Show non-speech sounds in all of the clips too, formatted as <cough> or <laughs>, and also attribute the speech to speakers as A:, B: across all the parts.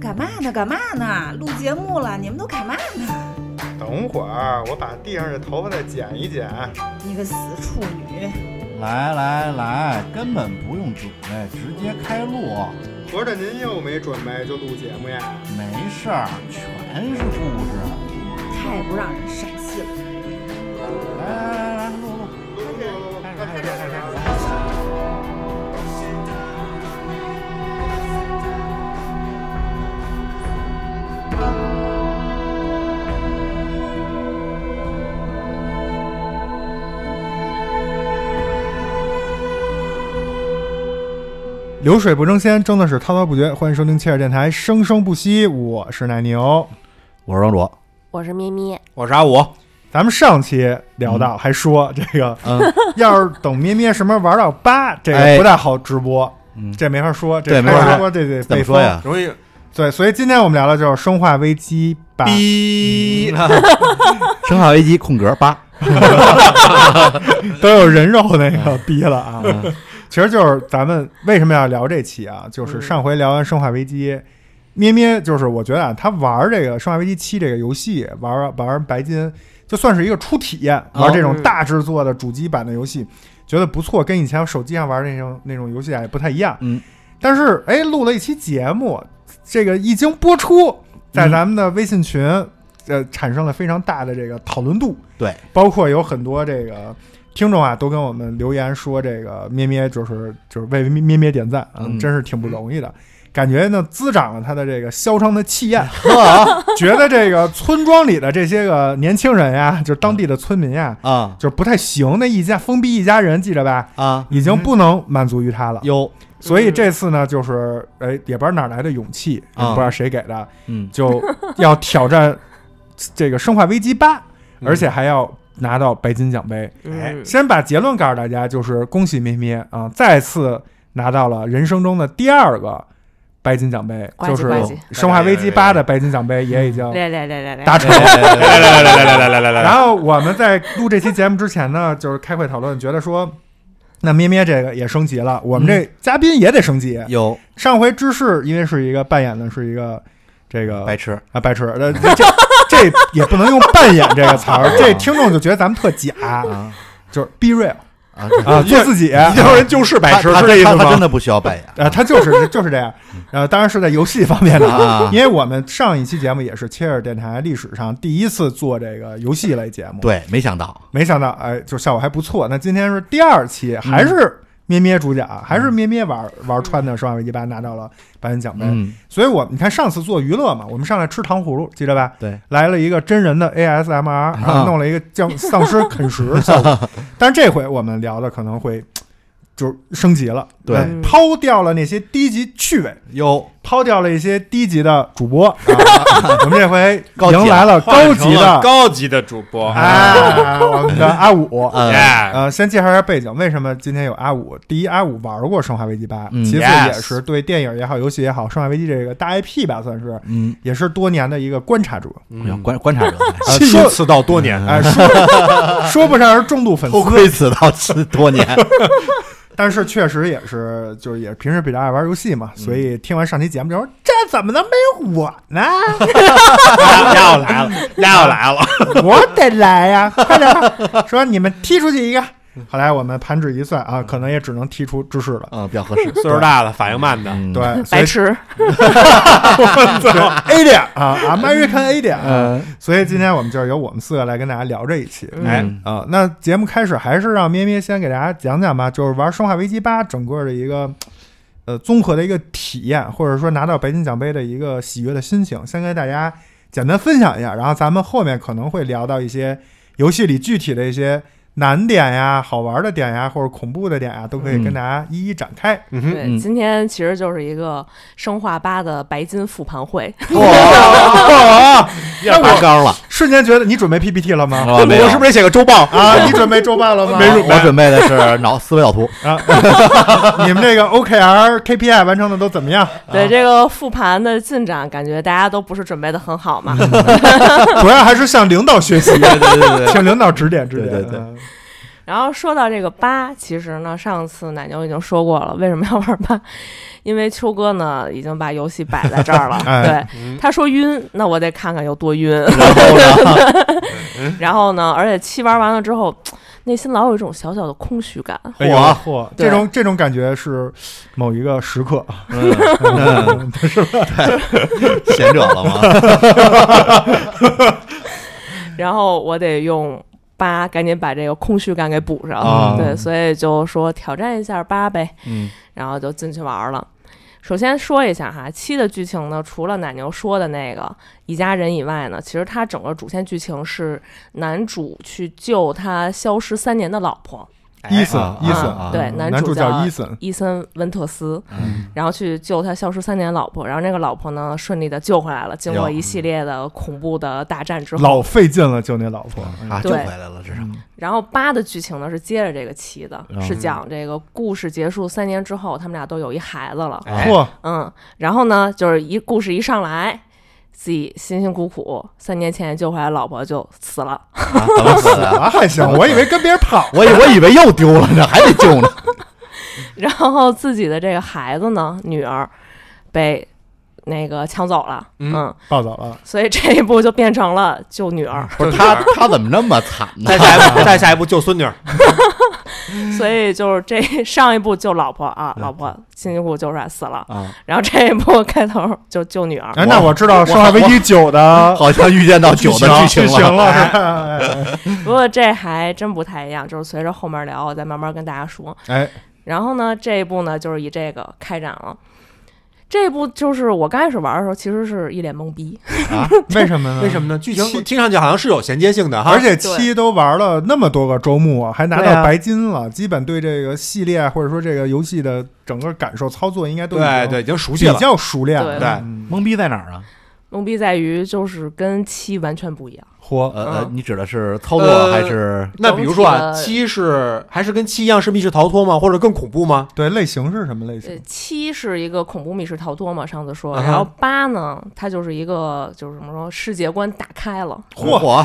A: 干嘛呢？干嘛呢？录节目了，你们都干嘛呢？
B: 等会儿我把地上的头发再剪一剪。
A: 你个死处女！
C: 来来来，根本不用准备，直接开录。
B: 合着您又没准备就录节目呀？
C: 没事儿，全是故事。
A: 太不让人省心了。
C: 来来来来，录录。
B: 录录录录，
C: 开始开始开始。
B: <laughs> 流水不争先，争的是滔滔不绝。欢迎收听切尔电台，生生不息。我是奶牛。
C: 我是庄主，
D: 我是咩咩，
C: 我是阿五。
B: 咱们上期聊到，还说这个，
C: 嗯
B: <laughs> 要是等咩咩什么时候玩到八，这个
C: 哎
B: 不太好直播，
C: 嗯，
B: 这没法说，这
C: 对没法
B: 开直
C: 说
B: 播，这得
C: 怎
B: 被
C: 么说
B: 封。
C: 呀？
E: 容易
B: 对，所以今天我们聊的就是《生化危机八》。
C: <laughs>
E: 逼了，
C: 生化危机空格八。
B: 都有人肉那个逼了啊！ <laughs> 其实就是咱们为什么要聊这期啊？就是上回聊完《生化危机》，咩咩就是我觉得啊，他玩这个《生化危机七》这个游戏，玩玩白金，就算是一个初体验，
C: 哦
B: 玩这种大制作的主机版的游戏，觉得不错，跟以前手机上玩那种那种游戏啊也不太一样。
C: 嗯，
B: 但是哎，录了一期节目，这个一经播出，在咱们的微信群。呃，产生了非常大的这个讨论度，
C: 对，
B: 包括有很多这个听众啊，都跟我们留言说，这个咩咩就是就是为咩咩点赞啊
C: 嗯，
B: 真是挺不容易的。感觉呢，滋长了他的这个嚣张的气焰，觉得这个村庄里的这些个年轻人呀，就是当地的村民呀，
C: 啊
B: 就是不太行，那一家封闭一家人，记着吧，
C: 啊
B: 已经不能满足于他了。
C: 哟，
B: 所以这次呢，就是哎，也不知道哪来的勇气，也
C: 啊
B: 不知道谁给的，
C: 嗯，
B: 就要挑战这个《生化危机八》，
C: 嗯
B: 而且还要拿到白金奖杯。哎，
D: 嗯
B: 先把结论告诉大家，就是恭喜咩咩啊，再次拿到了人生中的第二个白金奖杯，
D: 呱唧
B: 就是
D: 呱
B: 《
D: 唧嗯
B: 生化危机八》的白金奖杯也已经
E: 啊
D: 来来来来来，
B: 达成了。
C: 来来来来来来来
B: 然后我们在录这期节目之前呢，就是开会讨论，觉得说。那咩咩这个也升级了，我
C: 嗯
B: 们这嘉宾也得升级。
C: 有
B: 上回芝士因为是一个扮演的是一个这个
C: 白痴，
B: 啊，白痴，那这这这也不能用扮演这个词
E: <laughs>
B: 儿，这听众就觉得咱们特假，
C: 啊
B: 就是 be
E: <laughs>
B: real
C: <laughs> 啊
B: 啊，做自己。
E: 要人就是白痴，
C: 他
E: 是这意思
C: 他他他真
E: 吗？
C: 的不需要扮 <laughs> 演
B: 啊，他就是就是这样，呃，当然是在游戏方面的，
C: 啊
E: 嗯
B: 因，为我们上一期节目也是切尔电台历史上第一次做这个游戏类节目，，
C: 对，没想到，
B: 没想到哎，就效果还不错。那今天是第二期，还
E: 嗯
B: 是咩咩主讲，还是咩咩玩玩穿的《生化危机八》拿到了白金奖杯，
C: 嗯，
B: 所以我你看上次做娱乐嘛，我们上来吃糖葫芦，记得吧？
C: 对，
B: 来了一个真人的 ASMR，、啊、弄了一个叫丧尸啃食效果。但是这回我们聊的可能会就是升级了，
C: 对
B: 嗯抛掉了那些低级趣味，
C: 有
B: 抛掉了一些低级的主播，啊、我们这回
C: 高级
B: 迎来了高级
E: 换成了
B: 的，
E: 啊 <laughs> 高级的主播，啊
B: 哎，我们的阿五。
C: 呃
E: 哎，
B: <laughs> 呃，先介绍一下背景，为什么今天有阿五？第一，阿五玩过《生化危机八》，
C: 嗯
B: 其次也
E: Yes
B: 是对电影也好、游戏也好，《生化危机》这个大 IP 吧，算是
C: 嗯，
B: 也是多年的一个观察者。
C: 哎呦观观察者，
B: 呃
E: 信
B: 说
E: 此道多年，
C: 嗯
E: <laughs>
B: 哎，说说不上是重度
C: <laughs>
B: 粉
C: 偷
B: 丝，
C: 窥此道十多年，
B: 但是确实也是，就是也平时比较爱玩游戏嘛，所
C: 嗯
B: 以听完上期节目就说这怎么能没有我呢？
E: 丫又来了，丫又来了，
C: <laughs>
B: 我得来呀，快点吧！说你们踢出去一个。后来我们盘指一算
C: 嗯
B: 啊，可能也只能踢出芝士了。
C: 嗯，比较合适，
E: 岁数大了，反应慢的，
C: <laughs> 嗯，
B: 对，所以
D: 白痴，
B: A 点啊，American A 点啊，
C: 嗯，
B: 所以今天我们就是由我们四个来跟大家聊这一期。
D: 嗯
B: 哎啊，那节目开始还是让咩咩先给大家讲讲吧，就是玩《生化危机八》整个的一个呃综合的一个体验，或者说拿到白金奖杯的一个喜悦的心情，先跟大家简单分享一下，然后咱们后面可能会聊到一些游戏里具体的一些难点呀、好玩的点呀，或者恐怖的点呀，都可以跟大家一一展开。
E: 嗯哼，
D: 对，今天其实就是一个生化八的白金复盘会，
B: 哇，
E: 要
D: 呃
E: 拔高了，
B: 瞬间觉得你准备 PPT 了吗？
C: 我没有
E: 我是不是得写个周报？
B: 啊，你准备周报了吗？
C: 我准备的是脑思维导图，
B: 啊，你们这个 OKR KPI 完成的都怎么样？
E: 啊
D: <laughs> 对这个复盘的进展，感觉大家都不是准备的很好嘛。
E: 嗯
B: 主要还是向领导学习，
C: <laughs> 对对对对，
B: 向领导指点指点。
C: 对对对
B: 嗯
D: 然 <laughs> 然后说到这个八，其实呢，上次奶牛已经说过了，为什么要玩八？ <laughs> 因为秋哥呢已经把游戏摆在这儿
E: <laughs>
D: 了，
B: 哎
D: 对，
E: 嗯
D: 他说晕，那我得看看有多晕。
E: 然后呢？
D: <laughs>
E: 嗯
D: 然后呢，而且七玩完了之后，内心老有一种小小的空虚感。
B: 哎呦
E: 嚯
B: 嚯，
D: 对
B: 这种这种感觉是某一个时刻，
C: 嗯，
B: 嗯
C: <laughs> 贤者了 <laughs> 吗？
D: 然后我得用八赶紧把这个空虚感给补上。
E: 啊
D: 对，所以就说挑战一下八呗，
C: 嗯
D: 然后就进去玩了。首先说一下哈，七的剧情呢，除了奶牛说的那个一家人以外呢，其实它整个主线剧情是男主去救他消失三年的老婆，
B: 伊森
C: 啊
B: 伊森
C: 啊
D: 对
B: 嗯
D: 男
B: 男
D: 主
B: 主
D: 叫
B: 叫伊森，
D: 伊森温特斯，
C: 嗯
D: 然后去救他消失三年的老婆，然后那个老婆呢顺利的救回来了，经
C: 哟
D: 过一系列的恐怖的大战之后，
B: 老费劲了，就那老婆，
C: 啊，
D: 对
C: 救回来了，这是
D: 然后八的剧情呢是接着这个七的，
C: 嗯
D: 是讲这个故事结束三年之后，他们俩都有一孩子了。
E: 哎
B: 嚯，
D: 嗯，然后呢，就是一故事一上来，自己辛辛苦苦三年前救回来老婆就死了， <laughs>
C: 啊，怎么死的？
B: 啊还行，我以为跟别人跑，
C: 我以我以为又丢了呢，还得救 <laughs> 呢。
D: 然后自己的这个孩子呢，女儿被那个抢走了。
E: 嗯
D: 嗯，
B: 暴走了，
D: 所以这一步就变成了救女儿。
C: 不是哎他他怎么那么惨呢
E: 再？下一 <laughs> 步，再下一步救孙女儿，
D: 所以就是这上一步救老婆啊，老婆辛辛苦苦救出来死了，
C: 啊，
D: 然后这一步开头就救女儿。
B: 哎，那我知道《生化危机九》的
C: 好像预见到九的
B: 剧
C: 情
B: 情了，是吧
D: 不过这还真不太一样，就是随着后面聊，我再慢慢跟大家说。
B: 哎，
D: 然后呢，这一步呢，就是以这个开展了。这一步就是我刚开始玩的时候，其实是一脸懵逼，
B: 为什
C: 嗯
B: 么呢？
E: 为什么呢？剧
B: 七
E: 情嗯听上去好像是有衔接性的哈，
B: 而且七都玩了那么多个周末，还拿
E: 对
B: 到
E: 啊
B: 白金了，基本对这个系列或者说这个游戏的整个感受、操作应该都已
E: 对
B: 经
E: 对，已经熟悉
B: 比
E: 了，
B: 较熟练了。
D: 对
B: 嗯
C: 懵逼在哪儿啊？
D: 懵逼在于就是跟七完全不一样。
B: 嚯，
C: 呃呃，
D: 嗯
C: 你指的是操作
E: 呃
C: 还是
E: 那比如说啊，
D: 整体
E: 七是还是跟七一样是密室逃脱吗？或者更恐怖吗？
B: 对类型是什么类型
D: 呃？，七是一个恐怖密室逃脱嘛，上次说，
E: 嗯哼
D: 然后八呢，它就是一个就是怎么说，世界观打开了，
B: 嚯
C: 嚯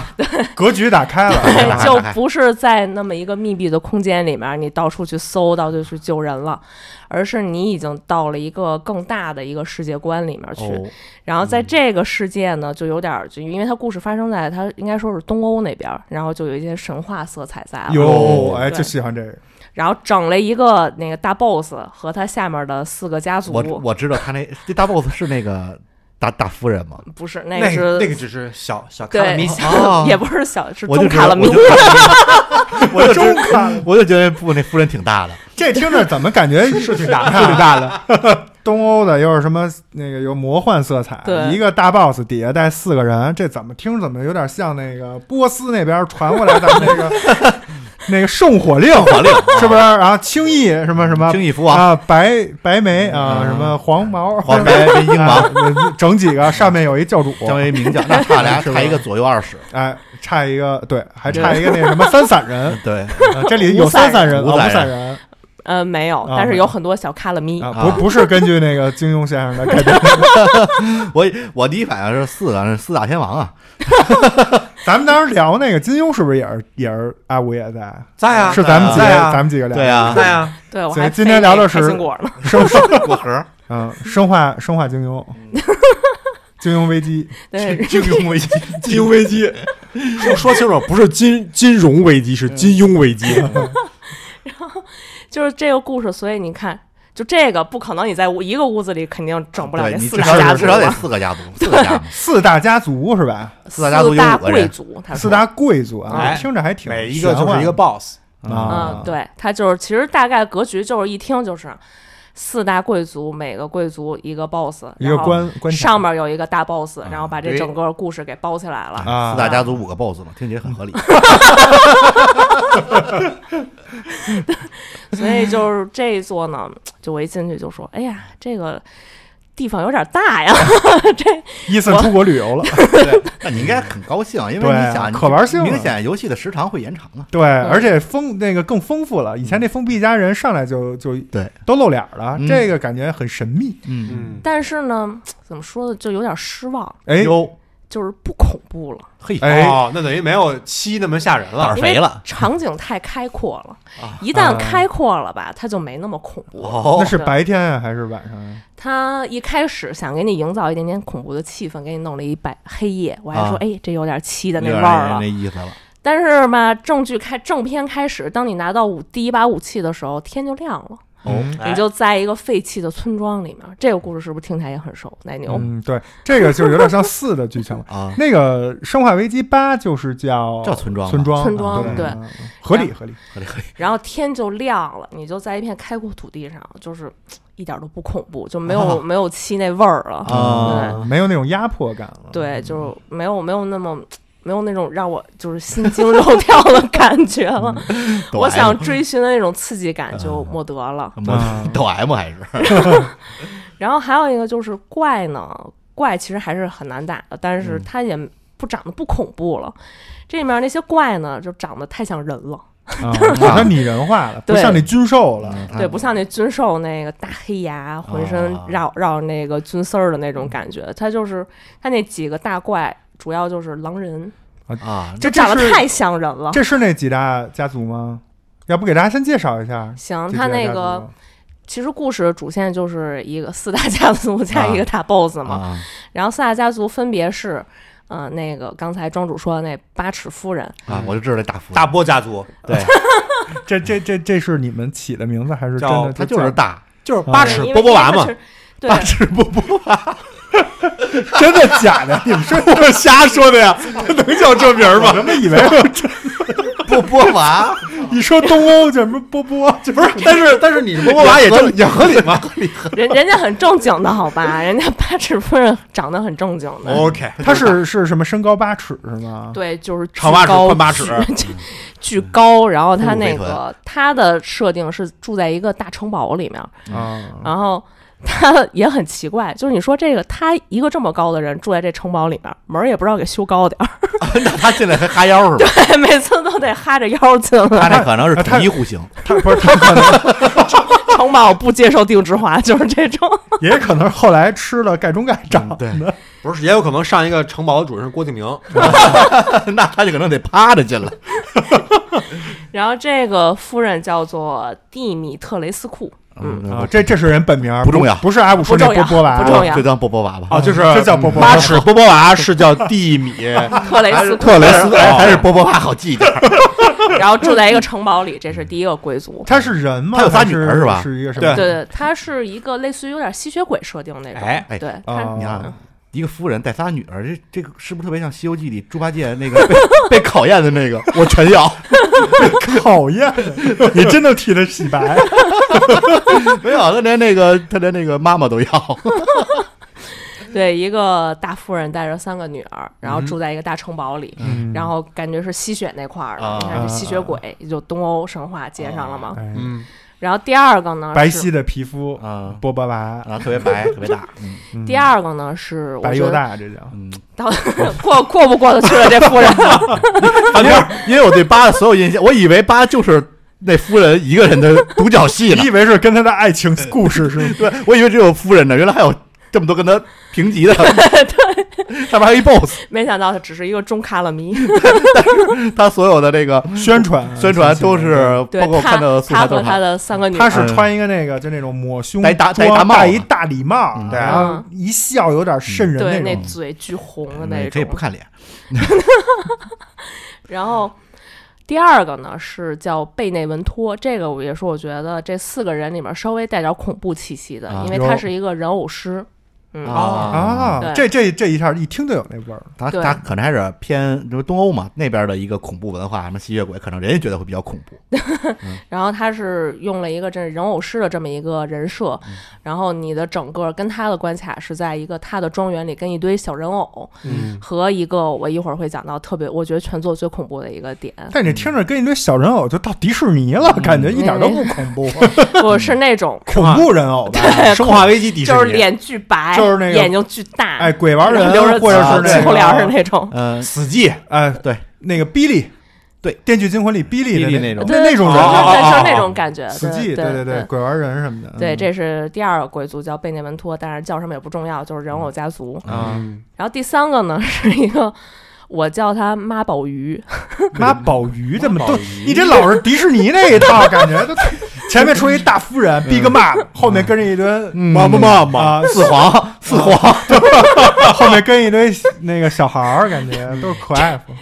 B: 格局打开
D: <laughs>
B: 了，
C: 打开
D: 哎就
C: 打开
D: 不是在那么一个密闭的空间里面，你到处去搜，到处去救人了，而是你已经到了一个更大的一个世界观里面去。
C: 哦
D: 然后在这个世界呢，就有点儿就因为它故事发生在它应该说是东欧那边儿，然后就有一些神话色彩在了。
B: 哟，
E: 哦
B: 哎，
D: 对
B: 就喜欢这个。
D: 然后整了一个那个大 boss 和他下面的四个家族，
C: 我我知道他那这大 boss 是那个大大夫人吗？
D: 不是
E: 那
D: 那个是
E: 那个只是小小卡拉
D: 对
E: 米，
F: 啊
C: 哦
D: <laughs> 也不是小是
C: 我就
D: 中
C: 知
D: 卡
C: 道
D: 了
C: 我
D: 明
C: 就知道我就知道我就觉得不那夫人挺大的，
B: 这听着怎么感觉
E: <laughs> 是挺大的，是挺大的。
B: 东欧的 <laughs> 又是什么那个有魔幻色彩？
D: 对
B: 一个大 boss 底下带四个人，这怎么听着怎么有点像那个波斯那边传过来的那个 <laughs> 那个圣火令，
C: 法 <laughs> 令
B: 是不是？然后轻易什么什么
C: 轻易服王、
B: 啊，白白眉啊，
C: 嗯
B: 什么 <laughs> 黄毛、
C: <laughs> 黄白
B: <laughs>
C: 跟鹰王，
B: 啊，整几个上面有一教主，
C: 成为名将， <laughs> 那差俩
B: 是吧
C: 差一个左右二十，
B: 哎，差一个对，还差一个那什么三散人，
C: 对，
B: 啊这里有三散人、
C: 五
B: 啊五
C: 散
B: 散人
D: 呃没有
B: 啊，
D: 但
B: 没
D: 是
B: 有
D: 有很多小卡了咪，
B: 啊，
C: 啊
B: 不不是根据那个金庸先生的
C: <laughs>
B: 改编，
C: <laughs> 我我第一反应是四个四大天王啊，
B: 咱们当时聊那个金庸是不是也是也是阿五也在？
E: 在啊，
B: 是咱们几个
E: 在啊
B: 咱们几个聊
C: 对啊，
E: <laughs> 在啊，
D: 对我
B: 所以
D: 还
B: 今
D: 配
B: 天聊
D: 那
B: 的
D: 开
B: 是
D: 心果呢， <laughs>
B: 生
C: 果核， <laughs>
B: 嗯生化生化金庸，
C: 嗯
B: 金庸危机
D: 对，
C: 金庸危机，
E: 金融危机，说说清楚，不是金金融危机，是金庸危机。
D: 就是这个故事，所以你看。就这个不可能，你在屋一个屋子里肯定整不了
C: <laughs> 对
D: 这
C: 你
D: 四
C: 至
D: 大
C: 少
D: 家
C: 得
D: 族啊
C: 至少得
D: 吧
C: 四个家族，四个
B: <laughs>
C: 家族，
B: 四大家族是吧？
C: 四大家族
D: 四
C: 有
D: 大
C: 五个
D: 贵
C: 人
D: 族，他
B: 四
D: 说
B: 大贵族啊，
E: 哎
B: 听着还挺
E: 每一个
B: 玄
E: 就
B: 幻
E: 是一个 boss，
B: 啊
D: 嗯，，对，它就是其实大概格局就是一听就是四大贵族，每个贵族一个 boss，
B: 一个
D: 然后
B: 关关卡
D: 上面有一个大 boss，然
C: 啊
D: 后把
E: 对
D: 这整个故事给包起来了。
B: 啊，
C: 四大家族五个 BOSS 嘛，听起来很合理。
D: 所以就是这一座呢，就我一进去就说，哎呀，这个地方有点大呀， <laughs> 这
B: 伊森出国旅
D: <laughs>
B: 游了，
C: 对，那你应该很高兴，因为
B: 对啊
C: 你想
B: 可玩性啊
C: 明显游戏的时长会延长啊。
B: 对，
D: 嗯
B: 而且丰那个更丰富了。以前那封闭家人上来就就
C: 对
B: 都露脸了，
C: 嗯
B: 这个感觉很神秘。
C: 嗯，
E: 嗯，
D: 但是呢，怎么说呢，就有点失望。
B: 哎，
C: 哟，
D: 就是不恐怖了，
F: 嘿，
B: 哎
E: 哦，那等于没有七那么吓人
F: 胆
E: 了
F: 儿。肥了，
D: 场景太开阔了
E: 啊，
D: 一旦开阔了吧，它就没那么恐怖了。
E: 哦
B: 那，是白天啊还是晚上啊？
D: 他一开始想给你营造一点点恐怖的气氛，给你弄了一白黑夜，我还说，
E: 啊
D: 哎，这有点漆的那
F: 有
D: 味
F: 点
D: 儿了
F: 那。意思了。
D: 但是嘛，正剧开正片开始，当你拿到武第一把武器的时候，天就亮了，
B: 嗯
C: 哦
F: 哎。
D: 你就在一个废弃的村庄里面。这个故事是不是听起来也很熟？奶牛，
B: 嗯，对，这个就是有点像四的剧情
E: <laughs>
B: 了
F: 啊，
B: 那个《生化危机八》就是叫
F: 叫村庄吧
B: 村庄
D: 村庄
B: 对
D: 对
B: 嗯合理合理。
F: 合理合理。
D: 然后天就亮了，你就在一片开阔土地上，就是嘖一点都不恐怖，就没
F: <laughs>
D: 有、没有漆那味儿了。
E: 啊
D: 对
B: 嗯没有那种压迫感了。
D: 对，就没有没有那么。嘖没有那种让我就是心惊肉跳的感觉了，
B: 嗯
F: 抖
D: 我
F: M
D: 想追寻的那种刺激感就没得了。
F: 我抖 M 还是
D: 然后还有一个就是怪呢，怪其实还是很难打的，但是
E: 嗯
D: 它也不长得不恐怖了。这里面那些怪呢，就长得太像人了， <laughs>
B: 啊，把它拟人化了，不
D: 对
B: 像那军兽了。
D: 对，
F: 嗯
D: 不像那军兽那个大黑牙，浑身
F: 啊
D: 绕绕那个军丝儿的那
B: 嗯
D: 种感觉。它就是它那几个大怪，主要就是狼人，
F: 啊？
D: 就
B: 这
D: 长
B: 这
D: 得
B: 是
D: 太像人了。
B: 这是那几大家族吗？要不给大家先介绍一下？
D: 行，
B: 这几
D: 他
B: 大
D: 那
B: 家族
D: 个其实故事的主线就是一个四大家族 <laughs> 加一个大 boss 嘛，
F: 啊，
D: 然后四大家族分别是，呃，那个刚才庄主说的那八尺夫人，
F: 啊，我就知道这大福
E: 大波家族
F: 对，
B: 这这这这是你们起的名字还是真
E: 叫
B: 的？
F: 他就是大，
E: <laughs> 就是八
D: 对
E: 尺
D: 嗯因为
E: 波波娃
D: 因为
E: 嘛
D: 它，是对，
E: 尺波波，
B: <laughs> 真的假的？你们说
E: 我瞎说的呀，
F: <laughs>
E: 他能叫这名儿吗？
B: 我他妈以为我
F: 不波娃
B: <laughs> 一说东欧叫什么波波，就
E: 不是，但是但是你波波娃也正也合理吗
D: 人人家很正经的好吧，人家八尺夫人长得很正经的，
E: <laughs> ？OK，
B: 他是是什么身高八尺是吗？
D: 对，就是巨
E: 长八尺
D: 高
E: 宽
D: <laughs>
E: 八尺，嗯
D: 巨巨高。然后他
F: 嗯
D: 那
F: 腹部肥
D: 个他的设定是住在一个大城堡里面，
E: 嗯
B: 啊，
D: 然后他也很奇怪，就是你说这个他一个这么高的人住在这城堡里面，门儿也不知道给修高点儿，
F: <laughs> 那他进来还哈腰是吧？
D: 对， <laughs> 每次都得哈着腰进
F: 他
D: 来。
F: 这可能是统一户型，
B: 他不是他可能 <laughs>
D: <laughs> 城堡不接受定制化，就是这种。
B: <laughs> 也可能是后来吃了钙中钙长的。
F: 嗯
E: 不是，也有可能上一个城堡的主人是郭敬明，
F: 那他就可能得趴着进来。
D: 然后这个夫人叫做蒂米特雷斯库，嗯，
B: 啊，这这是人本名，
F: 不重要
B: 不是阿武说
D: 不
B: 那波
D: 重要
B: 波娃，
D: 不重要
F: 就当波波娃嗯吧。
E: 哦，就是
B: 这叫波波
E: 八尺波波娃是叫蒂 <laughs> 米，
B: 啊
D: 特雷斯库，
F: 特雷斯哎还是波波娃好记一点。
D: 然后住在
B: <laughs>
D: 一个城堡里，这是第一个贵族。
B: 他是人吗？
F: 他有仨
B: 还
F: 女
B: 是
F: 儿是吧
B: 是一个什
E: 对
B: 么？
D: 对对，他是一个类似于有点吸血鬼设定那种。
F: 哎哎
D: 对，嗯
B: 啊
D: 他
F: 你看，一个夫人带仨女儿，这这个是不是特别像《西游记》里猪八戒那个被 <laughs> 被考验的那个？我全要。
B: <laughs> 讨厌，你真的替他洗白。
F: <laughs> 没有，啊他连那个他连那个妈妈都要。
D: 对一个大夫人带着三个女儿，然后住在一个大城堡里，
B: 嗯哦
D: 然后感觉是吸血那块儿的，
F: 啊
D: 你看是吸血鬼，就东欧神话接上了嘛。
B: 哎
E: 嗯，
D: 然后第二个呢，
B: 白
D: 是
B: 皙的皮肤，
F: <laughs> 啊
B: 波波娃，
F: 啊，特别 <laughs> 白，特别大。嗯
B: 嗯
D: 第二个呢是我
B: 白
D: 觉
B: 又
D: 得
B: 大，这叫
F: 嗯，
D: 到 <laughs> 过过不过得去了这
F: <laughs>
D: 夫人，
F: 反正因为我对八的所有印象，我以为八就是那夫人一个人的独角戏呢
B: 你。以为是跟他的爱情故事是吗？
F: 对， <laughs> 我以为只有夫人呢，原来还有这么多跟他平级的。 <laughs> 对，上面还有一 boss，
D: 没想到她只是一个中卡勒迷。
F: 他所有的这个
B: 宣传
F: <laughs> 宣传都是，
D: 对
F: 包括我
D: 他
F: 看到的素
D: 他
F: 材都
D: 和
F: 是
D: 他
F: 他
D: 的三个女
B: 他
D: 儿，
B: 是穿一个那个就那种抹胸
F: 嗯戴大戴大
B: 装
F: 帽子啊
B: 戴一大礼帽
F: 嗯，
B: 然后一笑有点瘆
D: 嗯对
B: 人
D: 那
B: 种。
D: 嘴巨红的
F: 嗯
D: 那
F: 你可以
D: 种
F: 不。看脸
D: 然后第二个呢是叫贝内文托，这个我也是我觉得这四个人里面稍微带点恐怖气息的，
F: 啊
D: 因为
B: 有
D: 他是一个人偶师。嗯，
B: 啊，
F: 嗯
D: 对嗯
B: 这这这一下一听就有那味儿，
F: 他
D: 对
F: 他可能还是偏就是东欧嘛那边的一个恐怖文化，什么吸血鬼，可能人家觉得会比较恐怖。
D: 然后他是用了一个这人偶师的这么一个人设，
F: 嗯
D: 然后你的整个跟他的关卡是在一个他的庄园里跟一堆小人偶
E: 嗯，
D: 和一个我一会儿会讲到特别，我觉得全作最恐怖的一
B: <laughs>
D: 个点，
B: 但你听着跟一堆小人偶就到迪士尼
F: 嗯
B: 了，感觉一点都不恐怖，
D: 不是那种
B: 恐怖人偶吧？
E: 《生化危机》迪士
D: 就是
E: 尼，
D: 脸巨白，
B: 就是那个
D: 眼睛巨大，
B: 哎，鬼玩
D: 留着
F: 啊
B: 人或者是那啊
D: 秋 <laughs> 帘儿的
B: 个
D: 那种。
F: 嗯，
E: 死寂，
B: 哎
F: 对
B: 那个比利
F: 对
B: 《电锯惊魂》里比利的
F: 比利那种
B: 那那种人哦
D: 对
E: 啊
D: 对
E: 啊
D: 是
E: 啊
D: 那种感觉，
B: 死寂，
D: 对对
B: 对对，鬼玩人什么的，
D: 对，
B: 嗯
D: 这是第二个贵族叫贝涅门托，但是叫什么也不重要，就是人
B: 嗯
D: 偶家族。
F: 啊，
E: 嗯
D: 然后第三个呢 <laughs> 是一个，我叫它妈宝鱼，
B: 妈宝鱼怎么
E: 妈
B: 都
E: 宝鱼
B: 你这老是迪士尼那一套，感觉都前面出一大夫人
F: 嗯
B: Big Mom，后面跟着一堆
E: 妈妈妈妈，
B: 啊，
F: 四皇四皇，
B: 后面跟一堆那个小孩儿，感觉都是可爱风。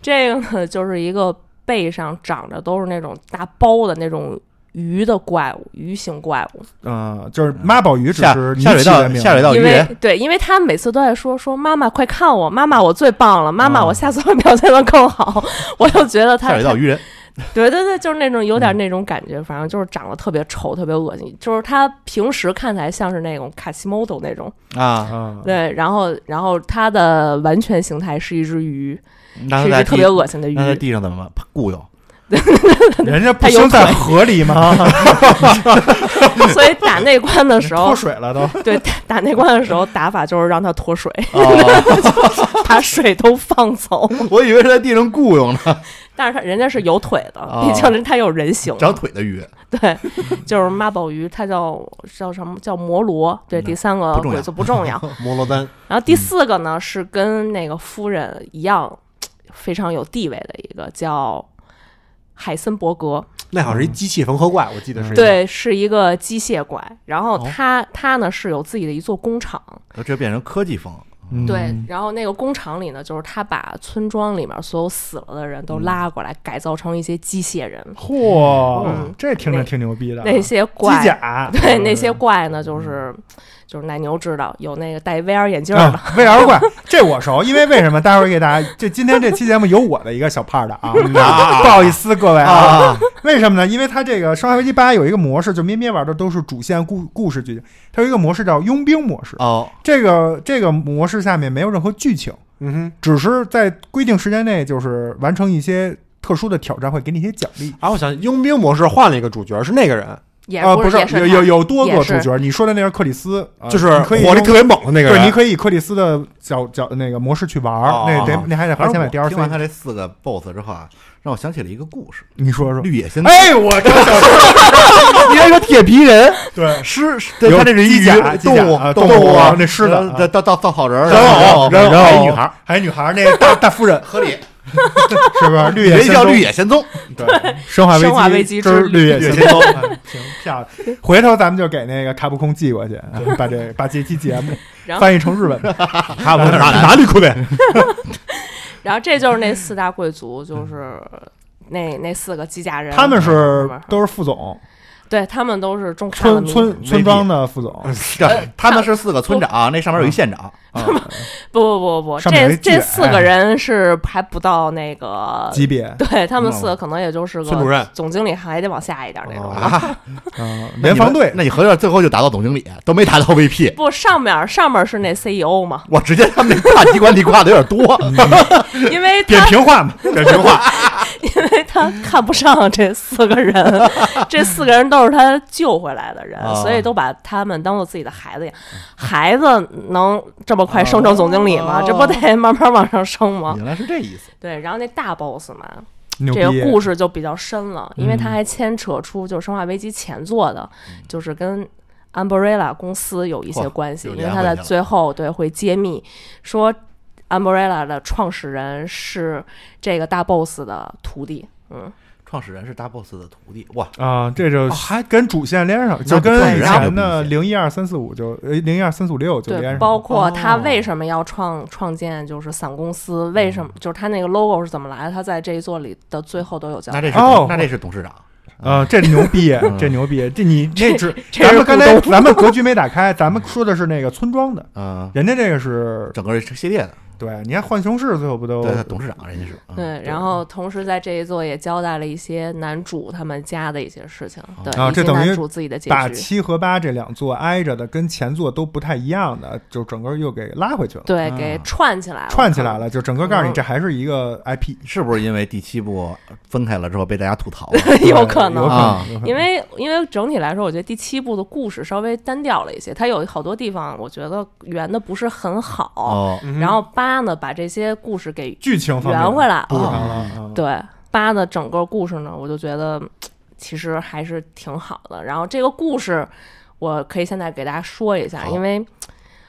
D: 这个呢就是一个背上长着都是那种大包的那种鱼的怪物，鱼形怪物。
B: 嗯，就是妈宝鱼只
F: 下
B: 是
F: 下水道
B: 名
F: 下水道鱼
D: 因为
F: 人，
D: 对，因为他每次都在说说妈妈快看我，妈妈我最棒了，妈妈我下次会表现的更好。我就觉得他
F: 哦下水道嗯鱼人，
D: 对对对，就是那种有点那种感觉，反正就是长得特别丑，特别恶心。就是他平时看起来像是那种卡西莫多那种，
F: 啊，
B: 啊，
D: 对，然后然后他的完全形态是一只鱼，
F: 那
D: 是
F: 他
D: 一
F: 在
D: 只
F: 地
D: 特别恶心的鱼
F: 那。在地上怎么办？雇佣
B: 人家不生在河里
D: <laughs>
B: 吗？
D: 所以打那
F: <laughs>
D: 关的时
B: 脱
D: 候，
B: 水了都。
D: 对打打那关的时候打法就是让它脱水， <laughs>
F: 哦，
D: 把水都放走。
F: <laughs>
D: <laughs>
F: 我以为是在地上雇佣呢，
D: 但是它人家是有腿的，
F: 哦
D: 毕竟人它有人形嘛。
F: 长腿的鱼，
D: <laughs> 对，就是妈宝鱼，它叫叫什么叫摩罗？对，
F: 嗯
D: 第三个
F: 不重要
D: 鬼子不
F: <laughs>
D: 重要。
E: 摩罗丹，
D: 然后第四个呢是跟那个夫人一样非常有地位的一个叫海森伯格，
E: 那好像是一机械缝合怪，我记得
F: 哎
E: 是一个，
D: 对，是一个机械怪。然后
F: 哦
D: 他、他呢是有自己的一座工厂，
F: 这变成科技风了，
D: 对
B: 嗯，。
D: 然后那个工厂里呢，就是他把村庄里面所有死了的人
F: 嗯
D: 都拉过来，改造成一些机械人。
F: 啊
B: 嚯
D: 嗯，
B: 这听着
D: 那
B: 挺牛逼的啊。
D: 那些怪
B: 机甲，
D: <laughs>
B: 嗯
D: 对那些怪呢，就是就是奶牛知道有那个戴 VR 眼镜儿的，
B: 啊、VR 怪，这我熟，因为为什么？待会儿给大家，这今天这期节目有我的一个小胖
D: <laughs>
B: 的啊，不好意思各位啊，为什么呢？因为它这个《生化危机八》有一个模式，就咩咩玩的都是主线故故事剧情，它有一个模式叫佣兵模
D: 啊
B: 式， <laughs>
F: 哦，
B: 这个这个模式下面没有任何剧情，
E: 嗯哼。
B: 只是在规定时间内就是完成一些特殊的挑战，会给你一些奖励。
E: 啊，我想佣兵模式换了一个主角，是那个人，
D: 也
B: 啊、
D: 不
B: 不
D: 是也
B: 有有
D: 他
B: 有多个
D: 也
B: 主
D: 是
B: 角，你说的那是克里斯，啊
E: 就是
B: 你可以
E: 火力
B: 用
E: 特别猛的那个
B: 对，
E: 人。
B: 你可以以克里斯的角角那个模式去玩儿，
E: 哦
B: 那
E: 哦
B: 得
E: 哦
B: 那还得花钱买
F: 听完他
B: DLC。
F: 这四个 BOSS 之后啊，让我想起了一个故事，
B: 你说说
F: 《绿野仙踪》。
B: <laughs> 哎，我刚想说，
F: 你还有铁皮人，
B: 对，
F: 狮，对
B: 有
F: 他这是一
B: 机甲
F: 鱼
B: 机甲
F: 动物
B: 啊，
F: 动
B: 动物啊
F: 啊，
B: 那狮子啊
F: 呃稻稻稻草人儿，
B: 人偶
F: 偶，
B: 人偶
F: 还有
B: 还有
F: 女孩儿，
B: 还有女孩儿那
F: <laughs>
B: 大大夫人
F: 合理，
B: 是不是？绿野
F: 人
B: 仙
F: 叫
B: 踪
F: 绿，野仙踪，
B: 对，生化
D: 生化
B: 危
D: 危
B: 机
D: 机
B: 之
D: 之
B: <laughs> 绿野
F: 绿野
B: 仙踪，哎行，漂亮。回头咱们就给那个卡布空寄过去，啊把这把这期节目
D: 然后
B: 翻译成日本的。
E: 他往哪哪里裤呗？
D: 然后
B: <laughs>
D: 这就是那四大贵族，就是那那四个机甲人，
B: 嗯他们是
D: 嗯
B: 都是副总，
D: 对他们都是中看了
B: 村
D: 名
B: 村村庄的副总，
F: 这 <laughs> 他们是四个村长，那上面有一
B: <laughs>
F: 县长，
B: 啊
F: 啊
D: 不不不不，
B: 上面有
D: 这
B: 一哎记者
D: 这四个人是还不到那个
B: 级别，
D: 对他
B: 嗯
D: 们四个可能也就是
E: 村主任
D: 个总经理，还得往下一点那种。
B: 哦嗯，联防队
F: 那你合着最后就达到总经理，都没达到 VP，
D: 不，上面上面是那 CEO 嘛，
F: 我直接他们那大机关里挂的有点 <laughs> 多，
D: 因为
B: 扁
D: 他
B: 平化
F: <laughs>
B: 嘛，
F: 扁平化，
D: <laughs> 因为他看不上这四
F: <laughs>
D: 个人，这四个人都是他救回来的人，
F: 啊
D: 所以都把他们当做自己的孩子一样。孩子能这么快升成总经理吗？
F: 哦
D: 这不得慢慢往上升吗？
F: 原来是这意思，
D: 对，然后那大 boss 嘛，
B: 牛
D: 这个
B: 逼。
D: 故事就比较深了，
F: 嗯
D: 因为他还牵扯出就是《生化危机》前作的，就是跟 Umbrella 公司有一些
F: 嚯
D: 关系，
F: 有
D: 因为
F: 联
D: 他
F: 系
D: 在
F: 了
D: 最后对会揭秘说 Umbrella 的创始人是这个大 boss 的徒弟。嗯，
F: 创始人是大 boss 的徒弟，哇，
B: 啊，这就
E: 哦还
B: 跟主线连上，
F: 那
B: 就
F: 不
B: 跟
F: 对
B: 以
F: 然后
B: 前
F: 就
B: 的
F: 不
B: 零一二三四五就呃零一二三四五六就连
D: 对，
B: 上，
D: 包
B: 了。
D: 括他
E: 哦
D: 为什么要创创建就是伞公司，为什么
B: 嗯
D: 就是他那个 logo 是怎么来的，他在这一作里的最后都有交
F: 那
D: 代。
F: 这是
B: 哦
F: 那这是董事长，
B: 啊，这牛逼，
F: 嗯
B: 这牛逼，这你那只
D: 这
B: 咱
D: 是
B: 们刚才
D: 股
B: 咱们格局没打开，咱们说的是那个村庄的，
F: 嗯，
B: 人家这个是
F: 整个系列的，
B: 对，你看浣熊市最后不都
F: 对，董事长人家是，嗯
B: 啊
D: 对，然后同时在这一作也交代了一些男主他们家的一些事情，对，
B: 啊
D: 以
B: 这
D: 及
B: 等于
D: 男主自己的结
B: 把
D: 局，
B: 七和八这两座挨着的跟前座都不太一样的，就整个又给拉回去了，
D: 对，给
F: 啊
D: 串起来了，
B: 串起来了，就整个告诉你
D: 嗯
B: 这还是一个 IP，
F: 是不是因为第七部分开了之后被大家吐槽了？
D: 可能， <laughs> <laughs> 有可
B: 可
D: 能。
F: 啊
B: 有可能
D: 因为因为整体来说，我觉得第七部的故事稍微单调了一些，它有好多地方我觉得圆的不是很好。
F: 哦，
D: 然后八呢，把这些故事给
B: 嗯剧情方面
D: 圆回来啊
B: 补
D: 了。
B: 上了，嗯
D: 对，八的整个故事呢，我就觉得嘖其实还是挺好的。然后这个故事，我可以现在给大家说一下，
E: 好
D: 因为嘖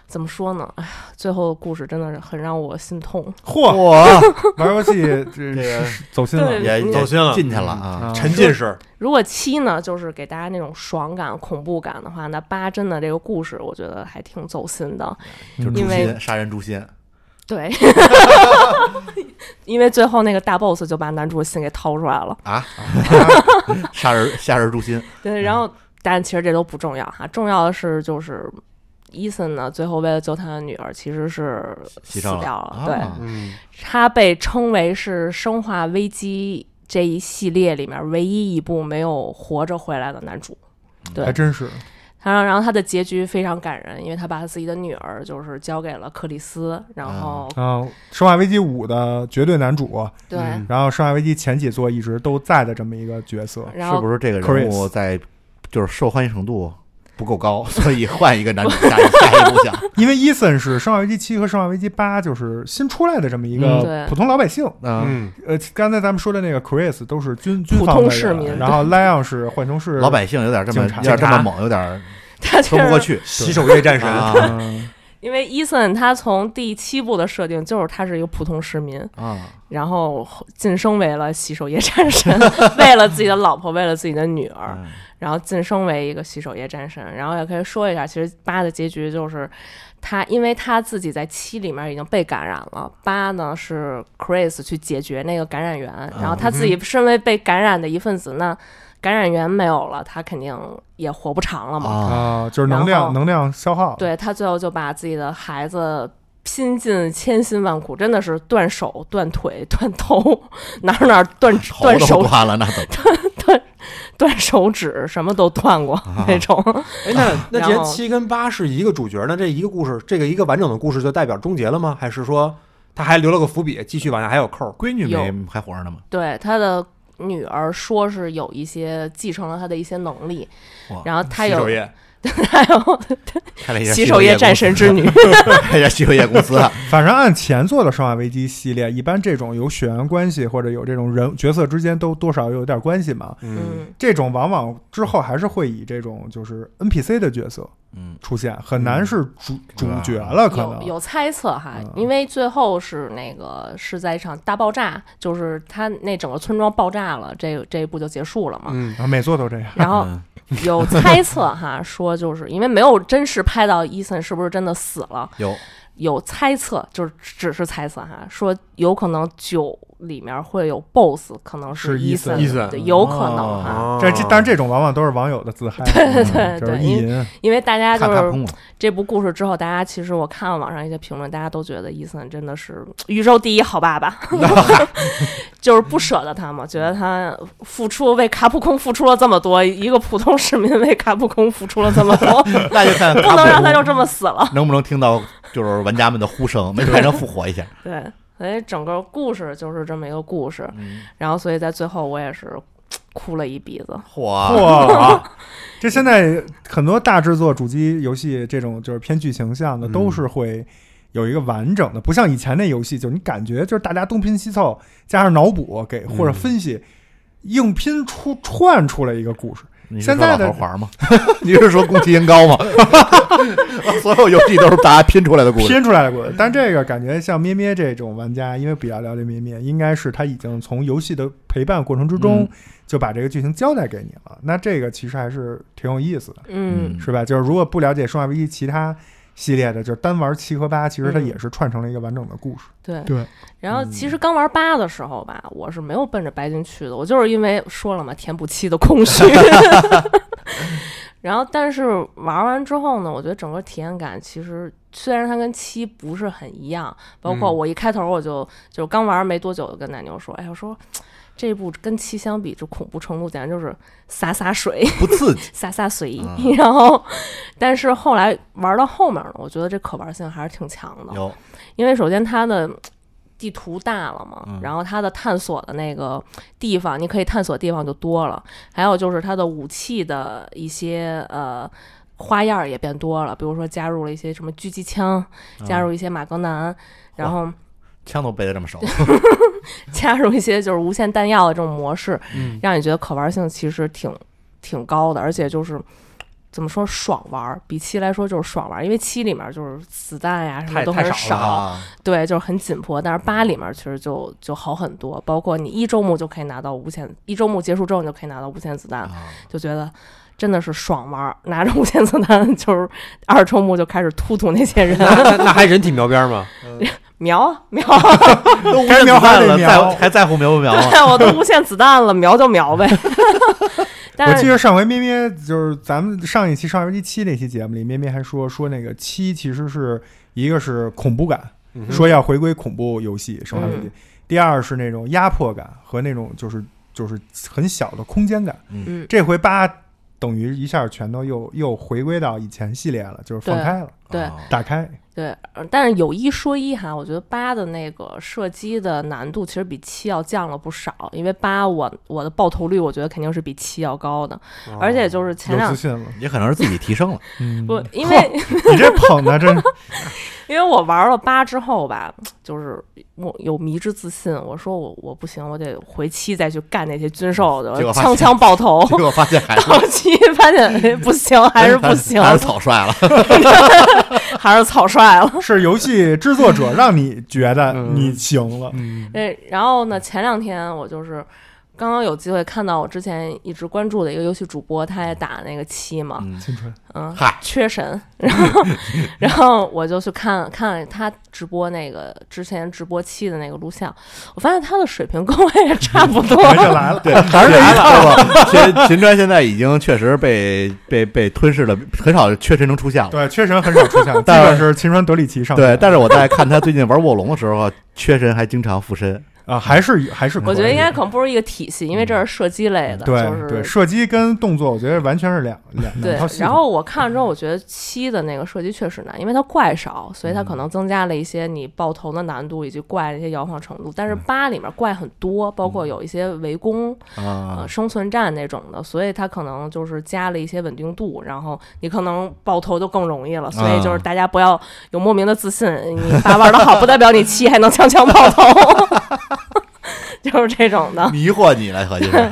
D: 怎么说呢？哎呀，最后的故事真的是很让我心痛。
B: 嚯，
F: 哇，
D: 嗯
B: 玩游戏
F: 这
B: 这
F: 个
B: 走心了
D: 对
F: 也
E: 走
F: 也
E: 心了
F: 进去了啊！
D: 嗯
E: 沉浸式，
D: 如果七呢，就是给大家那种爽感、恐怖感的话，那八真的这个故事，我觉得还挺走心的。
B: 嗯
F: 就是
D: 因
F: 诛
D: 为
F: 心杀人诛心，
D: 对， <laughs> 因为最后那个大 boss 就把男主的心给掏出来了。
F: 啊杀人杀人诛心，
D: 对，然
F: 嗯
D: 后但其实这都不重要哈，重要的是就是伊森呢，最后为了救他的女儿，其实是
F: 牺
D: 死
F: 牲
D: 掉
F: 了
D: 了。对，
F: 啊
E: 嗯，
D: 他被称为是《生化危机》这一系列里面唯一一部没有活着回来的男主。
F: 嗯
D: 对
B: 还，真是，
D: 然后然后他的结局非常感人，因为他把他自己的女儿就是交给了克里斯，然
F: 啊
D: 后、
B: 嗯，《生化危机五》的绝对男主，
D: 对，
E: 嗯
B: 然后《生化危机》前几座一直都在的这么一个角色，
D: 然
F: 是
D: 后
F: 不是这个人物
B: Chris
F: 在就是受欢迎程度不够高，所以换一个男主下一下一部想，
B: 因为伊森是《生化危机七》和《生化危机八》就是新出来的这么一
E: 嗯
B: 个
D: 对
B: 普通老百姓。
F: 嗯，
E: 嗯，
B: 呃，刚才咱们说的那个 Chris 都是军军
D: 普
B: 方
D: 通
B: 的
D: 市
B: 人啊
D: 民
B: 然后 Lion 是浣熊市
F: 老，百姓有点这么
B: 警察
F: 有点这么猛，有点
D: 他
F: 说
D: 就
F: 不过
D: 是
B: <laughs>
F: 去
E: 洗手液战神，
F: 啊
B: 嗯，
D: 因为伊森他从第七部的设定就是他是一个普通市民，
B: <laughs>
F: 啊！
D: 然后晋升为了洗手液战神，为了自己的老婆，为了自己的女儿，
F: 嗯
D: 然后晋升为一个洗手液战神。然后也可以说一下，其实八的结局就是他，因为他自己在七里面已经被感染了，八呢是 Chris 去解决那个感染源，然后他自己身为被感染的一份子，那感染源没有了，他肯定也活不长了嘛。
F: 啊，
B: 啊，就是能
D: 然
B: 量
D: 后
B: 能量消耗，，
D: 对他最后就把自己的孩子拼尽千辛万苦，真的是断手、断腿、 <laughs> 断头，哪儿哪儿断
F: 头
D: <laughs> 断
F: 都
D: 手、
F: 断了，那怎么
D: 断手指，什么都断过、那种。
E: 哎，那那既
D: 啊然
E: 然
D: 后
E: 七跟八是一个主角，那这一个故事，这个一个完整的故事就代表终结了吗？还是说他还留了个伏笔，继续往下还有扣？
F: 闺女
D: 有
F: 没还活着呢吗？
D: 对他的女儿说是有一些继承了他的一些能力
F: 哇，
D: 然后他
E: 洗
D: 有 <laughs>
E: 手液，
D: 他有
F: 开了一家
D: 洗手液战神之女，
F: <laughs> 开了一家洗手液公司，啊
D: <laughs>
B: 反正按前作的《生化危机》系列，一般这种有血缘关系或者有这种人角色之间都多少有点关系嘛，
E: 嗯，
D: 嗯，
B: 这种往往之后还是会以这种就是 NPC 的角色
F: 嗯，
B: 出现，很难是主主
F: 吧
B: 角了，可
D: 有
B: 能
D: 有猜测哈
B: 嗯，
D: 因为最后是那个是在一场大爆炸，就是他那整个村庄爆炸了，这这一部就结束了嘛。
E: 嗯
B: 啊，每座都这样，
D: 然后
F: 嗯
D: <laughs> 有猜测哈，说就是因为没有真实拍到伊森是不是真的死了，
F: 有
D: 有猜测，就是只是猜测哈，说有可能九里面会有 BOSS，可能
B: 是
D: 伊
B: 伊
D: 森
B: 森
D: 对，
E: 伊森
D: 有可能哈，
E: 哦
B: 这这但是这种往往都是网友的自嗨，嗯
D: 对
B: 就是
D: 对，
B: 意
D: 因为
B: 淫。
D: 因为大家
F: 看
D: 就
F: 看
D: 是
F: 喷我，
D: 这部故事之后，大家其实我看了网上一些评论，大家都觉得伊森真的是宇宙第一好爸爸， <laughs> 就是不舍得他嘛，觉得他付出为卡普空付出了这么多，一个普通市民为卡普空付出了这么多，
F: 那就看
D: 不能让他就这么死了。
F: 能不能听到就是玩家们的呼声，没准还能复活一下。
D: 对，所以整个故事就是这么一个故事，
F: 嗯
D: 然后所以在最后我也是哭了一鼻子。
F: 嚯，
B: 哇，这现在很多大制作主机游戏这种就是偏剧情向的，
E: 嗯
B: 都是会有一个完整的，不像以前那游戏，就是你感觉就是大家东拼西凑，加上脑补给或者分析，硬拼出串出来一个故事。
F: <laughs> 你是
B: 现
F: 说
B: 在
F: 老
B: 的
F: 头
B: <laughs>
F: 环吗？ <laughs> 你是说宫崎英高吗？ <laughs> 所有游戏都是大家拼出来的故事。
B: 拼出来的故事。但这个感觉像咩咩这种玩家，因为比较了解咩咩，应该是他已经从游戏的陪伴过程之中
F: 嗯
B: 就把这个剧情交代给你了。那这个其实还是挺有意思的，
D: 嗯，
B: 是吧？就是如果不了解《生化危机》其他系列的，就是单玩七和八，其实它
D: 嗯
B: 也是串成了一个完整的故事。
D: 对
B: 对。
D: 然后其实刚玩八的时候吧，我是没有奔着白金去的，我就是因为说了嘛，填补期的空虚。 <laughs> 然后，但是玩完之后呢，我觉得整个体验感其实虽然它跟七不是很一样，包括
E: 嗯
D: 我一开头我就、就刚玩没多久，就跟奶牛说：“哎呀，我说这部跟七相比，这恐怖程度简直就是洒洒水。”
F: 不刺激，
D: 洒洒随意。
F: 啊
D: <laughs> 然后，但是后来玩到后面了，我觉得这可玩性还是挺强的，
F: 有
D: 因为首先它的。地图大了嘛，
F: 嗯
D: 然后它的探索的那个地方，你可以探索地方就多了，还有就是它的武器的一些呃花样儿也
F: 嗯
D: 变多了，比如说加入了一些什么狙击枪，加入一些马格南，然后
F: 枪都背得这么
D: <laughs>
F: 熟，
D: 加入一些就是无限弹药的这种模式，
E: 嗯，
D: 让你觉得可玩性其实挺挺高的，而且就是怎么说爽玩儿，比七来说就是爽玩儿，因为七里面就是子弹呀、什么
E: 太
D: 都
E: 太
D: 很
E: 少
D: 少，
E: 了
F: 啊，
D: 对，就是很紧迫。但是八里面其实就就好很多，包括你一周目就可以拿到无限，一周目结束之后你就可以拿到无限子弹，了，
F: 啊
D: 就觉得。真的是爽玩儿，拿着无限子弹 <laughs> 就是二周目就开始突突那些人，
E: 那那还人体描边
D: <laughs>
E: 吗？
D: 瞄啊瞄啊，
F: 都无
B: 该
F: 限
B: 瞄还
F: 子弹
B: 得
F: 了，
B: 瞄
F: 在还在乎瞄不瞄啊吗？
D: 我都无限子弹了，瞄就瞄呗。 <laughs>
B: 我
D: 但
B: 记
D: 是
B: 得上回咩咩就是咱们上一期上一期七那期节目里，咩咩还说说那个七其实是一个是恐怖感，
E: 嗯
B: 说要回归恐怖游戏《生化危机》
D: 嗯
B: 第二是那种压迫感和那种就是就是很小的空间感。
D: 嗯
B: 这回八等于一下全都又又回归到以前系列了，就是放
D: 对
B: 开了，
D: <laughs> 对
F: 啊
B: 打开。
D: 对，呃但是有一说一哈，我觉得八的那个射击的难度其实比七要降了不少，因为八我我的爆头率我觉得肯定是比七要高的，
F: 哦
D: 哦
E: 哦
D: 而且就是前
B: 有
D: 两
B: 自信了，
F: 也可能是自己提升了，
B: 嗯，
D: 不，
F: <laughs>
D: 因为
B: 你这捧的真是
D: 因为我玩了八之后吧，就是我有迷之自信，我说我我不行，我得回七再去干那些军售的
F: 结果，发
D: 枪
F: 现
D: 枪爆头。
F: 结果发现还是
D: 到七发现哎不行，哦还是不行，
F: 还是草率了，
D: <laughs> 还是草率了。
B: 是游戏制作者让你觉得
E: 嗯
B: 你行了，
E: 嗯
D: 对，然后呢，前两天我就是刚刚有机会看到我之前一直关注的一个游戏主播，他也打那个七嘛，
F: 嗯
B: 青春，
D: 嗯，
F: 嗨
D: 缺神，然后然后我就去看看他直播那个之前直播期的那个录像，我发现他的水平跟我也差不多
B: 还是来了，
F: <laughs>
B: <laughs>
F: 对，
B: 还是这一套。
F: 了。 <laughs> 秦秦川现在已经确实被被被吞噬了，很少缺神能出现了。
B: 对，缺神很少出现，基
F: 但
B: 本是秦川德里奇上
F: 对，但
B: 是 <laughs>
F: 是我在看他最近玩卧龙的时候，缺神还经常附
D: <laughs>
F: 身。
B: 啊，还是还是可以，嗯
D: 我觉得应该可能不是一个体系，因为这是射击类的，
B: 对、
D: 就是
B: 对，射击跟动作，我觉得完全是两两
D: 对
B: 两套，系统。
D: 然后我看了之后，我觉得七的那个射击确实难，因为它怪少，所以
B: 嗯
D: 它可能增加了一些你爆头的难度以及怪的一些摇晃程度。但是
B: 嗯
D: 八里面怪很多，包括有一些围攻、
F: 啊
D: 呃、，生存战那种的，所以它可能就是加了一些稳定度，然后你可能爆头就更容易了。所以
B: 啊
D: 就是大家不要有莫名的自信，你八玩的好不代表你七还能枪枪爆头， <laughs> 就是这种的。
F: 迷惑你了，合计
D: <laughs>
F: 是。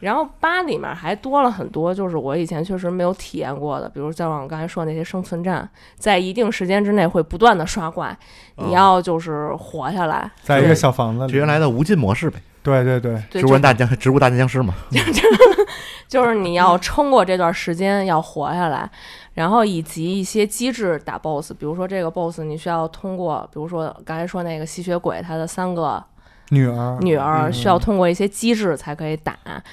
D: 然后八里面还多了很多，就是我以前确实没有体验过的，比如像我刚才说的那些生存战，在一定时间之内会不断的刷怪，你要就是活下来。
B: 在一个小房子
F: 就原
B: 里，
F: 来的无尽模式呗，
B: 对对对，
D: 对，
F: 植物人大僵植物大战僵尸
D: <laughs>
F: 嘛。
D: 就是你要撑过这段时间，要活下来，然后以及一些机制打 BOSS，比如说这个 BOSS 你需要通过，比如说刚才说那个吸血鬼，他的三个
B: 女儿
D: 女儿
B: 嗯
D: 需要通过一些机制才可以打，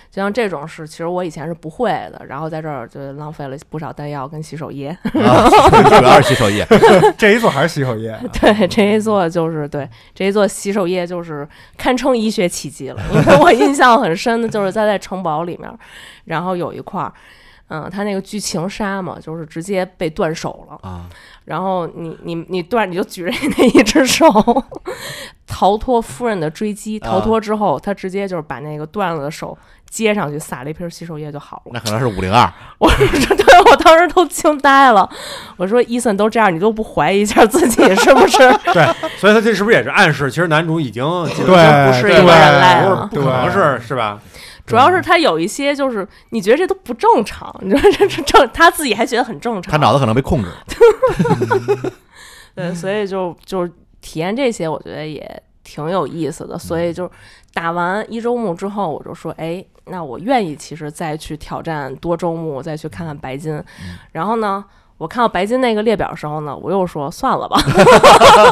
D: 就像这种事，其实我以前是不会的，然后在这儿就浪费了不少弹药跟洗手液。
F: 啊， <laughs> 主要是洗手液。
B: 这一组还是洗手
D: <laughs>
B: 液，
D: 对，这一座就是对这一座洗手液就是堪称医学奇
F: <laughs>
D: 迹了，因为我印象很深的就是在在城堡里面，然后有一块儿。嗯，他那个剧情杀嘛，就是直接被断手了，
F: 啊，
D: 然后你你你断，你就举着那一只手 <laughs> 逃脱夫人的追击，
F: 啊
D: 逃脱之后，他直接就是把那个断了的手接上去，撒了一瓶洗手液就好了。
F: 那可能是五零二，
D: <laughs> 我说，对我当时都惊呆了，我说伊森都这样，你都不怀疑一下自己是不是？
E: 所以他这是不是也是暗示，其实男主
D: <laughs>
E: 已经
B: 对，
D: 不是
B: 对
D: 一个人啊类
B: 不是
D: 了
E: 不可能是
D: <laughs>
E: 是吧？
D: 主要是他有一些就是你觉得这都不正常，你说 <laughs> 这这正他自己还觉得很正
F: 他
D: 常，
F: 脑子可能被控制了。
D: 对，所以就就是体验这些，我觉得也挺有意思的。所以
F: 嗯
D: 就打完一周目之后，我就说，哎，那我愿意其实再去挑战多周目，再去看看白金。
F: 嗯
D: 然后呢，我看到白金那个列表的时候呢，我又说算了吧， <laughs>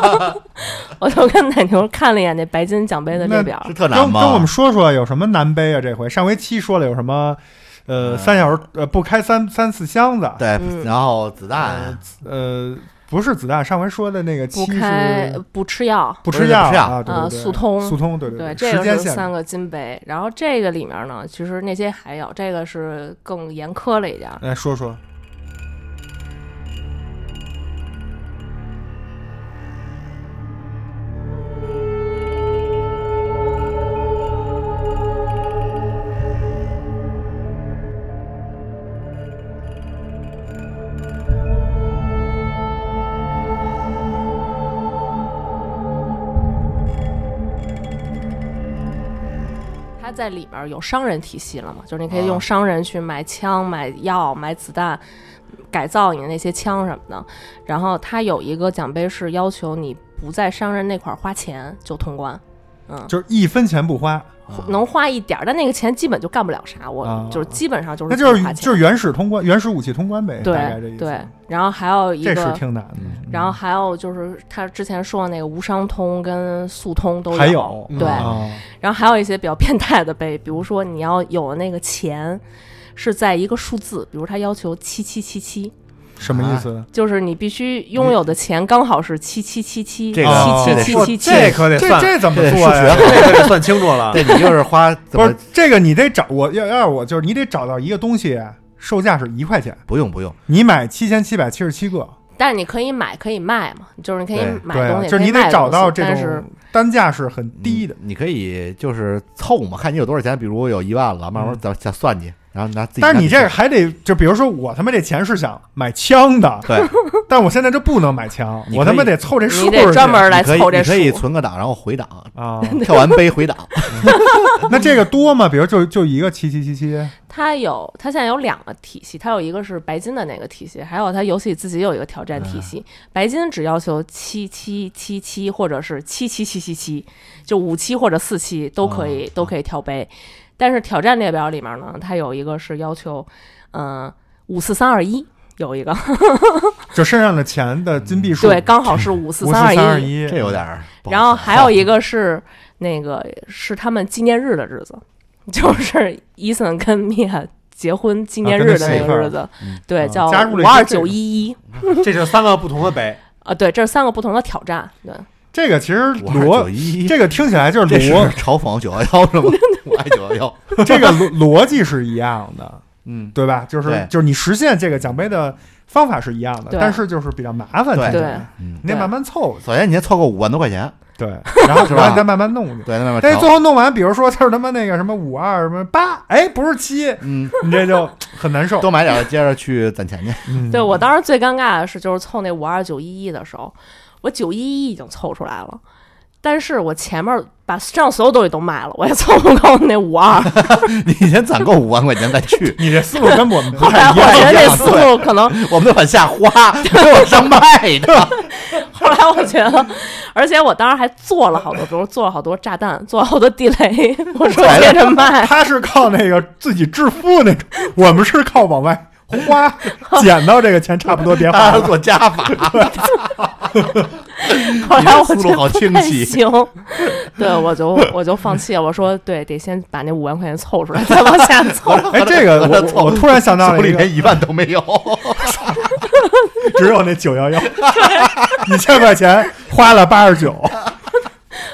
D: 我就跟奶牛看了一眼那白金奖杯的列
B: 那
D: 表，
F: 是特难
B: 跟跟我
F: 吗
B: 们？说说有什么南杯啊？这回上回七说了有什么，呃，
F: 嗯
B: 三小时呃不开三三四箱子，
F: 对，
D: 嗯
F: 然后子弹
B: 呃，不是子弹，上回说的那个
D: 不
B: 七
D: 开
B: 是
D: 不吃药，
B: 不
F: 不
B: 吃
F: 是
B: 药
F: 不吃药
B: 啊，对对
D: 啊
B: 对
D: 速通
B: 速通，对对，
D: 对，这
B: 时
D: 个
B: 间
D: 是
B: 限
D: 三
B: 制，
D: 个金杯，然后这个里面呢，其实那些还有这个是更严苛了一点儿，
B: 来说说，
D: 它在里边有商人体系了嘛，就是你可以
B: 啊
D: 用商人去买枪、买药、买子弹，改造你的那些枪什么的。然后它有一个奖杯是要求你不在商人那块儿花钱就通关，
B: 啊
D: 嗯，
B: 就是一分钱不花，
F: 嗯
D: 能花一点儿，但那个钱基本就干不了啥。我、
B: 啊
D: 就是基本上就是
B: 那就是
D: 不花钱
B: 就是原始通关、原始武器通关呗，大概这意思。
D: 对对，然后还有一
B: 这是
D: 个。
B: 挺难的。
F: 嗯
D: 然后还有就是他之前说的那个无商通跟速通都
B: 还有
D: 对
B: 啊
D: 然后还有一些比较变态的杯，比如说你要有的那个钱是在一个数字，比如他要求七七七七，
B: 什么意思？
D: 就是你必须拥有的钱刚好是七七七七，
F: 这
D: 七
F: 个
B: 啊
F: 这得
D: 七七
E: 哇
D: 七
E: 这
D: 七。
E: 可得
B: 这
E: 算，
B: 这怎么
F: 这得
B: 做
F: 数
B: 呀？
F: 学，
E: 这可得算清
B: <laughs>
E: 楚了。
F: 对你就是花怎
B: 啊不
F: 么
B: 是这个，你得找我要要是我就是你得找到一个东西，售价是一块钱，
F: 不用不用，
B: 你买七千七百七十七个，
D: 但是你可以买，可以卖嘛，就是你可以
F: 对
D: 买
B: 对啊，
D: 东西，
B: 就是
D: 可以
B: 你
D: 卖
B: 得找
D: 东西
B: 到这
D: 但是
B: 种单价是很低的。
F: 你你可以就是凑嘛，看你有多少钱，比如我有一万了，慢慢再再算计，然后拿自己拿
B: 嗯
F: 去算。
B: 但是你这个还得就比如说我他妈这钱是想买枪的，
F: 对，
B: 但我现在就不能买枪，
F: 你可以
B: 我他妈得凑这数
D: 你
B: 儿
D: 得
B: 去
D: 专门来
F: 你可以
D: 凑这
F: 你
D: 数
F: 可。以存个档，然后回档，
B: <laughs> 啊。
F: 跳完杯回档。
B: 那这个多吗？比如就就一个七七七七，
D: 它有，它现在有两个体系，它有一个是白金的那个体系，还有它游戏自己有一个挑战体系。白金只要求七七七七或者是七七七七七，就五七或者四七都可以、都可以挑杯。但是挑战列表里面呢，它有一个是要求，嗯五四三二一有一个，
B: 就身上的钱的金币数，
D: 对，，刚好是五四
B: 五四
D: 三
B: 三二
D: 一。
B: 一，
F: 这有点儿不好说。
D: 然后还有一个是那个是他们纪念日的日子， <laughs> 就是伊森跟米娅结婚
F: 啊
D: 纪念日的那个日子，
F: 嗯
D: 对，叫
B: 加入了
D: 五
B: 一
D: 二
B: 个这个
D: 九一一
E: 这是三个不同的杯，
D: 啊，对，这是三个不同的挑战，对，
F: 嗯
B: 这个其实
F: 我九
B: 逻
F: 一，
B: 这个听起来就是
F: 这是
B: 逻
F: 嘲讽九幺幺是吗？ <laughs> 我爱九幺幺，
B: 这个逻逻辑是一样的，
F: 嗯，
B: 对吧？就是
F: 对
B: 就是你实现这个奖杯的方法是一样的，
D: 对
B: 但是就是比较麻烦
F: 对
B: 在这里，
D: 对
F: 嗯
B: 你得
D: 对
B: 慢慢凑，
F: 首先你先凑够五万多块钱，
B: 对，然后
F: 是
B: 然
F: 吧
B: 后你再慢慢弄去。
F: 对，那边
B: 但是最后弄完，比如说就是他妈那个什么五二什么八，哎，不是
F: <laughs>
B: 七，
F: 嗯，
B: 你这就很难受。
F: 多买点儿，接着去攒钱去。 <laughs>
B: 嗯，
D: 对我当时最尴尬的是就是凑那五二九一一的时候，我九一一已经凑出来了。但是我前面把身上所有东西都卖了，我也凑不够那五二。 <laughs>
F: 你先攒够五万块钱再去
B: 你这思路跟
D: <laughs>
B: 我们不
F: 哎
B: 太一
D: 后来我
B: 样。
D: 觉得那思路可能
F: <laughs> 我们都往下花，没往上卖 <laughs> 的。
D: 后来我觉得，而且我当时还做了好多，比如做了好多炸弹，做了好多地雷，我说接着卖，
B: 他是靠那个自己致富那种， <laughs> 我们是靠往外花，捡到这个钱差不多别花
F: <laughs> 他
B: 了。
F: 做加法，
D: 后来我
F: 思
D: 觉
F: 路好
D: 得
F: 清
D: 不太
F: 晰
D: 行，对我就我就放弃了，我说对，得先把那五万块钱凑出来，再往下凑。
B: 哎，这
F: <laughs>
B: 个我
F: 凑
B: 我我突然想到了
F: 手
B: 一
F: 里
B: 个，
F: 连一万都没有。
B: 只有那九幺幺，一千块钱花了八十
D: <laughs>
B: 九。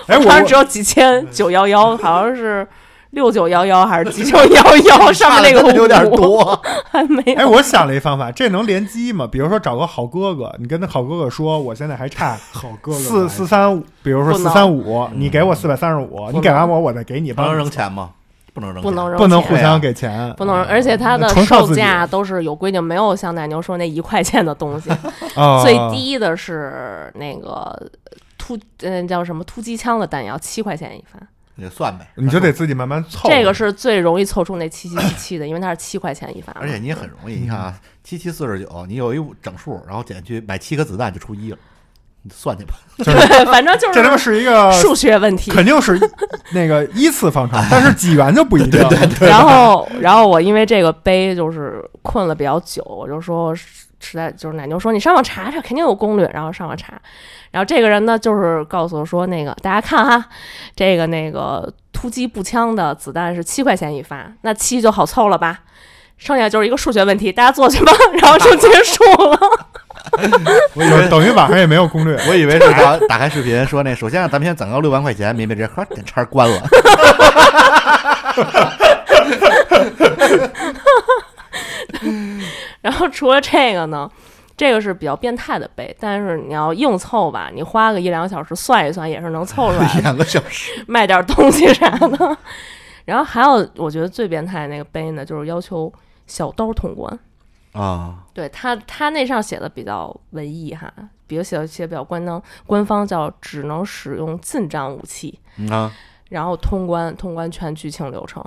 B: 哎，
D: 当时只
B: 我
D: 有几千九幺幺，好像是六九幺幺还是几九幺幺，上面那个
F: 差得真的有点
D: 五 <laughs>
F: 多，
D: 还没有
B: 哎，我想了一方法，这能联机吗？比如说找个好哥哥，你跟那好哥哥说，我现在还差
C: <laughs> 好哥哥
B: 四
C: 来
B: 四三五，比如说
D: 不
B: 四
D: 能嗯
B: 三五，你给我四百三十五，你给完我，我再给你，
F: 不能扔钱吗？不能扔，
D: 不能。扔，
B: 不能互
F: 钱
B: 相给钱。啊
D: 不能，而且它的
B: 纯靠
D: 售
B: 自己
D: 价都是有规定，没有像奶牛说那一块钱的东西。
B: 啊
D: 最低的是那个突，嗯，叫什么突击枪的弹药，七块钱一发。
F: 你就算呗，
B: 你就得自己慢慢凑。
D: 这个是最容易凑出那七七七七的，因为它是七块钱一发嘛。
F: 而且你也很容易，你看啊，七七四十九，你有一整数，然后减去买七颗子弹就出一了，你算去吧。
D: <laughs> 对，反正就
B: 这他妈
D: 是
B: 是一个
D: 数学问题。
B: 肯定是那个依次方
D: <laughs>
B: 程，但是几元就不一定。
D: 然后，然后我因为这个杯就是困了比较久，我就说实在就是奶牛说你上网查查，肯定有攻略。然后上网查，然后这个人呢就是告诉我说那个大家看哈，这个那个突击步枪的子弹是七块钱一发，那七就好凑了吧。剩下就是一个数学问题，大家做去吧， <laughs> 然后就结束了。 <laughs>
F: 我以
B: 等
F: 为
B: 等于网上也没有攻略，
F: 我以为是打 <laughs> 打开视频说那，首先啊让咱们先攒够六万块钱，明白这呵点叉关 <laughs> 了，
D: 然后除了这个呢，这个是比较变态的杯，但是你要硬凑吧，你花个一两个小时算一算也是能凑出来的，
F: 两个小时。
D: 卖点东西啥的。 <laughs> 然后还有，我觉得最变态的那个杯呢，就是要求小刀通关。
F: 啊，
D: 对他，他那上写的比较文艺哈，比如写的写得比较官方，官方叫只能使用近战武器。
F: 嗯啊，
D: 然后通关通关全剧情流程。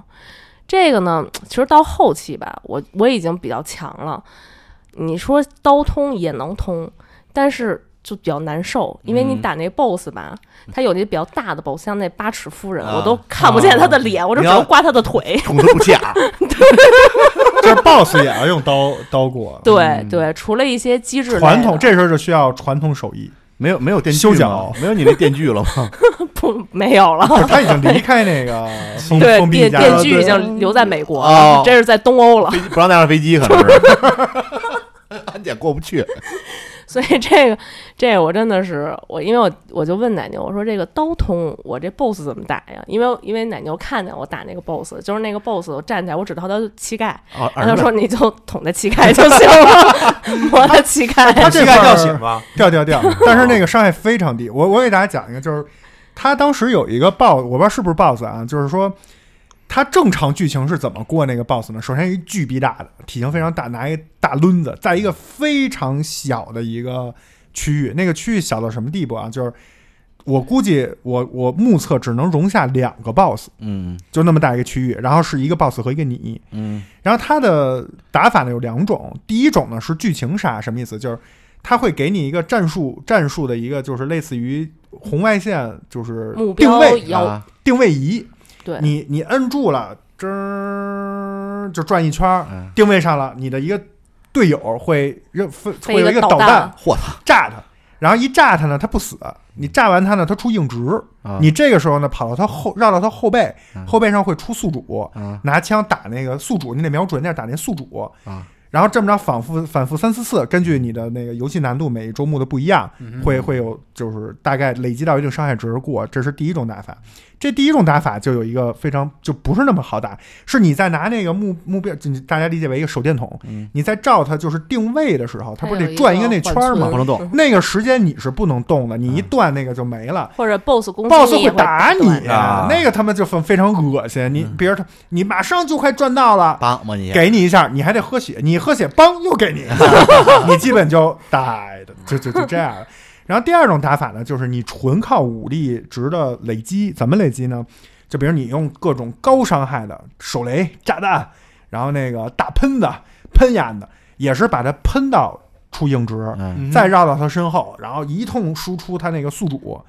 D: 这个呢，其实到后期吧，我我已经比较强了。你说刀通也能通，但是就比较难受，因为你
F: 嗯
D: 打那 BOSS 吧，他有那比较大的 BOSS，像那八尺夫人，
F: 啊
D: 我都看不见他的脸，我这只能刮他的腿。
F: 捅他不假，
B: 就是 BOSS 也要用刀刀过。嗯
D: 对对，除了一些机制类的，
B: 传统这时候就需要传统手艺，
F: <laughs> 没有没有电锯
B: 修
F: 吗
B: 脚
F: 没有你那电锯了吗？
D: 不没
B: <laughs>
D: 有了。
B: 不是他已经离开那个封
D: 对，
B: 封闭
D: 电
B: 家
D: 电
B: 了，
D: 锯
B: 对
D: 已经留在美国
F: 哦
D: 了，这是在东欧了。
F: 飞机不让带上飞机，可能是安检过不去。
D: 所以这个这个我真的是我，因为我我就问奶牛，我说这个刀通我这 boss 怎么打呀？因为因为奶牛看见我打那个 boss，就是那个 boss，我站起来我只到他的膝盖，
F: 哦，
D: 然
F: 儿子
D: 后他说你就捅他膝盖就行了， <laughs> 磨他膝盖。
B: 他
E: 膝
B: 这
E: 盖
B: 块
E: 掉
B: 儿
E: 血吗？
B: 掉掉
D: <laughs>
B: 掉，但是那个伤害非常低。我我给大家讲一个，就是他当时有一个 BOSS，我不知道是不是 BOSS 啊，就是说他正常剧情是怎么过那个 BOSS 呢？首先一巨逼大的，体型非常大，拿一大抡子，在一个非常小的一个区域，那个区域小到什么地步啊？就是我估计我我目测只能容下两个 BOSS，
F: 嗯
B: 就那么大一个区域，然后是一个 BOSS 和一个你，
F: 嗯
B: 然后它的打法呢有两种，第一种呢是剧情杀，什么意思？就是它会给你一个战术战术的一个，就是类似于红外线，就是
D: 目
B: 定
D: 标
B: 位
D: 要
F: 啊
B: 定位仪，
D: 对
B: 你你摁住了，吱儿就转一圈儿，
F: 嗯，
B: 定位上了，你的一个队友会扔分
D: 飞一
B: 会有
D: 个
B: 一个
D: 导
B: 导弹
D: 弹
F: 我操
B: 炸他，然后一炸他呢，他不死，你炸完他呢，他出硬直，
F: 啊
B: 你这个时候呢跑到他后绕到他后背
F: 嗯，
B: 后背上会出宿主，
F: 啊
B: 拿枪打那个宿主，你得瞄准点打那宿主
F: 啊。
B: 然后这么着反复反复三四次，根据你的那个游戏难度，每一周目的不一样，
D: 嗯
B: 会会有就是大概累积到一定伤害值过。这是第一种打法。这第一种打法就有一个非常就不是那么好打，是你在拿那个目目标，就大家理解为一个手电筒，
F: 嗯
B: 你在照它就是定位的时候，它
D: 它
B: 不是
D: 有
B: 得转一个那
D: 缓
B: 圈儿
D: 存
B: 吗？
F: 不能动，
B: 那个时间你是不能动的，你
F: 嗯
B: 一断那个就没了。
D: 或者 boss 攻击
B: boss
D: 你也
B: 会打你
D: 对
E: 啊
B: 那个他妈就非非常恶心。你
F: 嗯
B: 比如他，你马上就快赚到了，
F: 帮我你
B: 给你一下，你还得喝血，你喝血，梆又
F: <laughs>
B: 给你一下，你基本就呆的，就就就这样了。然后第二种打法呢，就是你纯靠武力值的累积，怎么累积呢？就比如你用各种高伤害的手雷、炸弹，然后那个大喷子、喷烟的，也是把它喷到出硬值，
F: 嗯
B: 再绕到他身后，然后一通输出他那个宿主，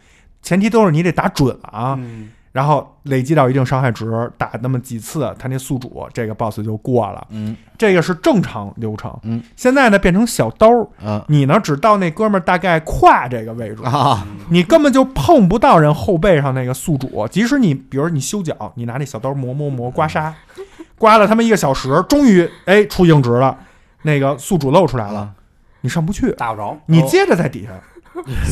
B: 前提都是你得打准了啊，
E: 嗯
B: 然后累积到一定伤害值，打那么几次，他那宿主这个 boss 就过了。
F: 嗯
B: 这个是正常流程。
F: 嗯，
B: 现在呢变成小刀儿，
F: 啊
B: 你呢只到那哥们儿大概胯这个位置，
F: 啊
B: 你根本就碰不到人后背上那个宿主。即使你，比如你修脚，你拿那小刀磨磨磨刮痧，
F: 嗯
B: 刮了他们一个小时，终于哎出硬直了，那个宿主露出来了，
F: 啊！
B: 你上不去，
E: 打不着，
B: 你接着在
F: <laughs>
B: 底下。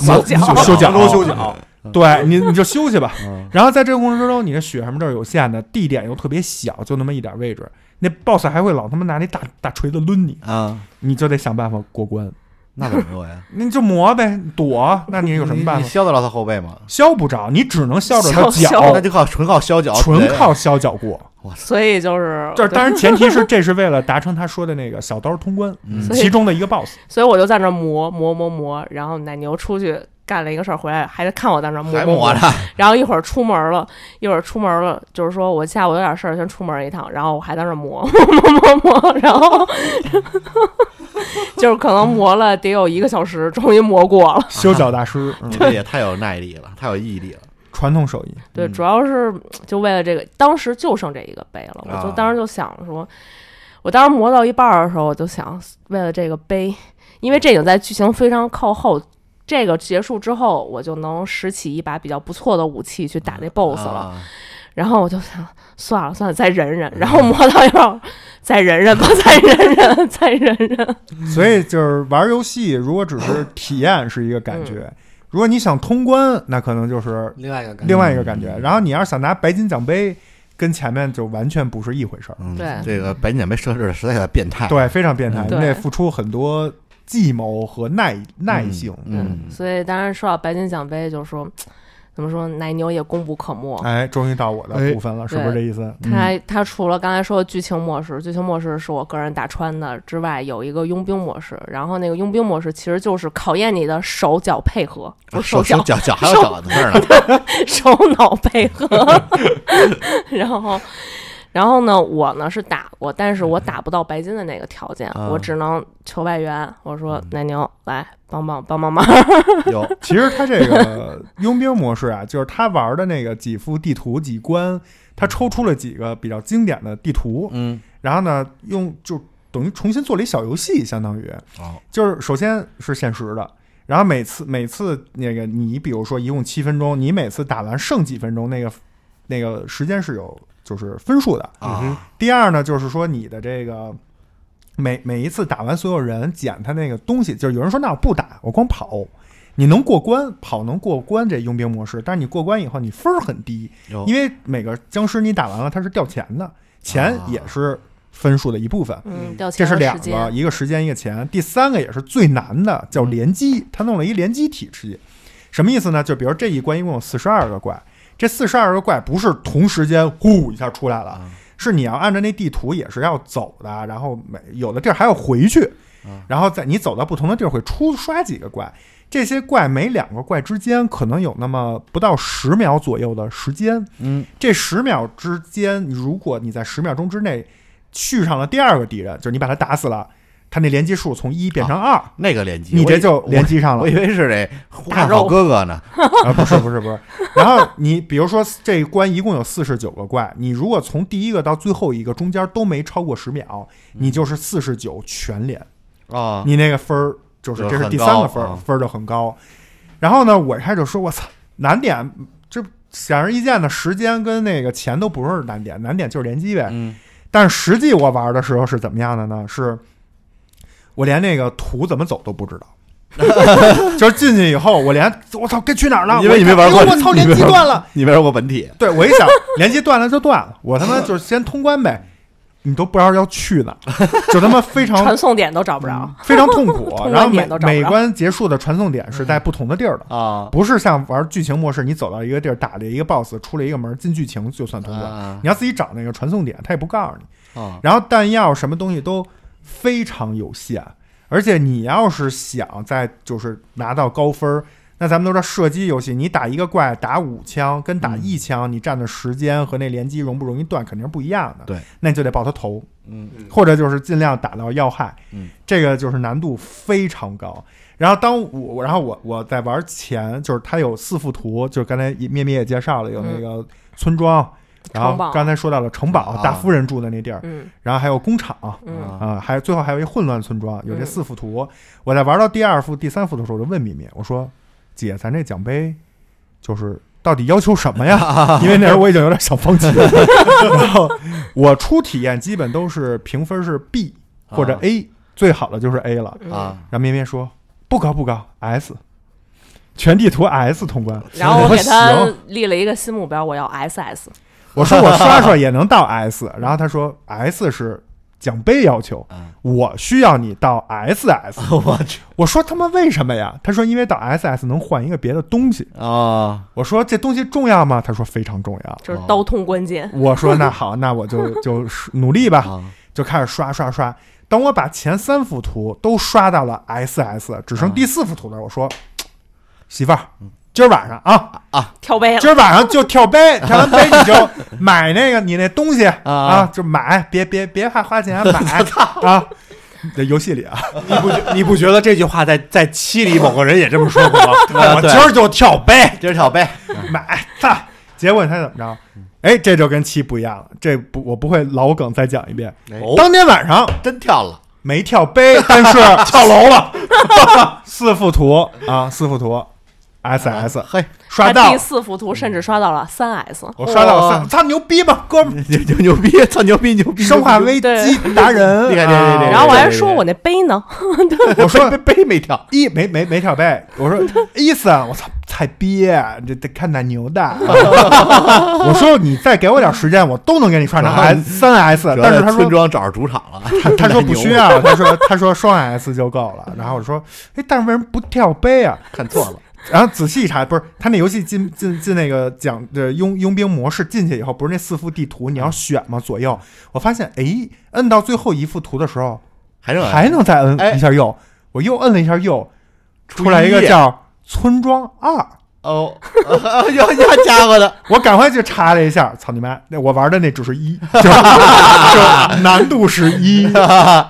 F: 修哦脚
B: 就修脚，
E: 都哦修脚，
B: 对你你就休息吧
F: 嗯。
B: 然后在这个过程之中，你的血什么这儿有限的，地点又特别小，就那么一点位置。那 boss 还会老他妈拿那大大锤子抡你，
F: 啊，
B: 你就得想办法过关。
F: 那怎么做呀？
B: 你就磨呗，躲，那你有什么办
F: 你
B: 法
F: 你？削得着他后背吗？
B: 削不着，你只能削着他
D: 削
B: 脚
F: <laughs> 那，就哦靠纯靠削脚，
B: 哦纯靠削脚过。
D: 所以就是
B: 这当然前提
F: <laughs>
B: 是这是为了达成他说的那个小刀通关
F: 嗯
D: 所以
B: 其中的一个 boss。
D: 所以我就在那儿磨磨磨磨，然后奶牛出去干了一个事儿回来，还得看我在那儿磨
F: 还
D: 磨
F: 磨
D: 磨
F: 呢，
D: 然后一会儿出门了，一会儿出门了，就是说我下午有点事儿，先出门一趟，然后我还在那儿磨 <laughs> 磨磨磨，然后 <laughs> 就是可能磨了得有一个小时，终于磨过
F: 啊
D: 了。
B: 修脚大师，嗯
F: 你 <laughs> 这也太有耐力了，太有毅力了。
B: 传统手艺。
D: 对，
F: 嗯
D: 主要是就为了这个，当时就剩这一个杯了，我就
F: 啊
D: 当时就想说，我当时磨到一半儿的时候，我就想为了这个杯，因为这个在剧情非常靠后。这个结束之后，我就能拾起一把比较不错的武器去打那 BOSS 了。
F: 啊
D: 然后我就想，算了算了，再忍忍。然后磨到一半儿，再忍忍吧，再忍忍，再忍忍。
F: 嗯
B: 所以就是玩游戏，如果只是体验是一个感
F: 嗯
B: 觉，如果你想通关，那可能就是
E: 另外一个感觉
B: 另外一个感觉。然后你要是想拿白金奖杯，跟前面就完全不是一回事儿。
F: 嗯，
D: 对
F: 这个白金奖杯设置的实在有点变态。
B: 对，非常变态，你
D: 对
B: 得付出很多计谋和耐耐性。
F: 嗯
D: 所以当然说到白金奖杯，就说怎么说，奶牛也功不可没。
B: 哎，终于到我的部分了，是不是这意思？
D: 他他除了刚才说的剧情模式，剧情模式是我个人打穿的之外，有一个佣兵模式。然后那个佣兵模式其实就是考验你的手脚配合，不是
F: 手
D: 脚
F: 手脚脚还有脚的事儿呢，
D: 手脑配合。 <laughs> 然后，然后呢，我呢是打过，但是我打不到白金的那个条件，
F: 啊
D: 我只能求外援。我说
F: 嗯
D: 奶牛来帮帮帮帮忙，
F: 有
B: 其实他这个佣兵模式啊，就是他玩的那个几幅地图几关，他抽出了几个比较经典的地图，
F: 嗯
B: 然后呢，用就等于重新做了一小游戏，相当于
F: 哦，
B: 就是首先是限时的。然后每次每次那个你比如说一共七分钟，你每次打完剩几分钟，那个那个时间是有就是分数的。
E: 嗯哼
F: 啊，
B: 第二呢，就是说你的这个每每一次打完所有人捡他那个东西，就是有人说那我不打，我光跑。你能过关，跑能过关这佣兵模式，但是你过关以后你分儿很低，
F: 有
B: 因为每个僵尸你打完了它是掉钱的，钱也是分数的一部分。
D: 嗯，掉
B: 这
D: 钱
B: 是
D: 的
B: 两
D: 时
B: 个，
D: 间。嗯
B: 一个时间，一个钱。第三个也是最难的，叫联机，他弄了一联机体系，什么意思呢？就比如这一关一共有四十二个怪，这四十二个怪不是同时间呼一下出来了
F: 啊，
B: 是你要按照那地图也是要走的，然后每有的地儿还要回去
F: 啊，
B: 然后在你走到不同的地儿会出刷几个怪。这些怪每两个怪之间可能有那么不到十秒左右的时间，
F: 嗯
B: 这十秒之间，如果你在十秒钟之内续上了第二个敌人，就是你把他打死了，他那连击数从一变成二、
F: 那个联机，
B: 你
F: 啊我
B: 这
F: 以
B: 就联机上了
F: 我以为是得
D: 大
F: 大好
D: 肉
F: 哥哥呢，
B: 啊！不是不是不是。然后你比如说这一关一共有四十九个怪，你如果从第一个到最后一个中间都没超过十秒，
F: 嗯
B: 你就是四十九全连，
F: 啊，
B: 你那个分儿就是
F: 就是
B: 这是
F: 很
B: 第三
F: 高
B: 个分儿，
F: 啊
B: 分儿就很高。然后呢，我一开始就说我操，难点这显而易见的时间跟那个钱都不是难点，难点就是联机呗。
F: 嗯
B: 但实际我玩的时候是怎么样的呢？是我连那个图怎么走都不
F: <laughs>
B: 知道，就是进去以后，我连我操该去哪儿了？
F: 因为你没
B: 我一看
F: 玩过
B: 哎呦我操，
F: <laughs> 你没
B: 连机断了。
F: 你没玩过本体，
B: 对我一想，连机断了就断了，我他妈就是先通关呗，你都不知道要去哪儿，就他妈非
F: <laughs>
B: 常
D: 传送点都找不着，
B: 嗯非常痛
D: <laughs>
B: 苦。啊
D: 关
B: 然后每
D: 点都找不
B: 每
D: 着嗯
B: 关结束的传送点是在不同的地儿的。
F: 啊
B: 不是像玩剧情模式，你走到一个地儿打了一个 boss，出了一个门进剧情就
F: <laughs>
B: 算通关。
F: 啊
B: 你要自己找那个传送点，他也不告诉你。
F: 啊，
B: 然后弹药什么东西都非常有限，而且你要是想在就是拿到高分儿，那咱们都知道射击游戏，你打一个怪打五枪跟
F: 嗯
B: 打一枪，你占的时间和那连击容不容易断肯定是不一样的。
F: 对，
B: 那你就得爆他头，
F: 嗯
E: 嗯
B: 或者就是尽量打到要害，
F: 嗯，
B: 这个就是难度非常高。然后当我，然后我我在玩前，就是它有四幅图，就是刚才也咩咩也介绍了，有那个村庄，然
D: 城
B: 后
D: 堡
B: 刚才说到了城堡，
F: 嗯啊
B: 大夫人住的那地儿，
D: 嗯
B: 然后还有工厂
D: 嗯，
B: 啊、还有最后还有一混乱村庄，有这四幅图。我在玩到第二幅、第三幅的时候，我就问敏敏，我说：“姐，咱这奖杯就是到底要求什么呀？”因为那时候我已经有点想放弃了。然后我初体验基本都是评分是 B 或者 A，、最好的就是 A 了。
D: 嗯
F: 啊，
B: 然后绵绵说：“不高不高，S，全地图 S 通关。”
D: 然后我
B: 我
D: 给他
B: <laughs> 行
D: 立了一个新目标，我要 SS，
B: <laughs> 我说我刷刷也能到 S，然后他说 S 是奖杯要求
F: 嗯，哦
B: 我需要你到 SS。
F: <laughs> 我去
B: <laughs> 我说他妈为什么呀？他说因为到 SS 能换一个别的东西。
F: 啊，
B: 我说这东西重要吗？他说非常重要。
D: 就是
F: 哦
D: 刀痛关键。
B: 我说那好，那我就就努力吧，
F: 啊
B: 就开始刷刷刷。当我把前三幅图都刷到了 SS，只剩第四幅图了，我说媳妇儿，今儿晚上啊，
D: 跳杯
F: 哎
D: 了
B: 今，儿晚上就跳
F: <laughs>
B: 杯，跳完杯你就买那个你那东西啊
F: 啊
B: 就买，别别别怕
F: <laughs>
B: 花钱买啊。在游戏里啊，
E: 你不觉你不觉得这句话在在七里某个人也这么说过吗？
F: <laughs>
E: 我
F: 啊对
E: 今儿就跳杯，
F: 今儿跳呗，
B: 买操！结果他怎么着？哎，这就跟七不一样了。这不，我不会老梗再讲一遍。
E: 哦
B: 当天晚上
F: 真跳 <laughs> 了，
B: 没跳杯，
F: <laughs>
B: 但是跳楼了。 <laughs> 四幅图啊，四幅图，S S
F: 嘿，
B: 刷
D: 他
B: 到嗯
D: 第，四幅图甚至刷到了三 S，
B: 我刷到
F: 哇
B: 三，操牛逼吧，哥们
F: <laughs>
B: 儿！
F: 牛牛逼，操牛逼牛逼，
B: 生化危
D: 对
B: 机达人，
F: 厉害厉害
B: 啊
F: 厉害
D: 然后我还说我那杯呢，
B: 我说
F: 杯杯没跳，
B: 一没没没跳杯，我说伊森，我操，菜逼，这得看奶牛
F: <laughs>
B: 的。我说你再给我点时间，我都能给你刷成 S 三 S，
F: 主要
B: 但是
F: 在
B: 他
F: 村
B: 说
F: 庄找着主场了， <laughs>
B: 他他说不需要，他说他说双 S 就够了。然后我说，哎，但是为什么不跳杯啊？
F: 看错了，
B: 然后仔细一查，不是他那游戏进进进那个讲的佣佣兵模式进去以后，不是那四幅地图你要选吗？左右，我发现哎，摁到最后一幅图的时候，
F: <laughs> 还是
B: 还能再
F: 哎
B: 摁一下右，我又摁了一下右，
F: 出
B: 出来一个
F: 一页
B: 叫《村庄二》，
F: 哦， <laughs> 要要家伙的，
B: 我赶快去查了一下，操你妈！那我玩的那只是一，就 <laughs> 就难度是一，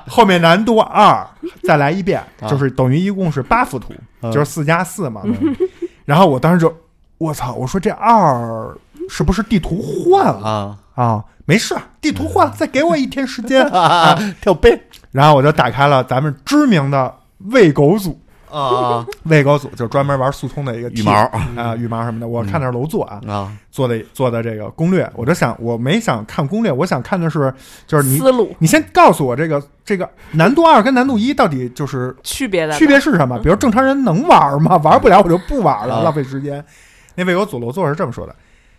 B: 后面难度二，再来一遍，
F: 啊
B: 就是等于一共是八幅图，
F: 啊
B: 就是四加四嘛。 <laughs> 然后我当时就，我操！我说这二是不是地图换了
F: 啊
B: 啊？没事儿，地图换了，再给我一天时间。
F: 啊，跳背
B: 然后我就打开了咱们知名的喂狗组，
F: 啊，
B: 喂狗组就专门玩速通的一个
F: 羽毛嗯
B: 啊、羽毛什么的。我看那是楼座啊，
F: 啊，
B: 做的做的这个攻略，我就想，我没想看攻略，我想看的是，就是你
D: 思路
B: 你先告诉我这个这个难度二跟难度一到底就是
D: 区别的嗯
B: 区别是什么？比如正常人能玩吗？ <laughs> 玩不了我就不玩了，
F: 啊
B: 浪费时间。那位有佐罗座是这么说的：“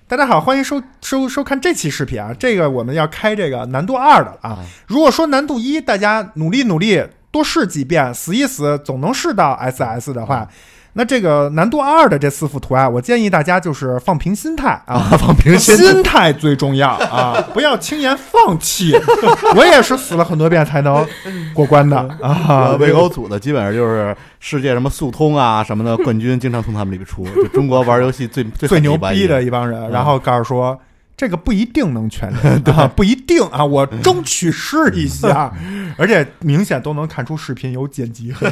B: 大家好，欢迎收收收看这期视频啊，这个我们要开这个难度二的了啊
F: 啊。
B: 如果说难度一，大家努力努力，多试几遍，死一死，总能试到 SS 的
F: 啊
B: 话。”那这个难度二的这四幅图啊案，我建议大家就是放平心态啊，
F: 放平心
B: 心态最重要啊，不要轻言放弃。 <laughs> 我也是死了很多遍才能过关的啊
F: 啊，，喂狗组的基本上就是世界什么速通啊什么的冠军，经常从他们里边出。就中国玩游戏最最
B: 最
F: 狠
B: 牛
F: 一帮
B: 逼的
F: 人
B: 一帮人，
F: 嗯
B: 然后告诉说。这个不一定能全
F: <laughs>
B: 连，对、啊，不一定啊！我争取试一下，
F: 嗯
B: 而且明显都能看出视频有剪辑痕。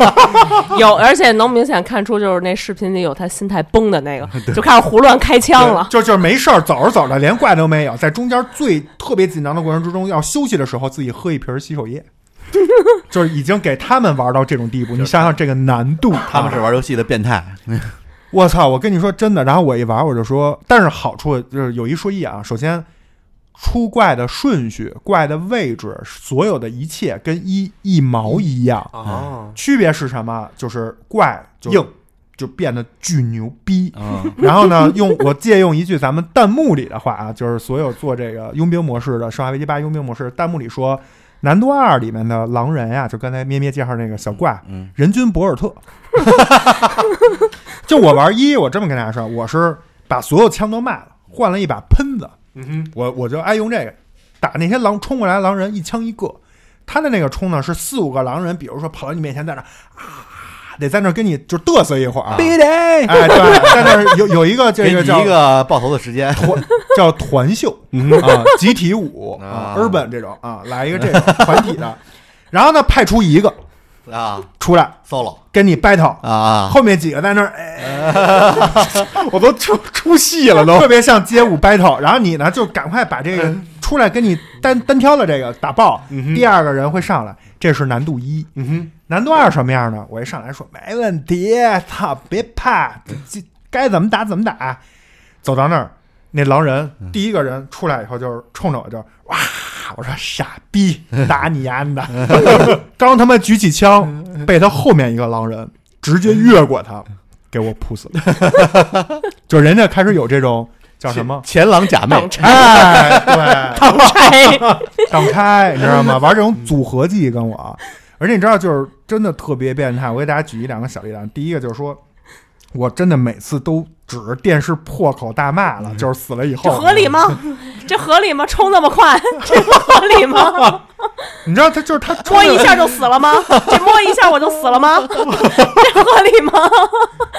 D: <laughs> 有，而且能明显看出，就是那视频里有他心态崩的
B: <laughs>
D: 那个，就开始胡乱开枪了。
B: 就就是没事儿，走着走着连怪都没有，在中间最特别紧张的过程之中，要休息的时候自己喝一瓶洗手液， <laughs> 就是已经给他们玩到这种地步。你想想这个难度，
F: 他们是
B: 啊
F: 玩游戏的
B: <laughs>
F: 变态，
B: 我操！我跟你说真的，然后我一玩我就说，但是好处就是有一说一啊，首先出怪的顺序、怪的位置，所有的一切跟一一毛一样，
E: 啊，
B: 区别是什么？就是怪就
E: 硬
B: 就变得巨牛逼，
F: 嗯，
B: 然后呢，用我借用一句咱们弹幕里的话啊，就是所有做这个佣兵模式的《生化危机八》佣兵模式，弹幕里说，难度二里面的狼人啊，就刚才咩咩介绍那个小怪，
F: 嗯
B: 人均博尔特。 <laughs> 就我玩一，我这么跟大家说，我是把所有枪都卖了，换了一把喷子，
E: 嗯哼，
B: 我我就爱用这个打那些狼冲过来的狼人，一枪一个。他的那个冲呢是四五个狼人，比如说跑到你面前在那儿啊，得在那儿跟你就嘚瑟一会儿，
E: 必得，
B: 哎，对，在那儿有有一个
F: 给
B: 这
F: 你
B: 个叫
F: 一个爆头的时间，
B: 团叫团秀啊，集体舞啊
F: 啊
B: ，urban 这种啊，来一个这种团体的，然后呢派出一个
F: 啊
B: 出来
F: ，solo
B: 跟你 battle，
F: 啊，
B: 后面几个在那儿哎，
E: <laughs> 我都出出戏了都。嗯
B: 特别像街舞 battle，然后你呢就赶快把这个出来跟你单单挑了这个打爆，第二个人会上来，这是难度一。
E: 嗯哼，
B: 难度二什么样呢？我一上来说没问题，操，别怕，这该怎么打怎么打。走到那儿，那狼人
E: 嗯
B: 第一个人出来以后，就是冲着我就哇，我说傻逼，打你丫的！刚他妈举起枪，被他后面一个狼人直接越过他，给我扑死了。 <laughs> 就人家开始有这种叫什么？
F: 前狼假寐
D: 挡拆，
B: 哎，对，
D: 挡拆，
B: 挡开，你知道 <laughs> 吗？玩这种组合技跟我，而且你知道，就是真的特别变态。我给大家举一两个小例子啊，第一个就是说，我真的每次都指着电视破口大骂了，就是死了以
D: <laughs> 这
B: 后，
D: 合
B: <laughs>
D: 理吗？这合理吗？冲那么快，这不合理吗？
B: 你知道他
D: <laughs>
B: 就是他
D: 摸
B: 穿
D: 一
B: 的，
D: 下就死了吗？这摸一下我就死
B: <laughs>
D: 了吗？这合理吗？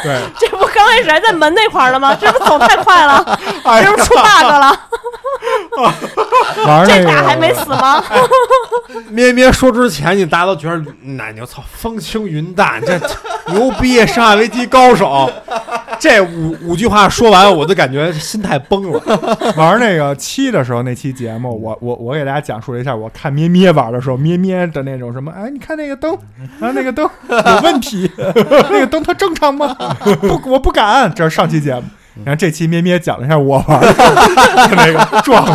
B: 对，
D: 这不刚开始还在门那块儿了吗？这不走太快了，
B: 哎
D: 这不出 bug 了？
B: 玩那
D: 这
B: 个
D: 俩还没死吗？ <laughs>
E: 咩咩说之前，你大家都觉得奶牛操风轻云淡，这这牛逼，生化危机高手。这五五句话说完，我都感觉心态崩了。
B: 玩那个七的时候，那期节目，我我我给大家讲述了一下，我看咩咩玩的时候，咩咩的那种什么，哎，你看那个灯，啊，那个灯有问题，那个灯它正常吗？不，我不敢。这是上期节目，然后这期咩咩讲了一下我玩的那个状态。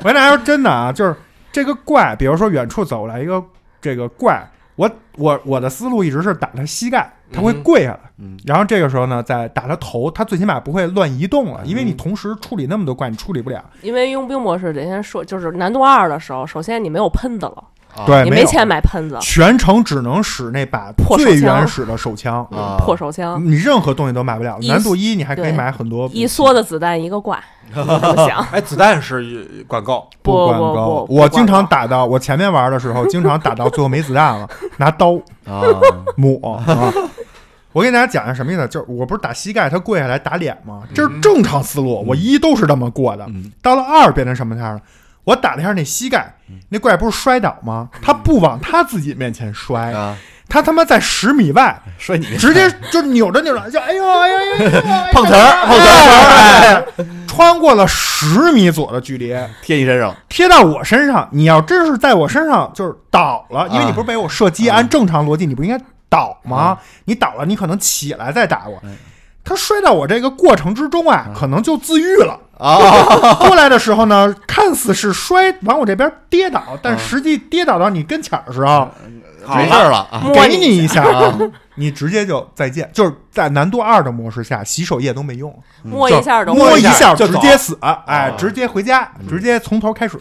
B: 我跟大家说真的啊，就是这个怪，比如说远处走来一个这个怪，我我我的思路一直是打他膝盖，他会跪下来。
F: 嗯
B: 然后这个时候呢，再打他头，他最起码不会乱移动了，因为你同时处理那么多怪，你处理不了。
D: 因为佣兵模式得先说，就是难度二的时候，首先你没有喷子了，
B: 对，
D: 也
B: 哎没
D: 没
B: 有啊
D: 钱买喷子、
B: 全程只能使那把
D: 破手
B: 最
D: 枪
B: 原始的手枪，
F: 啊
D: 嗯破手枪，
B: 你任何东西都买不了。
D: 一
B: 难度一，你还可以
D: 对
B: 买很多
D: 一梭子子弹一
B: <laughs>
D: 个挂，不响。
E: 哎，子弹是管够，
B: 不
D: 不
B: 管
D: 不
B: 高
D: 不，，不 <laughs>
B: 我经常
D: 管
B: 打到我前面玩的时候，经常打到最后没子弹了，拿刀
F: 啊，
B: 抹 <laughs> 啊。我给大家讲一下什么意思，就是我不是打膝盖，他跪下来打脸吗？这是正常思路，我一都是这么过的。
F: 嗯
B: 到了二变成什么样了？我打了一下那膝盖，
F: 嗯
B: 那怪不是摔倒吗？他不往他自己面前摔，
F: 啊
B: 他他妈在十米外
F: 摔你
B: 直接就扭着扭着就哎呦哎呦哎呦哎呦哎呦，
F: 碰瓷儿，碰瓷儿，哎
B: 穿过了十米左右的距离，
F: 贴你身上，
B: 贴到我身上，你要真是在我身上就是倒了，因为
F: 啊
B: 你不是被我射击，
F: 啊
B: 按正常逻辑你不应该倒吗？你倒了，你可能起来再打我
F: 嗯。
B: 他摔到我这个过程之中哎啊，可能就自愈了。
F: 啊，
B: <laughs> 过来的时候呢，看似是摔往我这边跌倒，但实际跌倒到你跟前儿的时候，
F: 没事儿了啊
D: 摸
B: 给
D: 你
B: 啊你一下，
F: 啊，
B: 你直接就再见。就是在难度二的模式下，洗手液都没用，
D: 摸一下都
B: 嗯摸一下
E: 就
B: 直
E: 走啊嗯
B: 接死，哎，直接回家，直接从头开始，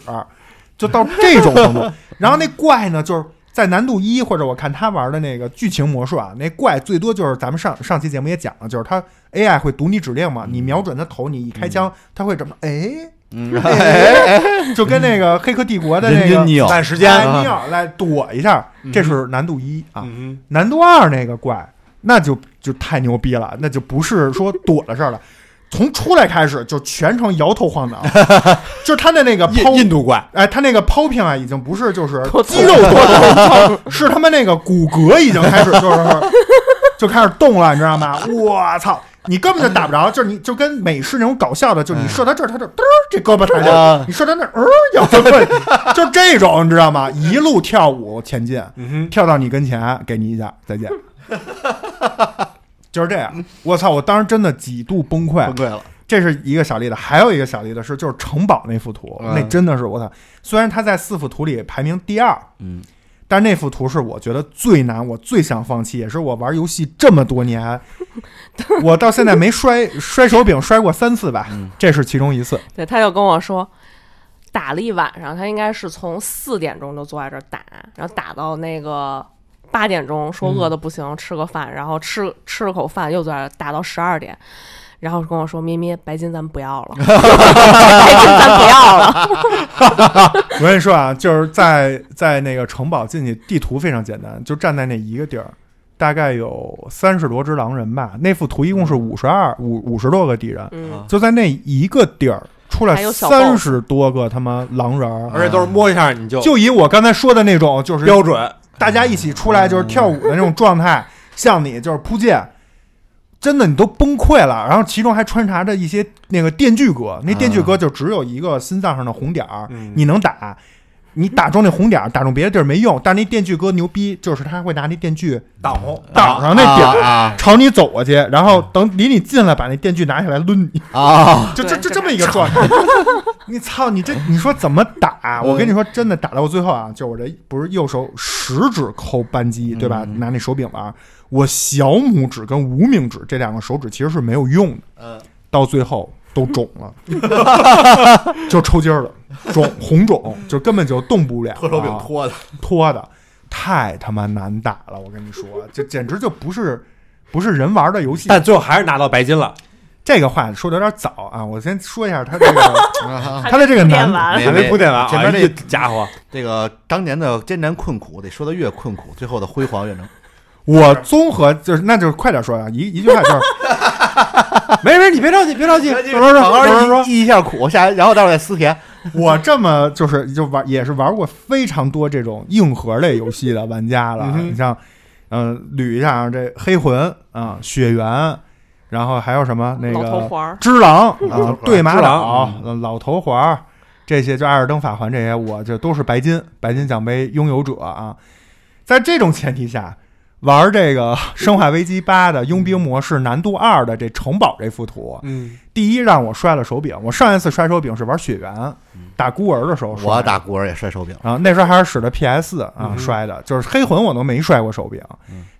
B: 就到这种程
E: <laughs>
B: 度。然后那怪呢，就是在难度一或者我看他玩的那个剧情魔术啊，那怪最多就是咱们上上期节目也讲了，就是他 AI 会读你指令嘛，
E: 嗯
B: 你瞄准他头，你一开枪，他会怎么
E: <laughs>
B: 哎。
F: 嗯
B: <laughs> 哎，就跟那个《黑客帝国》的那
F: 人
B: 个
F: 均你有
E: 赶时
B: 时间
E: 间。啊
B: 来尿来躲一下，这是难度一啊。
E: 嗯
B: 难度二那个怪，那就就太牛逼了，那就不是说躲的事儿了。从出来开始就全程摇头晃脑，就是他的那个
E: 哼，
B: 抛
E: 印，印度怪，
B: 哎，他那个抛屏啊，已经不是就是
D: 都
B: 肌肉多动，是他妈那个骨骼已经开始就是就开始动了，你知道吗？我操，你根本就打不着，就是你就跟美式那种搞笑的，就
E: 嗯
B: 你射到这儿，他就嘚儿这胳膊抬起来
F: 啊，
B: 你射到那儿，呃，摇头晃，就这种你知道吗？一路跳舞前进，
E: 嗯哼，
B: 跳到你跟前，给你一下，再见。就是这样，我操！我当时真的几度崩溃
F: 崩，溃了，
B: 这是一个小例子。还有一个小例子是，就是城堡那幅图，
F: 嗯
B: 那真的是我操！虽然它在四幅图里排名第二，
F: 嗯，
B: 但那幅图是我觉得最难，我最想放弃，也是我玩游戏这么多年，我到现在没摔摔手柄摔过三次吧，这是其中一次。
D: 对，他就跟我说，打了一晚上，他应该是从四点钟就坐在这儿打，然后打到那个八点钟，说
B: 嗯
D: 饿的不行，吃个饭，然后吃吃了口饭，又坐在这儿打到十二点。然后跟我说：“咩咩，白金咱们不
B: <laughs>
D: 要了，白金咱不要了。
B: 我跟你说啊，就是在在那个城堡进去，地图非常简单，就站在那一个地儿，大概有三十多只狼人吧。那幅图一共是五十二五五十多个敌人，
D: 嗯
B: 就在那一个地儿出来
D: 还有小
B: 三十多个他妈狼人儿。
E: 而且都是摸一下你就
B: 就以我刚才说的那种，就是
E: 标准，
B: 大家一起出来就是跳舞的那种状态，向你就是扑剑，真的你都崩溃了。然后其中还穿插着一些那个电锯哥，那电锯哥就只有一个心脏上的红点儿，
E: 嗯
B: 你能打，你打中那红点儿，打中别的地儿没用。但那电锯哥牛逼，就是他会拿那电锯
E: 挡红
B: 挡上那点儿。
F: 啊
B: 朝你走过去，然后等离你近了，把那电锯拿起来抡你，<laughs>
F: 啊，
B: 就就
D: 对
B: 就是这么一个状态。 <laughs> 你操，你这你说怎么打？
F: 嗯
B: 我跟你说，真的打到我最后啊，就我这不是右手食指抠扳机，对吧？
F: 嗯
B: 拿那手柄玩，我小拇指跟无名指这两个手指其实是没有用的，
F: 嗯
B: 到最后都肿了，就抽筋儿了，肿红肿，就根本就动不了了，
F: 破手柄脱的，
B: 拖的，太他妈难打了！我跟你说，这简直就不是不是人玩的游戏。
E: 但最后还是拿到白金了。
B: 这个话说的有点早啊，我先说一下他这个
E: <laughs>
F: 啊
B: 他的这个
D: 练
B: 难
D: 完
F: 没
E: 还没铺垫
B: 啊
E: 完，
F: 前面
E: 哎
F: 那
E: 呀家伙，
F: 这个当年的艰难困苦，得说的越困苦，最后的辉煌越能
B: 我综合就是，那就是快点说啊，一一句话就是，
E: 没没，你别着急，别着急，
F: 好好
E: 慢慢说
F: 一一下苦，下然后待会儿再思甜。
B: 我这么就是就玩也是玩过非常多这种硬核类游戏的玩家了。
E: 嗯哼
B: 你像，嗯、捋一下啊，这黑魂啊、血缘，然后还有什么那
D: 老头
B: 个
D: 环儿，
B: 只狼
F: 老头环
B: 啊，对马
E: 只
B: 岛
E: 狼、
B: 嗯老头环儿这些，就艾尔登法环这些，我这都是白金白金奖杯拥有者啊。在这种前提下，玩这个《生化危机八》的佣兵模式难度二的这城堡这幅图，
E: 嗯，
B: 第一让我摔了手柄。我上一次摔手柄是玩血缘，打孤儿的时候摔的
F: 嗯我打孤儿也摔手柄，
B: 啊，那时候还是使的 PS 啊、
E: 嗯哼
B: 摔的，就是黑魂我都没摔过手柄。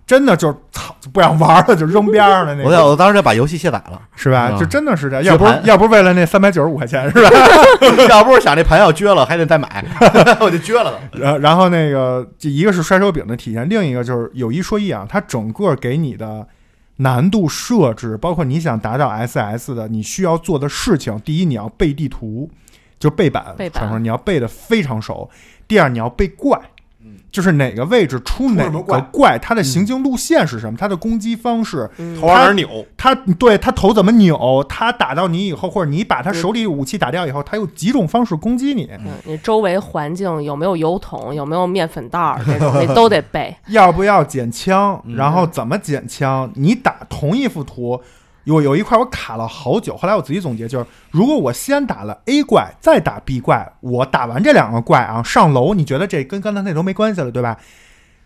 B: 真的就是操就不想玩了，就扔边上的那
F: 嗯我在
B: 种，
F: 我当时就把游戏卸载 <laughs> 了，
B: 是吧？
F: 嗯
B: 就真的是这样，
F: 绝
B: 要不是
F: 盘
B: 要不是为了那三百九十五块钱，是吧？
F: 要不是想这盘要撅了，还得再买， <laughs> 我就撅了它。
B: 然然后那个，就一个是摔手柄的体验，另一个就是有一说一啊，它整个给你的难度设置，包括你想达到 SS 的，你需要做的事情，第一你要背地图，就背板，
D: 背板
B: 传说你要背的非常熟；第二你要背怪
C: 嗯。
B: 就是哪个位置出哪
E: 什
B: 个
E: 么怪嗯
B: 怪，它的行进路线是什么，它的攻击方式，
D: 嗯
E: 头往哪儿扭？
B: 它对它头怎么扭，它打到你以后，或者你把它手里武器打掉以后，它有几种方式攻击你。
D: 嗯你周围环境有没有油桶，有没有面粉袋儿，这种你都得背。
B: 要不要捡枪，
F: 嗯
B: 然后怎么捡枪？你打同一幅图，有有一块我卡了好久，后来我自己总结就是，如果我先打了 A 怪，再打 B 怪，我打完这两个怪啊，上楼，你觉得这跟刚才那都没关系了，对吧？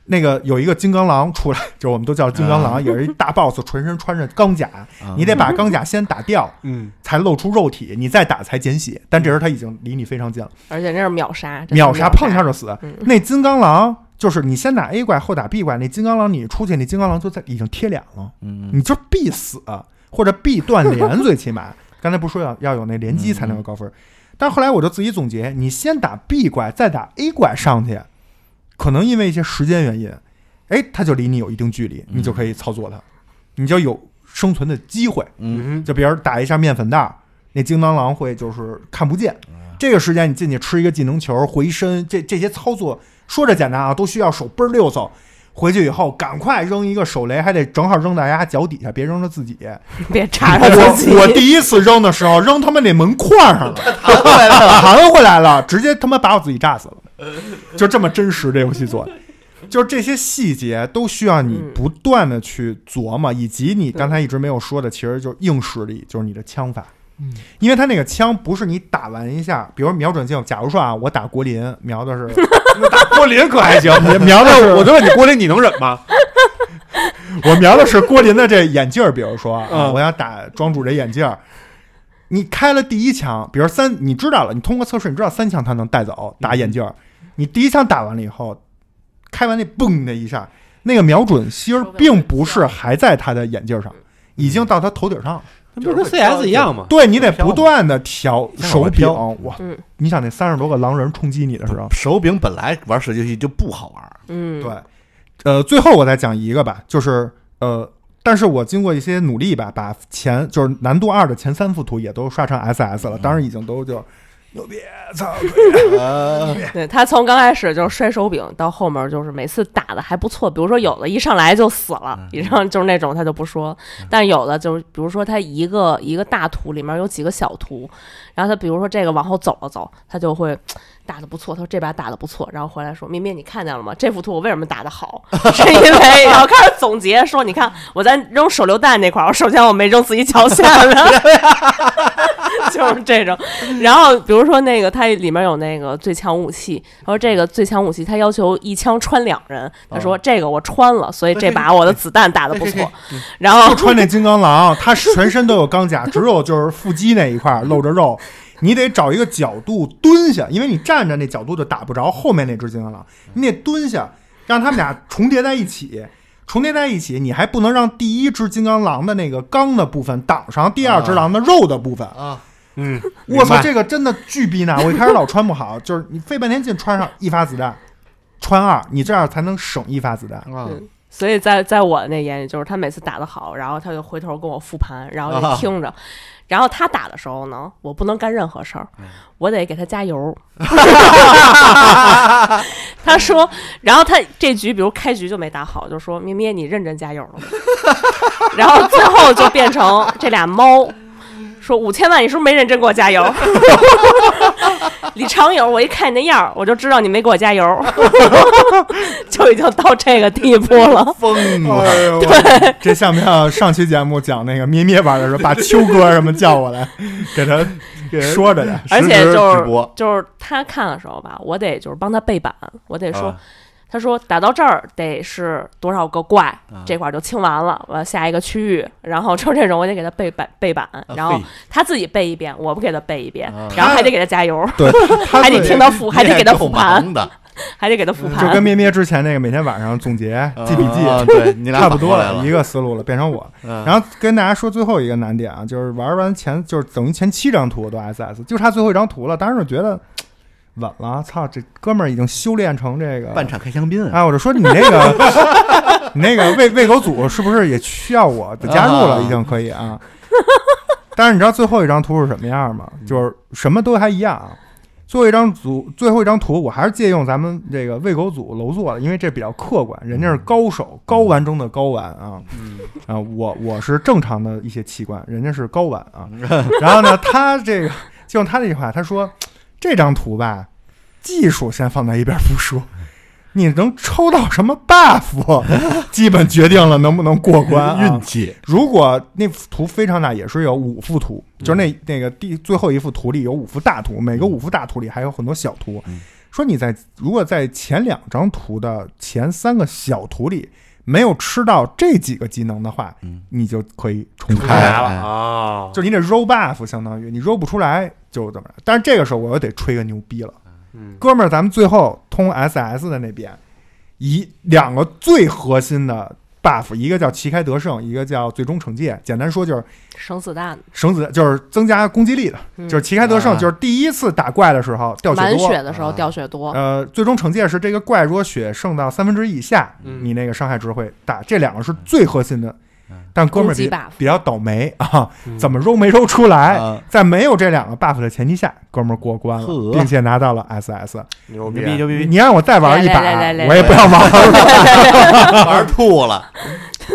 B: 那个有一个金刚狼出来，就是我们都叫金刚狼，也是一大 boss，浑身穿着钢甲，
F: 啊嗯
B: 你得把钢甲先打掉，
E: 嗯，
B: 才露出肉体，你再打才减血。但这时候他已经离你非常近了。
D: 而且那是秒杀，真是
B: 秒杀碰一下就死
D: 嗯。
B: 那金刚狼就是你先打 A 怪后打 B 怪，那金刚狼你出去，那金刚狼就在已经贴脸了，
F: 嗯，
B: 你就必死或者必断连，最起码刚才不是说要要有那连击才能有高分，但后来我就自己总结，你先打 B 怪，再打 A 怪上去，可能因为一些时间原因，哎，它就离你有一定距离，你就可以操作它，你就有生存的机会。
E: 嗯，
B: 就比如打一下面粉袋儿，那金刚狼会就是看不见。这个时间你进去吃一个技能球，回身，这这些操作说着简单啊，都需要手倍儿溜索。回去以后赶快扔一个手雷，还得正好扔大家脚底下，别扔着自己。
D: 别插着自己。 <laughs>
B: 我我第一次扔的时候，扔他妈那门框上了，弹回来了，直接他妈把我自己炸死了。就这么真实，这游戏做的，就是这些细节都需要你
D: 嗯
B: 不断的去琢磨，以及你刚才一直没有说的，其实就是硬实力，就是你的枪法。
E: 嗯，
B: 因为他那个枪不是你打完一下，比如瞄准镜，假如说啊，我打国林瞄
E: <laughs>
B: 的是
E: 打郭林可还行， <laughs>
B: 瞄的是
E: 哎我就问你郭林，你能忍吗？
B: <laughs> 我瞄的是郭林的这眼镜儿，比如说啊，
E: 嗯
B: 我要打庄主这眼镜儿，你开了第一枪，比如三，你知道了，你通过测试，你知道三枪他能带走打眼镜儿，你第一枪打完了以后，开完那嘣的一下，那个瞄准芯儿
D: 手感
B: 并不是还在他的眼镜上，已经到他头顶上了。
E: 那不跟 CS 一样吗？
B: 对你得不断的调
F: 像
B: 手
F: 往外
B: 柄，
F: 飘
B: 哇
D: 嗯！
B: 你想那三十多个狼人冲击你的时候，
F: 手柄本来玩射击游戏就不好玩，
D: 嗯，
B: 对，呃，最后我再讲一个吧，就是呃，但是我经过一些努力吧，把前就是难度二的前三幅图也都刷成 SS 了，当然已经都就牛逼，操！
F: 啊 <laughs>
D: 对他从刚开始就是摔手柄，到后面就是每次打的还不错，比如说有的一上来就死了，以上就是那种他就不说，但有的就是比如说他一个一个大图里面有几个小图，然后他比如说这个往后走了走，他就会打的不错，他说这把打的不错，然后回来说明明你看见了吗？这幅图我为什么打的好？ <laughs> 是因为然后开始总结说你看我在扔手榴弹那块儿，我首先我没扔自己脚下呢， <laughs> 就是这种。然后比如说那个，它里面有那个最强武器，然后这个最强武器它要求一枪穿两人，他说这个我穿了，所以这把我的子弹打的不错。然后
B: 就穿那金刚狼，他全身都有钢甲，只有就是腹肌那一块儿露着肉，你得找一个角度蹲下，因为你站着那角度就打不着后面那只金刚狼，你得蹲下，让他们俩重叠在一起。重叠在一起，你还不能让第一只金刚狼的那个钢的部分挡上第二只狼的肉的部分。
F: 啊
E: 嗯，
B: 我
E: 明
B: 操，
E: 白
B: 这个真的巨逼难！我一开始老穿不好，就是你费半天劲穿上一发子弹，穿二，你这样才能省一发子弹。
F: 啊
D: 嗯所以在在我那眼里，就是他每次打得好，然后他就回头跟我复盘，然后就听着。然后他打的时候呢，我不能干任何事儿，我得给他加油。他说，然后他这局比如开局就没打好，就说咩咩你认真加油了吗。然后最后就变成这俩猫说五千万，你是不是没认真给我加油？李长友，我一看你那样儿，我就知道你没给我加油， <laughs> 就已经到这个地步了。
F: 疯了，
B: 哎呦，我这像不像上期节目讲那个咩咩玩的时候，把秋哥什么叫过来，给他说
F: <laughs>
B: 着来。
D: 而且
F: 实时
D: 就
F: 直
D: 是
F: 播
D: 就是他看的时候吧，我得就是帮他背板，我得说，
F: 啊
D: 他说打到这儿得是多少个怪，这块儿就清完了，我要下一个区域，然后就这种我得给他背板背板，然后
F: 嘿
D: 他自己背一遍，我不给他背一遍，
F: 啊
D: 然后还得给他加油，
B: 对，他
D: 还得听他复，还得给他
F: 够
D: 复盘， <laughs>
F: 忙的，
D: 还得给他复
B: 就
D: 盘
B: 跟。咩咩之前那个每天晚上总结记笔记，
F: <laughs> 啊对 <laughs> 你俩
B: 差不多
F: 反过来
B: 一
F: 了。
B: 个思路了，变成我。
F: 嗯
B: 然后跟大家说最后一个难点啊，就是玩完前就是等于前七张图都 SS，就差最后一张图了。当时我觉得稳了，操，这哥们儿已经修炼成这个
F: 半场开香槟啊，
B: 哎，我就说你那个，你那个喂喂狗组是不是也需要我的加入
F: 啊
B: 了？已经可以啊。 <laughs> 但是你知道最后一张图是什么样吗？就是什么都还一样啊。最后一张组，最后一张图，我还是借用咱们这个喂狗组楼座的，因为这比较客观，人家是高手，高玩中的高玩啊。啊，我我是正常的一些器官，人家是睾丸啊。然后呢，他这个就用他这句话，他说这张图吧，技术先放在一边不说，你能抽到什么 buff，基
F: <laughs>
B: 本决定了能不能过关、啊。
F: 运气，
B: 如果那幅图非常大，也是有五幅图，
F: 嗯
B: 就是那那个第最后一幅图里有五幅大图，每个五幅大图里还有很多小图。
F: 嗯
B: 说你在如果在前两张图的前三个小图里没有吃到这几个技能的话，
F: 嗯
B: 你就可以重
E: 出
B: 开。
E: 来了
F: 哎
E: 啊！
B: 就是你得 roll buff，相当于你 roll 不出来就怎么着。但是这个时候我又得吹个牛逼了，
E: 嗯
B: 哥们儿，咱们最后通 SS 的那边，一两个最核心的 buff，一个叫旗开得胜，一个叫最终惩戒。简单说就是
D: 生死蛋，
B: 绳子，就是增加攻击力的，
D: 嗯
B: 就是旗开得胜，
F: 啊
B: 就是第一次打怪的时候掉血
D: 满
B: 多。
D: 血的时候
F: 啊
D: 掉
B: <laughs>
D: 血多，
B: 呃，最终惩戒是这个怪如果血剩到三分之一以下，
E: 嗯
B: 你那个伤害值会大。这两个是最核心的
F: 嗯，
B: 但哥们儿
D: 攻击
B: 比
D: buff
B: 比较倒霉啊，
E: 嗯
B: 怎么揉没揉出来？
F: 啊
B: 在没有这两个 buff 的前提下，哥们儿过关了，
F: 呵嗯
B: 并且拿到了 SS。
F: 牛
E: 牛
F: 逼牛啊逼，
B: 你让我再玩一把
D: 来来来来，来
B: 我也不要玩了，
F: 玩吐 <laughs> 了，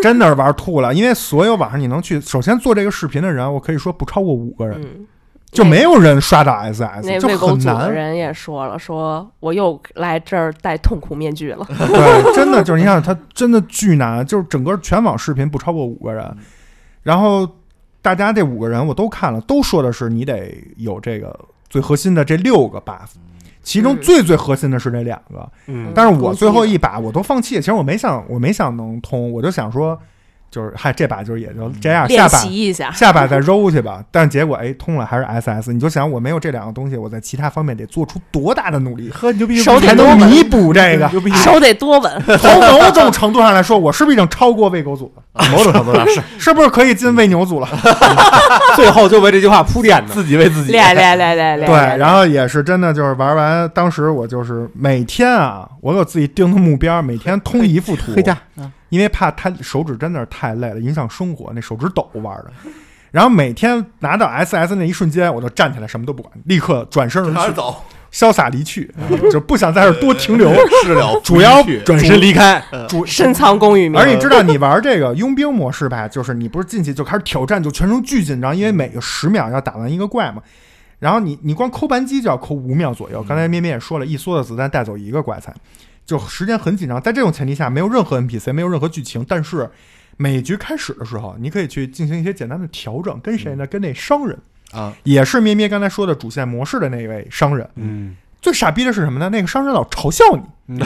B: 真的是玩吐了。因为所有网上你能去，首先做这个视频的人，我可以说不超过五个人，
D: 嗯， <laughs>
B: 就没
D: 有。
B: 有人刷到
D: 那
B: SS，就
D: 喂狗
B: 很
D: 组的
B: 难。
D: 人也说了，说我又来这儿戴痛苦面具了，
B: 对，真的就是你想，他真的巨难，就是整个全网视频不超过五个人，然后大家这五个人我都看了，都说的是你得有这个最核心的这六个 buff，其中
D: 嗯
B: 最最核心的是这两个。
E: 嗯
B: 但是
D: 攻
B: 我
D: 击
B: 最后
D: 的
B: 一把我都放弃，其实我没想，我没想能通，我就想说，就是嗨，这把就是也就这样，啊下
D: 练
B: 把
D: 习一下。
B: 下
D: <laughs>
B: 把再揉去吧。但结果哎通了，还是 SS。你就想我没有这两个东西，我在其他方面得做出多大的努力，
F: 呵，牛逼，牛逼
D: 手得
B: 才
D: 多
B: 能
D: 稳
B: 弥补这个。
F: 牛逼，
D: 手得多
B: <laughs>
D: 稳，
B: 从某种程度上来说，我是不是已经超过喂狗组了？
F: <laughs> 某种程度上是
B: 是不是可以进喂牛组了？
E: 最后就为这句话铺垫的，
F: 自己为自己，
D: 练练练练练。
B: 对，然后也是真的，就是玩完，当时我就是每天啊，我给我自己定的目标，每天通一幅图
F: 回家，
B: 因为怕他手指真的是太累了，影响生活，那手指抖玩的。然后每天拿到 SS 那一瞬间，我就站起来，什么都不管，立刻转身
F: 哪
B: 而
F: 儿
B: 去，
F: 走，
B: 潇洒离去，就不想在这儿多停
F: <laughs>
B: 留。
F: 是了，
B: 主要
F: 不去
E: 转身离开，
B: 主
D: 深藏功与名
B: 而，你知道，你玩这个佣兵模式吧，就是你不是进去就开始挑战，就全程巨紧张，因为每个十秒要打完一个怪嘛。然后你你光扣扳机就要扣五秒左右，刚才咩咩也说了，一梭子子弹带走一个怪才，就时间很紧张。在这种前提下，没有任何 NPC，没有任何剧情，但是每局开始的时候，你可以去进行一些简单的调整，跟谁呢？跟那商人
F: 啊，
B: 也是咩咩刚才说的主线模式的那位商人。
E: 嗯，
B: 最傻逼的是什么呢？那个商人老嘲笑你，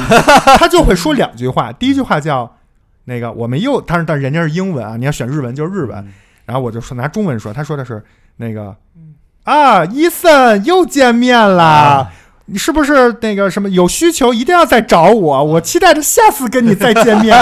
B: 他就会说两句话。第一句话叫“那个我们又”，但是但人家是英文啊，你要选日文就是日文。然后我就说拿中文说，他说的是那个啊，伊森又见面啦。你是不是那个什么有需求一定要再找我？我期待着下次跟你再见面。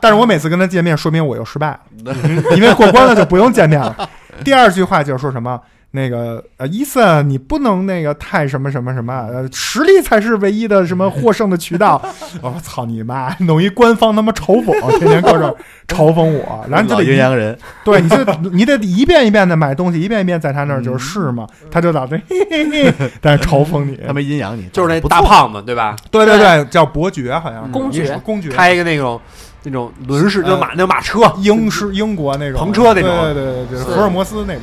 B: 但是我每次跟他见面，说明我又失败了，因为过关了就不用见面了。第二句话就是说什么那个呃，伊森，你不能那个太什么什么什么，呃，实力才是唯一的什么获胜的渠道。我说操你妈，弄一官方他妈嘲讽，天天搁这儿嘲讽我，然后就
F: 老
B: 得
F: 阴
B: 一
F: 阳人，
B: <laughs> 对，你就你得一遍一遍的买东西，一遍一遍在他那儿就是试嘛，他就老在嘿嘿嘿，在那嘲讽你。
F: 他没阴阳你，
E: 就是那
F: 不
E: 大胖子对吧？
B: <laughs> 对对对，叫伯爵好像是
D: 公爵
B: 公爵，
E: 开一个那种那种轮式，就马那马车，
B: 英式英国那种
E: 篷车那种
B: 对对对对，就是
D: 是
B: 福尔摩斯那种。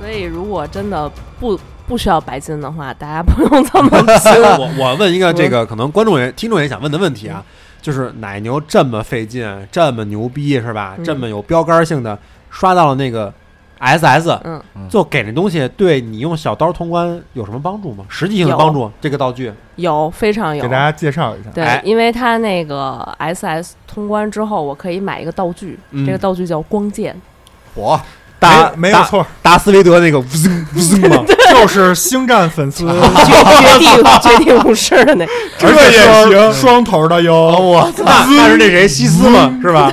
D: 所以如果真的不不需要白金的话，大家 <laughs> 不用这么
B: <laughs>
E: 所以我我问 <laughs> 一个这个可能观众也听众也想问的问题啊，就是奶牛这么费劲，这么牛逼是吧？
D: 嗯
E: 这么有标杆性的刷到了那个 SS，
D: 嗯，
E: 就给那东西对你用小刀通关有什么帮助吗？实际性的
D: 有
E: 帮助，这个道具
D: 有非常有
B: 给大。家介绍一下。
E: 哎
D: 对，因为它那个 SS 通关之后，我可以买一个道具，
E: 嗯
D: 这个道具叫光剑，
F: 火，
E: 打
B: 没没有
E: 打
B: 错，
E: 达斯维德那个不是不是 <laughs> 吗？
B: 就是星战粉丝，
D: <laughs> 绝绝
B: <laughs>
D: 地绝地武士的那
B: 而且也行，双头的哟。
F: 哦
B: 嗯
F: 我
E: 那那是那谁西斯嘛是吧？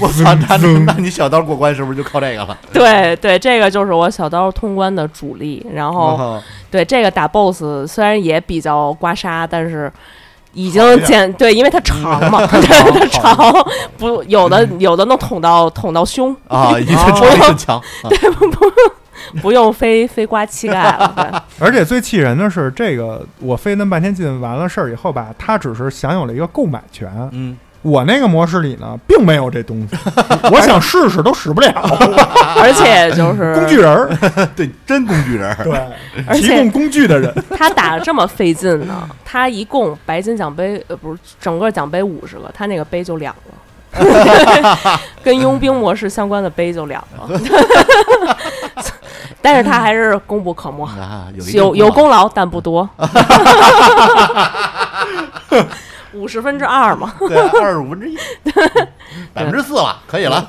F: 我操，那那你小刀过关是不是就靠这个了？
B: <laughs>
D: 对对，这个就是我小刀通关的主力。然后、
B: 哦
D: 对这个打 BOSS 虽然也比较刮痧，但是已经减对，因为它长
B: <laughs>
D: 嘛，对它长，不有的
B: 嗯
D: 有的能捅到捅到胸，
B: <laughs>
F: 啊，一寸长一寸强，
B: 哦
F: 啊
D: 不用非非刮膝盖了。
B: 而且最气人的是，这个我费那么半天劲完了事儿以后吧，他只是享有了一个购买权。
F: 嗯，
B: 我那个模式里呢，并没有这东西，我想试试都使不了，
D: 对，而且就
B: <laughs>
D: 是
B: 工具人儿，
F: 啊对，真工具人儿，
B: 对，
D: 而
B: 提
D: 且
B: 供工具的人，
D: 他打的这么费劲呢，他一共白金奖杯呃不是整个奖杯五十个，他那个杯就两个， <laughs> 跟佣兵模式相关的杯就两个， <laughs> 但是他还是功不可没，
F: 啊，有一
D: 有
F: 定
D: 有功劳但不多， <laughs> 五十分之二
F: <laughs>
D: 嘛，
F: 对，二十五分
D: <laughs>
F: 之一，百分之四了，可以了。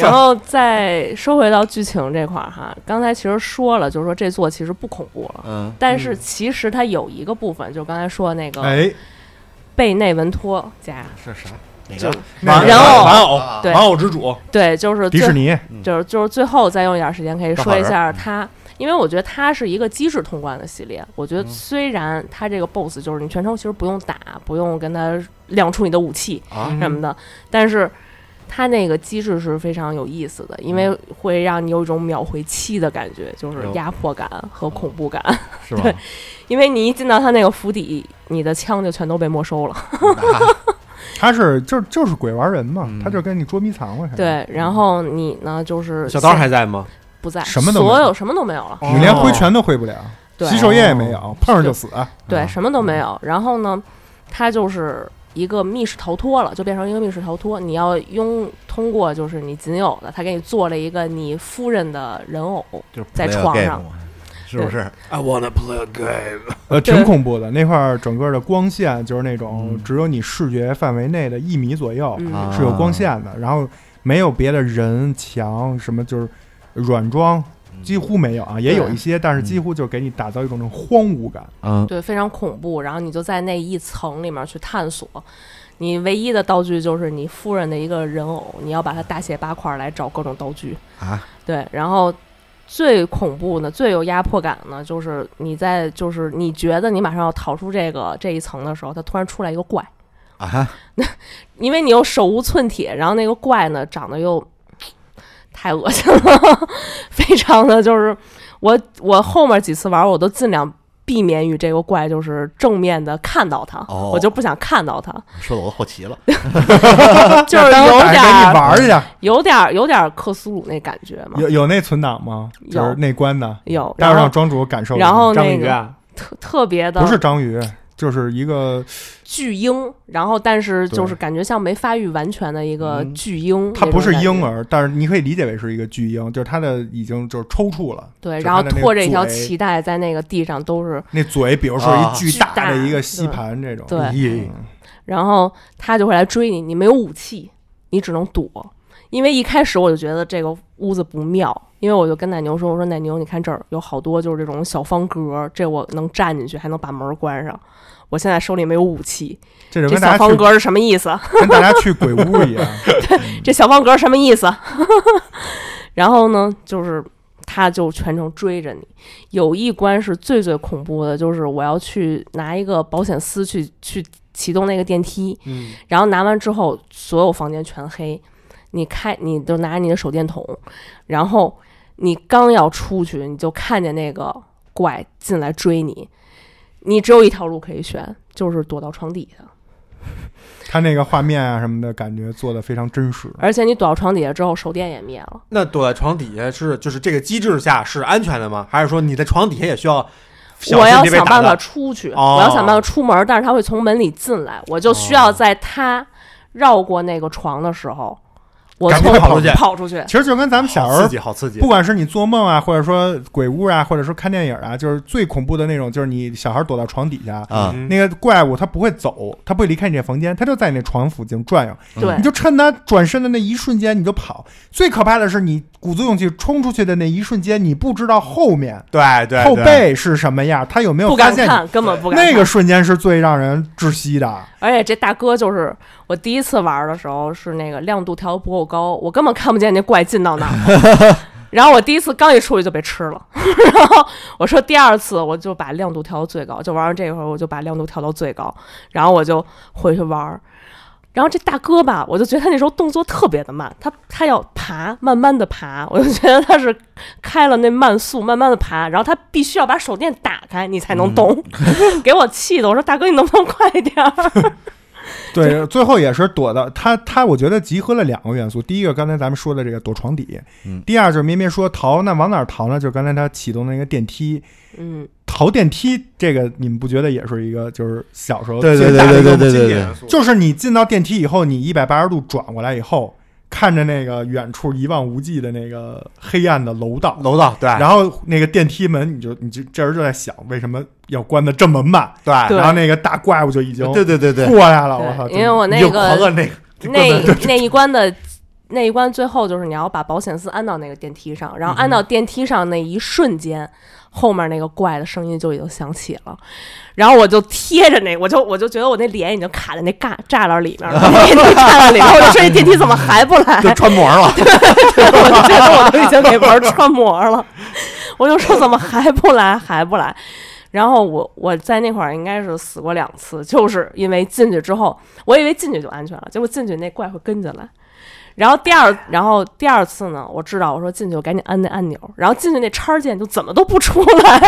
D: 然后再说回到剧情这块儿哈，刚才其实说了，就是说这座其实不恐怖了。
F: 嗯，
D: 但是其实它有一个部分，就刚才说的那个
B: 哎，
D: 贝内文托家，
F: 是啥？哪
D: 就
F: 个？
B: 那
D: 然后
E: 玩偶
F: 啊
D: 对
E: 玩偶之主，
D: 对，就是
B: 迪士
D: 最
B: 尼
D: 就是就是最后再用一点时间可以
F: 大
D: 说
F: 好
D: 一
F: 人
B: 嗯
D: 下它，因为我觉得它是一个机制通关的系列。我
B: 嗯
D: 觉得虽然它这个 BOSS 就是你全程其实不用打，不用跟它亮出你的武器
B: 嗯
F: 啊
D: 什么的，但是它那个机制是非常有意思的，因
B: 嗯
D: 为会让你有一种秒回七的感觉，就是
F: 哎呦
D: 压迫感和恐怖
B: 嗯
D: 感。
F: 是吧？
D: <laughs> 因为你一进到它那个府邸，你的枪就全都被没收了。
B: 他是就就是鬼玩人嘛，
F: 嗯
B: 他就跟你捉迷藏了。，
D: 对，然后你呢就是
E: 小刀还在吗？
D: 不在，
B: 什么都没有
D: 所有什么都没有了。
B: 哦你连挥拳都挥不了，
D: 哦对
B: 洗手液
F: 哦
B: 也没有，碰上就死。
F: 啊
D: 对，什么都没有。然后呢，它就是一个密室逃脱了，就变成一个密室逃脱。你要拥通过就是你仅有的，他给你做了一个你夫人的人偶，
F: 就是
D: 在
F: play a
D: 床
F: 哦 game
D: 上
F: 嘛，是不是？
E: I wanna play a game。
B: 呃，
D: 对
B: 挺恐怖的。那块儿整个的光线就是那种
F: 嗯
B: 只有你视觉范围内的一米左右
D: 嗯
F: 啊
B: 是有光线的，然后没有别的人墙什么，就是软装
F: 嗯
B: 几乎没有啊，也有一些，但是几乎就给你打造一种那种荒芜感。
F: 嗯，
D: 对，非常恐怖。然后你就在那一层里面去探索。你唯一的道具就是你夫人的一个人偶，你要把它大卸八块儿来找各种道具
F: 啊。
D: 对，然后最恐怖的、最有压迫感的，就是你在就是你觉得你马上要逃出这个这一层的时候，它突然出来一个怪，
F: 啊哈，
D: 因为你又手无寸铁，然后那个怪呢长得又嗯太恶心了，非常的就是我我后面几次玩我都尽量避免与这个怪就是正面的看到它，
F: 哦
D: 我就不想看到它，
F: 说的我都好奇了。
D: 就是有
B: 那当然
D: 点
B: 给你
D: 儿
B: 玩去，
D: 有点儿有点儿克苏鲁那感觉嘛，
B: 有有那存档吗？就是
D: 有
B: 那关的，
D: 有，
B: 待会儿
D: 然
B: 让
D: 后
B: 庄主感受一下。
D: 然后
E: 章
D: 那
E: 鱼
D: 个
E: 啊，
D: 特特别的
B: 不是章鱼，就是一个
D: 巨婴，然后但是
B: 对
D: 就是感觉像没发育完全的一个
F: 嗯
D: 巨婴，
B: 它不是婴，儿，但是你可以理解为是一个巨婴，就是它的已经就是抽搐了，
D: 对，
B: 就
D: 然后
B: 它的那
D: 拖
B: 个哎
D: 着一条
B: 嘴
D: 脐带在那个地上都是。
B: 那嘴，比如说
F: 啊
B: 一巨大的一个吸
D: 巨大
B: 盘这种，嗯
D: 对嗯
B: 咦
D: 然后他就会来追你，你没有武器，你只能躲。因为一开始我就觉得这个屋子不妙，因为我就跟奶牛说：“我说奶牛，你看这儿有好多就是这种小方格，这我能站进去，还能把门关上。我现在手里没有武器，
B: 这就
D: 这
B: 跟
D: 小
B: 大家
D: 方
B: 去
D: 格是什么意思？
B: 跟大家去鬼屋一样， <laughs>
D: 这小方格什么意思？ <laughs> 然后呢，就是他就全程追着你。有一关是最最恐怖的，就是我要去拿一个保险丝去去启动那个电梯，
E: 嗯，
D: 然后拿完之后，所有房间全黑。你开，你就拿你的手电筒，然后你刚要出去，你就看见那个怪进来追你，你只有一条路可以选，就是躲到床底下。
B: 他那个画面啊什么的感觉做的非常真实。
D: 而且你躲到床底下之后，手电也灭了。
E: 那躲在床底下是就是这个机制下是安全的吗？还是说你在床底下也需要小
D: 我
E: 心
D: 要
E: 别被
D: 想
E: 打
D: 办法
E: 到？
D: 出去，
E: 哦
D: 我要想办法出门，但是他会从门里进来，我就需要在他绕过那个床的时候，我
E: 赶
D: 从
E: 快跑出去
D: 跑出去。
B: 其实就跟咱们小时候
E: 刺激，好刺激
B: 不！管是你做梦啊，或者说鬼屋啊，或者说看电影啊，就是最恐怖的那种，就是你小孩躲到床底下，
F: 啊，
E: 嗯
B: 那个怪物它不会走，它不会离开你这房间，它就在你那床附近转悠。
E: 嗯
D: 对
B: 你，就趁它转身的那一瞬间你就跑。最可怕的是你鼓足勇气冲出去的那一瞬间，你不知道后面
E: 对对
B: 后
E: 对
B: 背是什么样，它有没有
D: 哎不
B: 发
D: 敢
B: 现
D: 看，
B: 你？
D: 根本不敢看。
B: 那个瞬间是最让人窒息的。
D: 而且这大哥就是我第一次玩的时候是那个亮度调的不够高，我根本看不见那怪进到哪儿。然后我第一次刚一出去就被吃了， <laughs> 然后我说第二次我就把亮度调到最高，就玩完这一会儿我就把亮度调到最高，然后我就回去玩儿。然后这大哥吧，我就觉得他那时候动作特别的慢，他他要爬，慢慢的爬，我就觉得他是开了那慢速，慢慢的爬，然后他必须要把手电打开，你才能动，给我气的，我说大哥你能不能快一点儿？ <laughs>
B: 对，最后也是躲到他他，我觉得集合了两个元素。第一个，刚才咱们说的这个躲床底；
F: 嗯
B: 第二就是咩咩说逃，那往哪儿逃呢？就是刚才他启动那个电梯，
D: 嗯，
B: 逃电梯这个，你们不觉得也是一个就是小时候
F: 对对
B: 最大的一个
F: 对对对
B: 经典
F: 对
E: 元素
B: 就是你进到电梯以后，你一百八十度转过来以后，看着那个远处一望无际的那个黑暗的楼道，
E: 楼道对，
D: 哎
B: 然后那个电梯门，你就你就这人就在想，为什么要关的这么慢？
E: 对
D: 对
B: 然后那个大怪物就已经
F: 对对对对，
B: 过来了，
D: 对
B: 我操！
D: 因为我那
F: 你就
D: 个
F: 狂按那个
D: 那那一关的那一关最后就是你要把保险丝安到那个电梯上，然后安到电梯上那一瞬间，后面那个怪的声音就已经响起了，然后我就贴着那，我就我就觉得我那脸已经卡在那栅栅栏里面了，电梯栅栏里面，我就说这电梯怎么还不来？啊
F: 就穿模了，
D: 我就觉得我都已经给门穿模了， <laughs> 我就说怎么还不来还不来。然后我我在那会儿应该是死过两次，就是因为进去之后，我以为进去就安全了，结果进去那怪会跟进来。然后第二，然后第二次呢，我知道我说进去我赶紧按那按钮，然后进去那叉儿键就怎么都不出来，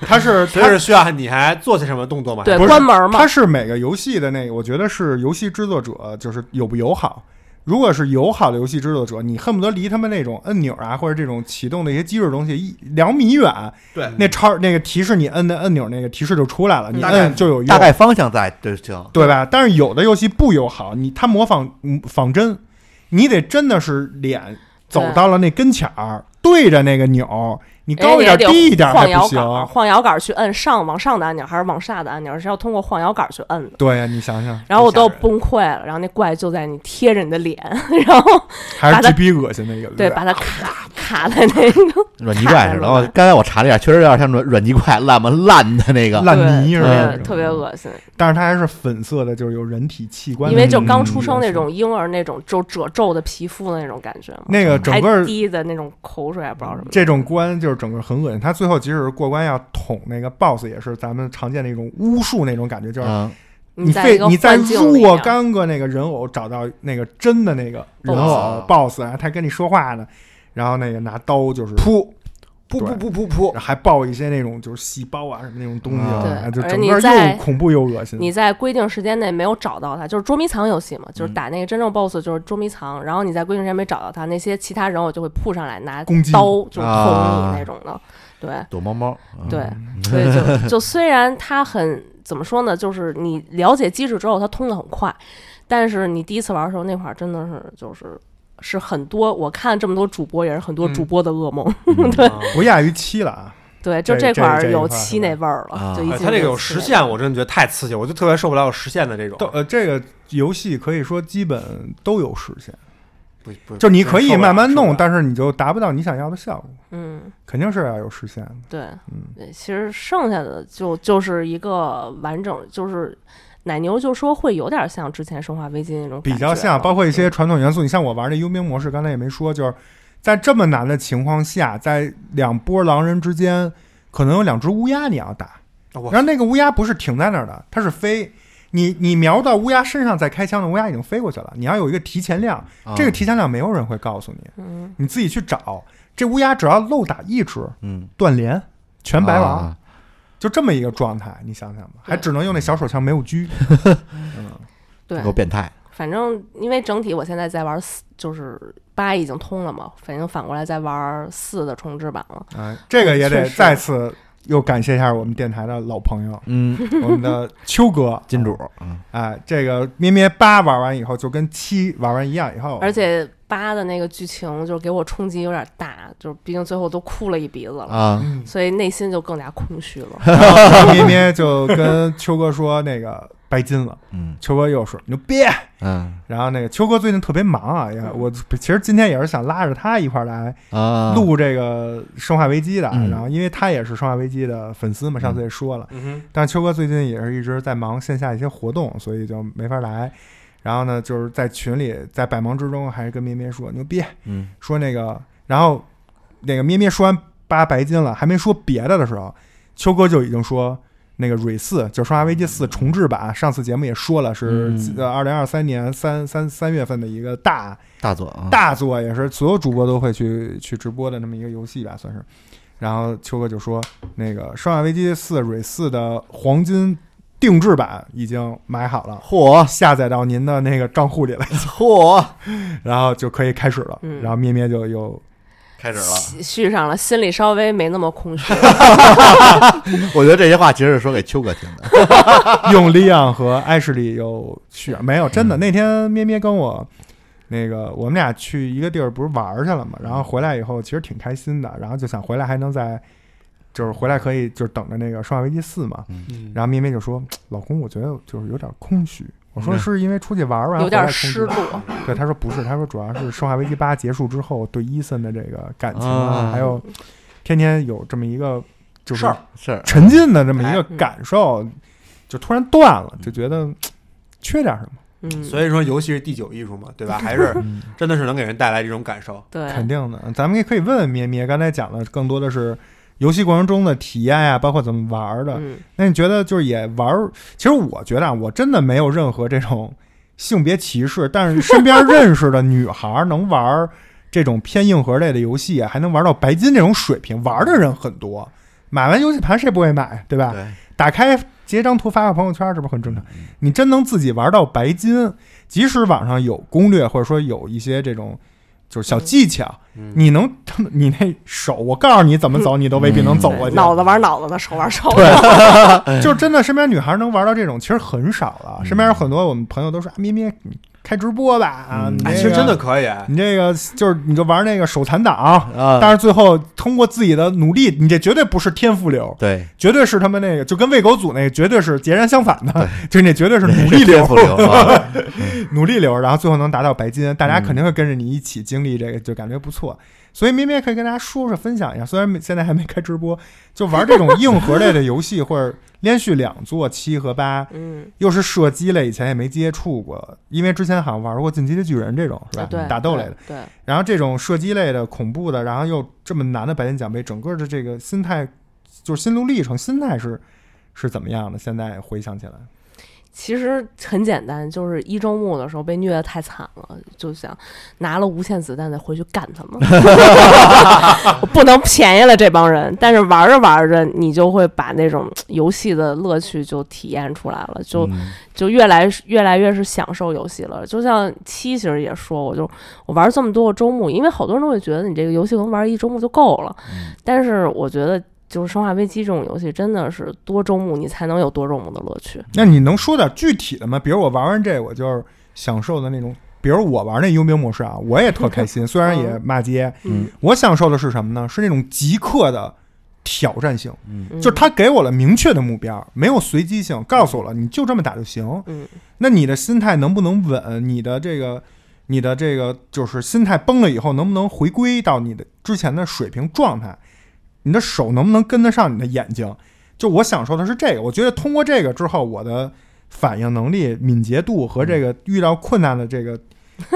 B: 它是
E: 所以是需要你还做些什么动作吗？
D: 对，
B: <laughs> 不是
D: 关门嘛
B: 它，是每个游戏的那个，我觉得是游戏制作者就是友不友好。如果是友好的游戏制作者，你恨不得离他们那种按钮啊，或者这种启动的一些机制的东西一两米远，
E: 对
B: 那超那个提示你摁的按钮那个提示就出来了，你
E: 大概
B: 摁就有用，
F: 大概方向在就行。
B: 对吧？但是有的游戏不友好，你它模仿嗯仿真，你得真的是脸走到了那跟前儿，对着那个钮，你高一点
D: 人家也得
B: 低一点还
D: 哎晃
B: 不
D: 摇杆，
B: 行。
D: 晃摇杆去摁上往上的按钮还是往下的按钮，是要通过晃摇杆去摁的。
B: 对啊呀，你想想，
D: 然后我
E: 太吓
D: 都
E: 人
D: 崩溃了，然后那怪就在你贴着你的脸， <laughs> 然后
B: 还是
D: 把它
B: 巨逼恶心的一个。
D: 对，把它卡卡在那
B: <laughs>
D: 个
F: 软泥怪似的，我刚才我查了一下，确实有点像软软泥怪烂吗？烂的那个，
B: 烂泥
D: 对
B: 似的
D: 特别，特别恶心。
B: 但是它还是粉色的，就是有人体器官的
D: 因
B: 那
D: 为
B: 种
D: 就
B: 东西，
D: 刚出生那种婴儿那种就褶皱的皮肤的那种感觉嘛，
B: 那个整
D: 嗯还
B: 个
D: 滴的那种口水，不知道什么。
B: 这种关就是整个很恶心。它最后即使是过关要捅那个 BOSS，也是咱们常见的一种巫术那种感觉，就是
F: 嗯，
B: 你
D: 在一
B: 费
D: 个
B: 你在
D: 幻境里
B: 若
D: 面，
B: 干个那个人偶找到那个真的那个人偶 boss，然后他跟你说话呢，然后那个拿刀就是
E: 扑扑
B: 对
E: 扑扑扑扑，
B: 还爆一些那种就是细胞啊什么那种东西啊，
F: 对
B: 哎就
D: 而
B: 整
D: 你
B: 个
D: 在
B: 又恐怖又恶心。
D: 你在规定时间内没有找到他，就是捉迷藏游戏嘛，就是
B: 嗯
D: 打那个真正 BOSS 就是捉迷藏，然后你在规定时间没找到他，那些其他人偶就会扑上来拿
B: 攻击
D: 刀就是捅
F: 啊
D: 你那种的，对。
F: 躲猫猫，嗯
D: 对，所以就就虽然它很怎么说呢，就是你了解机制之后，它通的很快，但是你第一次玩的时候，那会儿真的是就是是很多，我看这么多主播也是很多
E: 嗯
D: 主播的噩
B: <laughs>
D: 梦。
F: 嗯
E: 对，
B: 不亚于七了啊！
D: 对，就
B: 这
D: 块
B: 这
D: 儿
B: 这一
D: 有
B: 块儿
D: 七那味儿
F: 啊
D: 了，就一
E: 哎
D: 进
E: 它这个
D: 就
E: 有
D: 七
E: 实
D: 那味儿。
E: 现，我真的觉得太刺激，我就特别受不了有实现的这种
B: 都。呃，这个游戏可以说基本都有实现，
E: 不不
B: 嗯就你可以慢慢弄，
E: 但
B: 但是你就达不到你想要的效果，
D: 嗯，
B: 肯定是要有实现的。
D: 对，
B: 嗯
D: 对，其实剩下的就就是一个完整，就是奶牛就说会有点像之前《生化危机》那种
B: 比
D: 感
B: 较
D: 觉
B: 像，
D: 了
B: 包括一些
D: 嗯
B: 传统元素。你像我玩的幽冥模式，刚才也没说，就是在这么难的情况下，在两波狼人之间，可能有两只乌鸦你要打，
E: 哇
B: 然后那个乌鸦不是停在那儿的，它是飞。你你瞄到乌鸦身上再开枪的乌鸦已经飞过去了，你要有一个提前量，
F: 啊
B: 这个提前量没有人会告诉你，
D: 嗯，
B: 你自己去找。这乌鸦只要漏打一只，
F: 嗯
B: 断连，全白亡，
F: 啊
B: 就这么一个状态，你想想吧，还
D: 对
B: 只能用那小手枪没有狙。嗯，
D: 对
F: 够变态。
D: 反正因为整体我现在在玩四，就是八已经通了嘛，反正反过来在玩四的重置版了。
B: 哎，这个也得
D: 嗯确实
B: 再次又感谢一下我们电台的老朋友，
F: 嗯，
B: 我们的秋哥
F: 金主，嗯，
B: 哎，这个咩咩八玩完以后就跟七玩完一样以后，
D: 而且八的那个剧情就是给我冲击有点大，就是毕竟最后都哭了一鼻子了，
F: 啊，
B: 嗯
D: 所以内心就更加空虚了。
B: <laughs> 咩咩就跟秋哥说那个白金了，
F: 嗯
B: 秋哥又说你就别。
F: 嗯
B: 然后那个秋哥最近特别忙啊，也
D: 嗯
B: 我其实今天也是想拉着他一块儿来
F: 啊，
B: 录这个《生化危机》的，
F: 嗯
B: 然后因为他也是《生化危机》的粉丝嘛，上次也说了，
E: 嗯哼，
B: 但是秋哥最近也是一直在忙线下一些活动，所以就没法来。然后呢，就是在群里，在百忙之中，还是跟咩咩说牛逼，
F: 嗯，
B: 说那个，然后那个咩咩说完八白金了，还没说别的的时候，秋哥就已经说那个蕊四，就是《生化危机四》重置版，上次节目也说了是
F: 嗯
B: 呃二零二三年三三三月份的一个大
F: 大作啊，
B: 大作，也是所有主播都会去去直播的那么一个游戏吧，算是。然后秋哥就说，那个《生化危机四》蕊四的黄金定制版已经买好了，
F: 嚯
B: 下载到您的那个账户里了，
F: 嚯，
B: <laughs> 然后就可以开始了。
D: 嗯
B: 然后咩咩就又
F: 开始了。
D: 续续上了，心里稍微没那么
B: <laughs>
D: 空虚了。
F: 我觉得这些话其实是说给秋哥听
B: <laughs>
F: 的。
B: 用利昂和艾什莉又去，没有真的那天咩咩跟我。那个，我们俩去一个地儿不是玩儿去了嘛，然后回来以后其实挺开心的，然后就想回来还能再，就是回来可以就是等着那个《生化危机四》嘛，
E: 嗯
B: 然后咩咩就说：“老公，我觉得就是有点空虚。”我说：“
F: 嗯
B: 是因为出去玩儿完啊
D: 有
B: 回
D: 点
B: 来空虚
D: 失落。
B: 对，他说：“不是，他说主要是《生化危机八》结束之后对伊森的这个感情啊，
F: 啊
B: 还有天天有这么一个就是
E: 事儿
F: 是，
B: 沉浸的这么一个感受，就突然断了，就觉得缺点什么，
D: 嗯，
E: 所以说游戏是第九艺术嘛，对吧？还是
F: 嗯
E: 真的是能给人带来这种感受。
D: 对，
B: 肯定的。咱们也可以问问咩咩，刚才讲的更多的是。”游戏过程中的体验呀、包括怎么玩儿的，
D: 嗯，
B: 那你觉得就是也玩儿？其实我觉得啊，我真的没有任何这种性别歧视，但是身
E: <laughs>
B: 边认识的女孩儿能玩儿这种偏硬核类的游戏啊，还能玩到白金这种水平，玩儿的人很多。买完游戏盘谁不会买，对吧？
E: 对嗯
B: 打开截张图发个朋友圈，这不是很正常？你真能自己玩到白金，即使网上有攻略，或者说有一些这种就是小技巧，
E: 嗯
B: 你能 <laughs> 你那手，我告诉你怎么走，你都未必能走过去。
D: 嗯脑子玩脑子的，手玩手的。
E: 哎
B: 就是真的，身边女孩能玩到这种，其实很少了。
F: 嗯
B: 身边有很多我们朋友都说啊，咩咩你开直播吧啊，
F: 嗯
B: 你这个
E: 哎，其实真的，可以，
B: 你这个就是你就玩那个手残党，
E: 嗯
F: 啊，
B: 但是最后通过自己的努力，你这绝对不是天赋流，
F: 对，
B: 绝对是他们那个就跟喂狗组那个绝对是截然相反的， <laughs> 就那绝对是努力
F: 颠
B: 流
F: 覆，流
B: <laughs>
F: 啊，
B: 努力流，然后最后能达到白金，大家
F: 嗯
B: 肯定会跟着你一起经历这个，就感觉不错。所以咩咩可以跟大家说说分享一下，虽然现在还没开直播，就玩这种硬核类的游戏或者连续两座七和八，
D: 嗯，
B: 又是射击类，以前也没接触过，因为之前好像玩过《进击的巨人》这种是吧？
D: 对，
B: 打斗类的。
D: 对，对，
B: 然后这种射击类的、恐怖的，然后又这么难的白金奖杯，整个的这个心态，就是心路历程、心态是是怎么样的？现在回想起来，
D: 其实很简单，就是一周目的时候被虐得太惨了，就想拿了无限子弹再回去干他们，我不能便宜了这帮人。但是玩着玩着，你就会把那种游戏的乐趣就体验出来了，就
F: 嗯
D: 就越来越来越是享受游戏了。就像七其实也说，我就我玩这么多个周末，因为好多人都会觉得你这个游戏可能玩一周末就够了，
F: 嗯
D: 但是我觉得。就是《生化危机》这种游戏，真的是多周目你才能有多周目的乐趣。
B: 那你能说点具体的吗？比如我玩完这，我就是享受的那种，比如我玩那佣兵模式啊，我也特开心，虽然也骂街，
F: 嗯
B: 我享受的是什么呢？是那种即刻的挑战性。
D: 嗯
B: 就是他给我了明确的目标，没有随机性，告诉我了你就这么打就行。
D: 嗯，
B: 那你的心态能不能稳？你的这个，你的这个就是心态崩了以后，能不能回归到你的之前的水平状态？你的手能不能跟得上你的眼睛？就我享受的是这个，我觉得通过这个之后，我的反应能力、敏捷度和这个遇到困难的这个，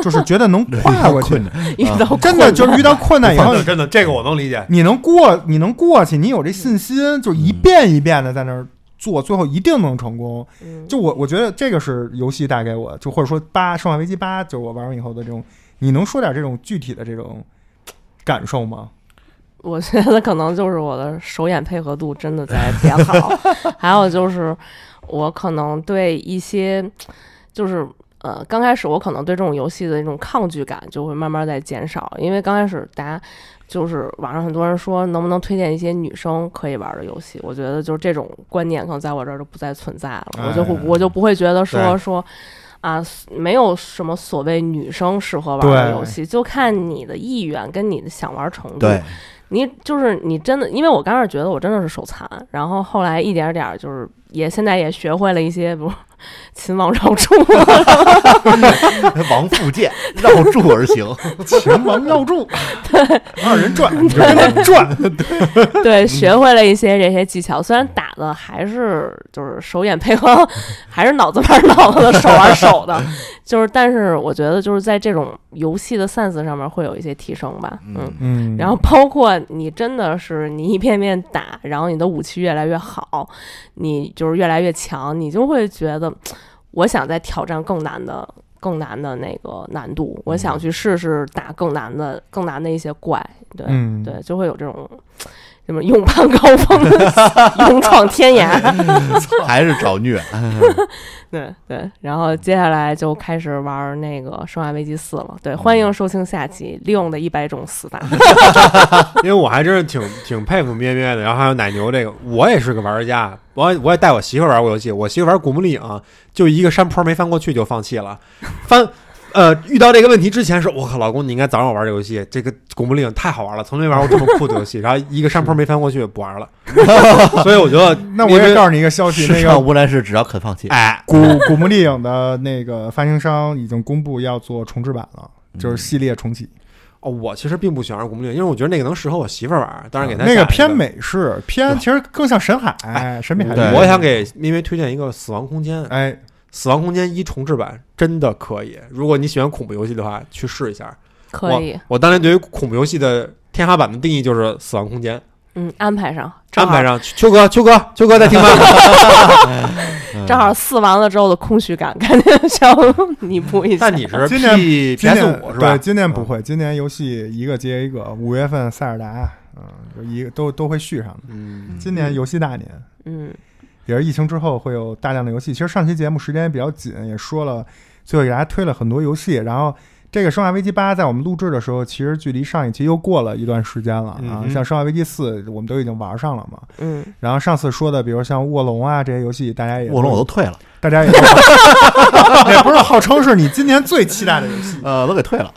B: 就是觉得能跨过去
F: 困。
D: 遇到困难
B: 真的就是遇到困难以后，
E: 真的这 <laughs> 个我能理解。
B: 你能过，你能过去，你有这信心，就一遍一遍的在那儿做，最后一定能成功。
D: 嗯
B: 就我，我觉得这个是游戏带给我，就或者说八《生化危机八》，就是我玩完以后的这种，你能说点这种具体的这种感受
D: <laughs>
B: 吗？
D: 我觉得可能就是我的手眼配合度真的在变好，还有就是我可能对一些就是呃，刚开始我可能对这种游戏的那种抗拒感就会慢慢在减少，因为刚开始大家就是网上很多人说能不能推荐一些女生可以玩的游戏，我觉得就是这种观念可能在我这儿就不再存在了，我就会
B: 哎
D: 我就不会觉得说
B: 对
D: 说。啊，没有什么所谓女生适合玩
B: 对
D: 的游戏，就看你的意愿跟你的想玩程度。，
B: <laughs>
D: 你就是你真的，因为我刚开始觉得我真的是手残，然后后来一点儿点儿就是也现在也学会了一些，比如 <laughs> 秦王绕 <laughs> 柱，
F: 王复健绕柱而行，
B: <laughs> 秦王绕柱，二人转，你知道吗
F: 人转，
D: <laughs> 对，嗯学会了一些这些技巧。虽然打的还是就是手眼配合，还是脑子玩脑子的，手玩手 <laughs> 的，就是但是我觉得就是在这种游戏的 sense 上面会有一些提升吧，嗯
F: 嗯，
B: 嗯，
D: <laughs> 然后包括你真的是你一遍遍打，然后你的武器越来越好，你就是越来越强，你就会觉得我想再挑战更难的、更难的那个难度，我想去试试打更难的、更难的一些怪，对、
B: 嗯
D: 对，就会有这种什么勇攀高峰、 <laughs> 勇闯天涯，
F: 还是找
B: <laughs>
F: 虐，
D: 对对。然后接下来就开始玩那个《生化危机四》了，对，欢迎收听下集《利用的一百种死法》
E: 因为我还真是挺挺佩服咩咩的，然后还有奶牛这个，我也是个玩家，我我也带我媳妇玩过游戏，我媳妇玩古墓丽影、就一个山坡没翻过去就放弃了，翻。呃，遇到这个问题之前说，我靠，老公，你应该早让我玩这游戏，这个古墓丽影太好玩了，从没玩过这么酷的游戏。然后一个山坡没翻过去，不玩了。 <laughs> 所以我觉得，
B: <laughs> 那我也告诉你一个消息，那
F: 市
B: 个
F: 场无难事，只要肯放弃，
E: 哎，
B: 古古墓丽影的那个发行商已经公布要做重制版了，就是系列重启。
E: 哦，我其实并不喜欢玩古墓丽影，因为我觉得那个能适合我媳妇儿玩，当然给她
B: 那
E: 下
B: 个
E: 一
B: 偏。美式，偏其实更像神海，神秘海
F: 对
B: 域。
E: 我想给咩咩推荐一个《死亡空间》，
B: 哎，
E: 死亡空间一重置版真的可以。如果你喜欢恐怖游戏的话，去试一下。
D: 可以。
E: 我当年对于恐怖游戏的天花板的定义就是《死亡空间
D: 嗯，安排上，》，正
E: 安
D: 好
E: 排上。秋哥，秋哥，秋哥在听吗？
D: 正好四完了之后的空虚感，赶紧想弥补一下。
E: <laughs> 但你是
B: 今年
E: P
B: 今
E: PS
B: 年
E: 五是吧嗯
B: 对，？今年不会，今年游戏一个接一个。五月份塞尔达，嗯，就一个都都会续上的。
E: 嗯，
B: 今年游戏大年，
D: 嗯，
B: 也是疫情之后会有大量的游戏。其实上期节目时间也比较紧，也说了，最后给大家推了很多游戏。然后这个《生化危机八》在我们录制的时候，其实距离上一期又过了一段时间了
E: 嗯
B: 啊。
E: 哼
B: 像《生化危机四》，我们都已经玩上了嘛。
D: 嗯，
B: 然后上次说的，比如像卧龙啊这些游戏，大家也
F: 卧龙我都退了，
B: 大家也
F: <laughs>
B: 都也不是号称是你今年最期待的游戏。
F: 呃，都给退了，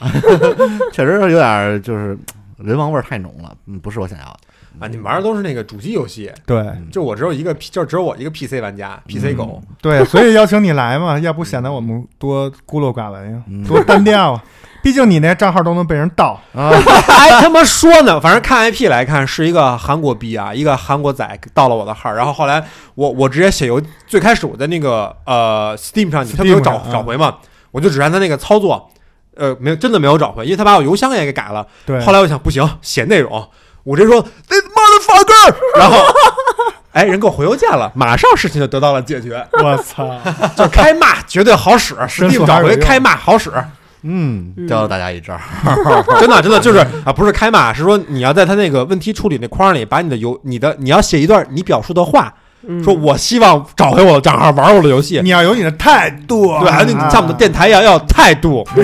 F: <laughs> 确实有点儿就是人王味儿太浓了，嗯，不是我想要的，
E: 啊，你们玩的都是那个主机游戏，
B: 对
F: 嗯
E: 就我只有一个，就只有我一个 PC 玩家，PC 狗。
B: 对，所以邀请你来
E: <laughs>
B: 嘛，要不显得我们多孤陋寡闻呀
F: 嗯，
B: 多单调啊。毕竟你那账号都能被人盗，
F: 啊，
B: <laughs>
E: 还他妈说呢，反正看 IP 来看，是一个韩国逼啊，一个韩国仔盗了我的号儿，然后后来我我直接写邮，最开始我在那个呃 Steam 上，你他没有
B: Steam
E: 找
B: 上啊
E: 找回嘛，我就只按他那个操作，呃，没有真的没有找回，因为他把我邮箱也给改了。
B: 对，
E: 后来我想不行，写内容，我直接说 this motherfucker，然后哎人给我回邮件了，马上事情就得到了解决， <laughs>
B: 我操，
E: 就开骂绝对好使
B: 申诉
E: ，Steam
B: 还
E: 找
B: <laughs> 是有
E: 回
B: 用
E: 开骂好使。
F: 嗯，教大家一招儿，
E: <laughs> 真的，真的就是啊，不是开骂，是说你要在他那个问题处理那框里，把你的游、你的你要写一段你表述的话，
D: 嗯
E: 说我希望找回我的账号，玩我的游戏。
B: 你要有你的态度啊，
E: 对，还有你像我们的电台一样要有态度，嗯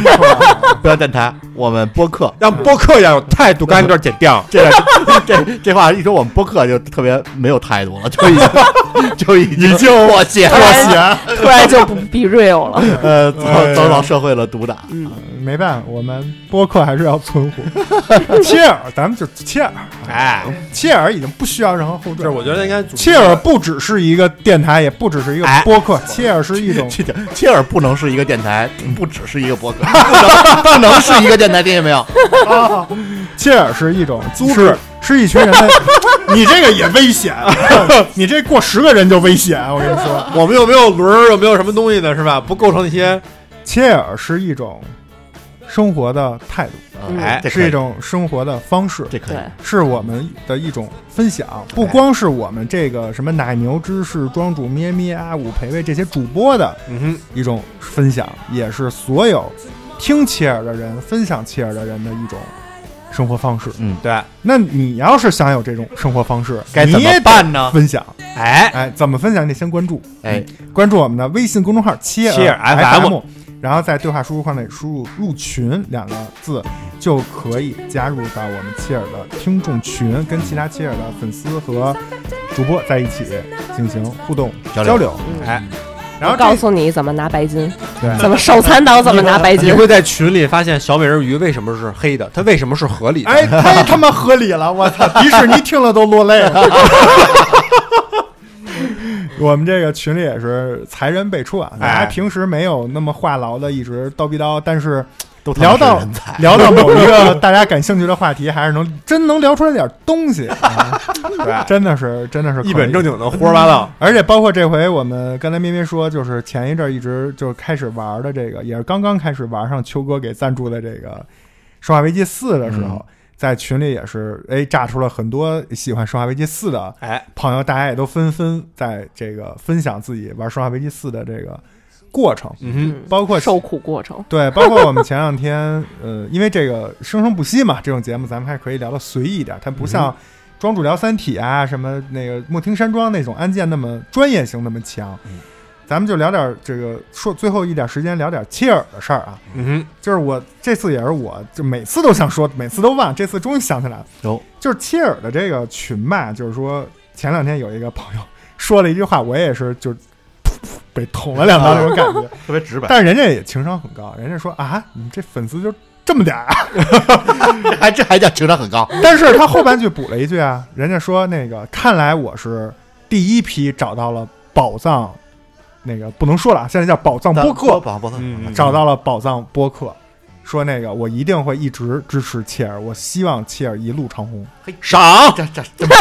F: 不要电台，我们播客。
E: 让播客一样有态度。刚才那段剪掉，
F: 这个 <laughs> 这这话一说，我们播客就特别没有态度了，就已经 <laughs> 就已经就妥协
D: 突然
B: 闲，
D: 突然就不 be real 了。
F: 呃，遭
E: 哎
F: 遭到社会了毒打。
E: 嗯
B: 没办法，我们播客还是要存活。
E: <laughs>
B: 切尔，咱们就切尔，
E: 哎，
B: 切尔已经不需要任何后
E: 就是
B: 缀。
E: 我觉得应该组
B: 切尔不只是一个电台，也不只是一个
E: 哎
B: 播
E: <laughs>
B: 客，切尔是一种
F: 这点切尔不能是一个电台，不只是一个
E: <laughs>
F: 播客，不能不能是一个电台，听见没有？
B: 切尔是一种组织，是一群人
E: <laughs>
B: 的。你这个也危险， <laughs> 你这过十个人就危险，我跟你说。
E: 我们有没有轮儿，有没有什么东西的，是吧？不构成一些
B: 切尔是一种生活的态度，
D: 嗯
E: 哎
F: 呃这可以
B: 是一种生活的方式，
F: 这可以
D: 对，
B: 是我们的一种分享。
F: 哎
B: 不光是我们这个什么奶牛芝士庄主咩咩阿五培培这些主播的
E: 嗯
B: 一种分享，也是所有听切尔的人分享切尔的人的一种生活方
F: 嗯
B: 式。
E: 哼，对，
B: 那你要是想有这种生活方式，
F: 该怎
B: 你
F: 么
B: 也
F: 办呢？
B: 分享？
E: 哎，
B: 哎，怎么分享？你得先关注。
F: 哎，
B: 关注我们的微信公众号“切
E: 切尔
B: 尔
E: FM
B: FM”，然后在对话输入框内输入“入群”两个字，就可以加入到我们切尔的听众群，跟其他切尔的粉丝和主播在一起进行互动
F: 交流
B: 交流。哎，然后
D: 告
B: 这
D: 诉你怎么拿白金，
B: 对
D: 怎么手残党怎么拿白
E: 你
D: 金。
E: 会在群里发现小美人鱼为什么是黑的，它为什么是合理的？
B: 哎，太他妈合理了！我操，迪士尼听了都落泪了。 <laughs> 我们这个群里也是才人辈出啊，大家
E: 哎
B: 平时没有那么话痨的，一直叨逼叨，但是
F: 都他妈
B: 聊
F: 是
B: 到
F: 人才
B: 聊到某一个大家感兴趣的话题，还是能真能聊出来点东西，啊
E: 对，
B: 真的是真的是
E: 一本正
B: 经。
E: 经的胡说八道。
B: 而且包括这回我们刚才咩咩说，就是前一阵儿一直就是开始玩的这个，也是刚刚开始玩上秋哥给赞助的这个《生化危机四》的时候，在群里也是哎炸出了很多喜欢《生化危机四》的
E: 哎，
B: 朋友，大家也都纷纷在这个分享自己玩《生化危机四》的这个过程，
E: 嗯
D: 嗯
B: 包括
D: 受苦过程，
B: 对，包括我们前两天，呃，因为这个《生生不息》嘛，这种节目咱们还可以聊的随意一点，它
E: 嗯
B: 不像《庄主聊三体》啊，什么那个《莫听山庄》那种案件那么专业性那么强。
E: 嗯
B: 咱们就聊点这个，说最后一点时间聊点切尔的事儿啊，
E: 哼，嗯
B: 就是我这次也是我就每次都想说，每次都忘，这次终于想起来了。
F: 有
B: 就是切尔的这个群吧，就是说前两天有一个朋友说了一句话，我也是就被捅了两刀那种感觉。
F: 特别直白，
B: 但是人家也情商很高，人家说啊，你这粉丝就这么点儿、啊。 <laughs>
F: 还这还叫情商很高，
B: 但是他后半句补了一句啊，人家说那个看来我是第一批找到了宝藏，那个不能说了，啊，现在叫宝藏播客，
F: 播客
E: 嗯
B: 找到了宝藏播客。说那个，我一定会一直支持切尔，我希望切尔一路长虹。
F: 嘿，
E: 赏
F: 这这这吧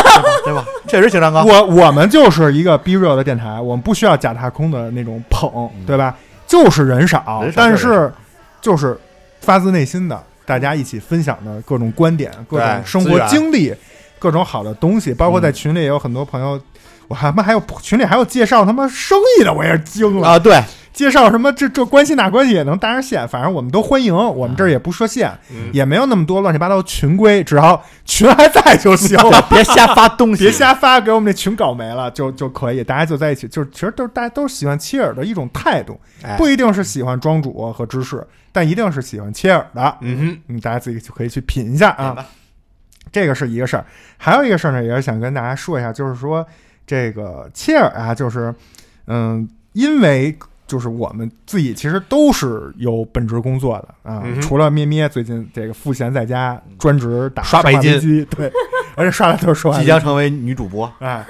F: 对吧？ <laughs> 确实情商高，
B: 我我们就是一个 be real 的电台，我们不需要假大空的那种捧，对吧？就是人少，
F: 嗯人少
B: 但
F: 就是
B: 是就是发自内心的，大家一起分享的各种观点、各种
E: 对
B: 生
E: 资
B: 活
E: 源
B: 经历、各种好的东西，包括在群里也有很多朋
F: 嗯
B: 友，我他妈还有群里还有介绍他妈生意的，我也是惊了，
F: 啊，对，
B: 介绍什么这这关系那关系也能搭上线，反正我们都欢迎，我们这儿也不设限，
E: 嗯
B: 也没有那么多乱七八糟群规，只要群还在就行。
F: 别瞎发东
B: <laughs>
F: 西，
B: 别瞎发，给我们那群搞没了就就可以，大家就在一起，就是其实都是大家都是喜欢切尔的一种态度
E: 哎，
B: 不一定是喜欢庄主和芝士，但一定是喜欢切尔的。
E: 嗯
B: 嗯，大家自己就可以去品一下啊。这个是一个事儿，还有一个事儿呢，也是想跟大家说一下，就是说这个切尔啊，就是嗯，因为就是我们自己其实都是有本职工作的啊，
E: 嗯哼
B: 除了咩咩最近这个赋闲在家专职打
E: 刷白
B: 生化危
E: 金
B: 机，
E: <laughs>
B: 对，而且刷的都是说
F: 即将成为女主播，
B: 哎，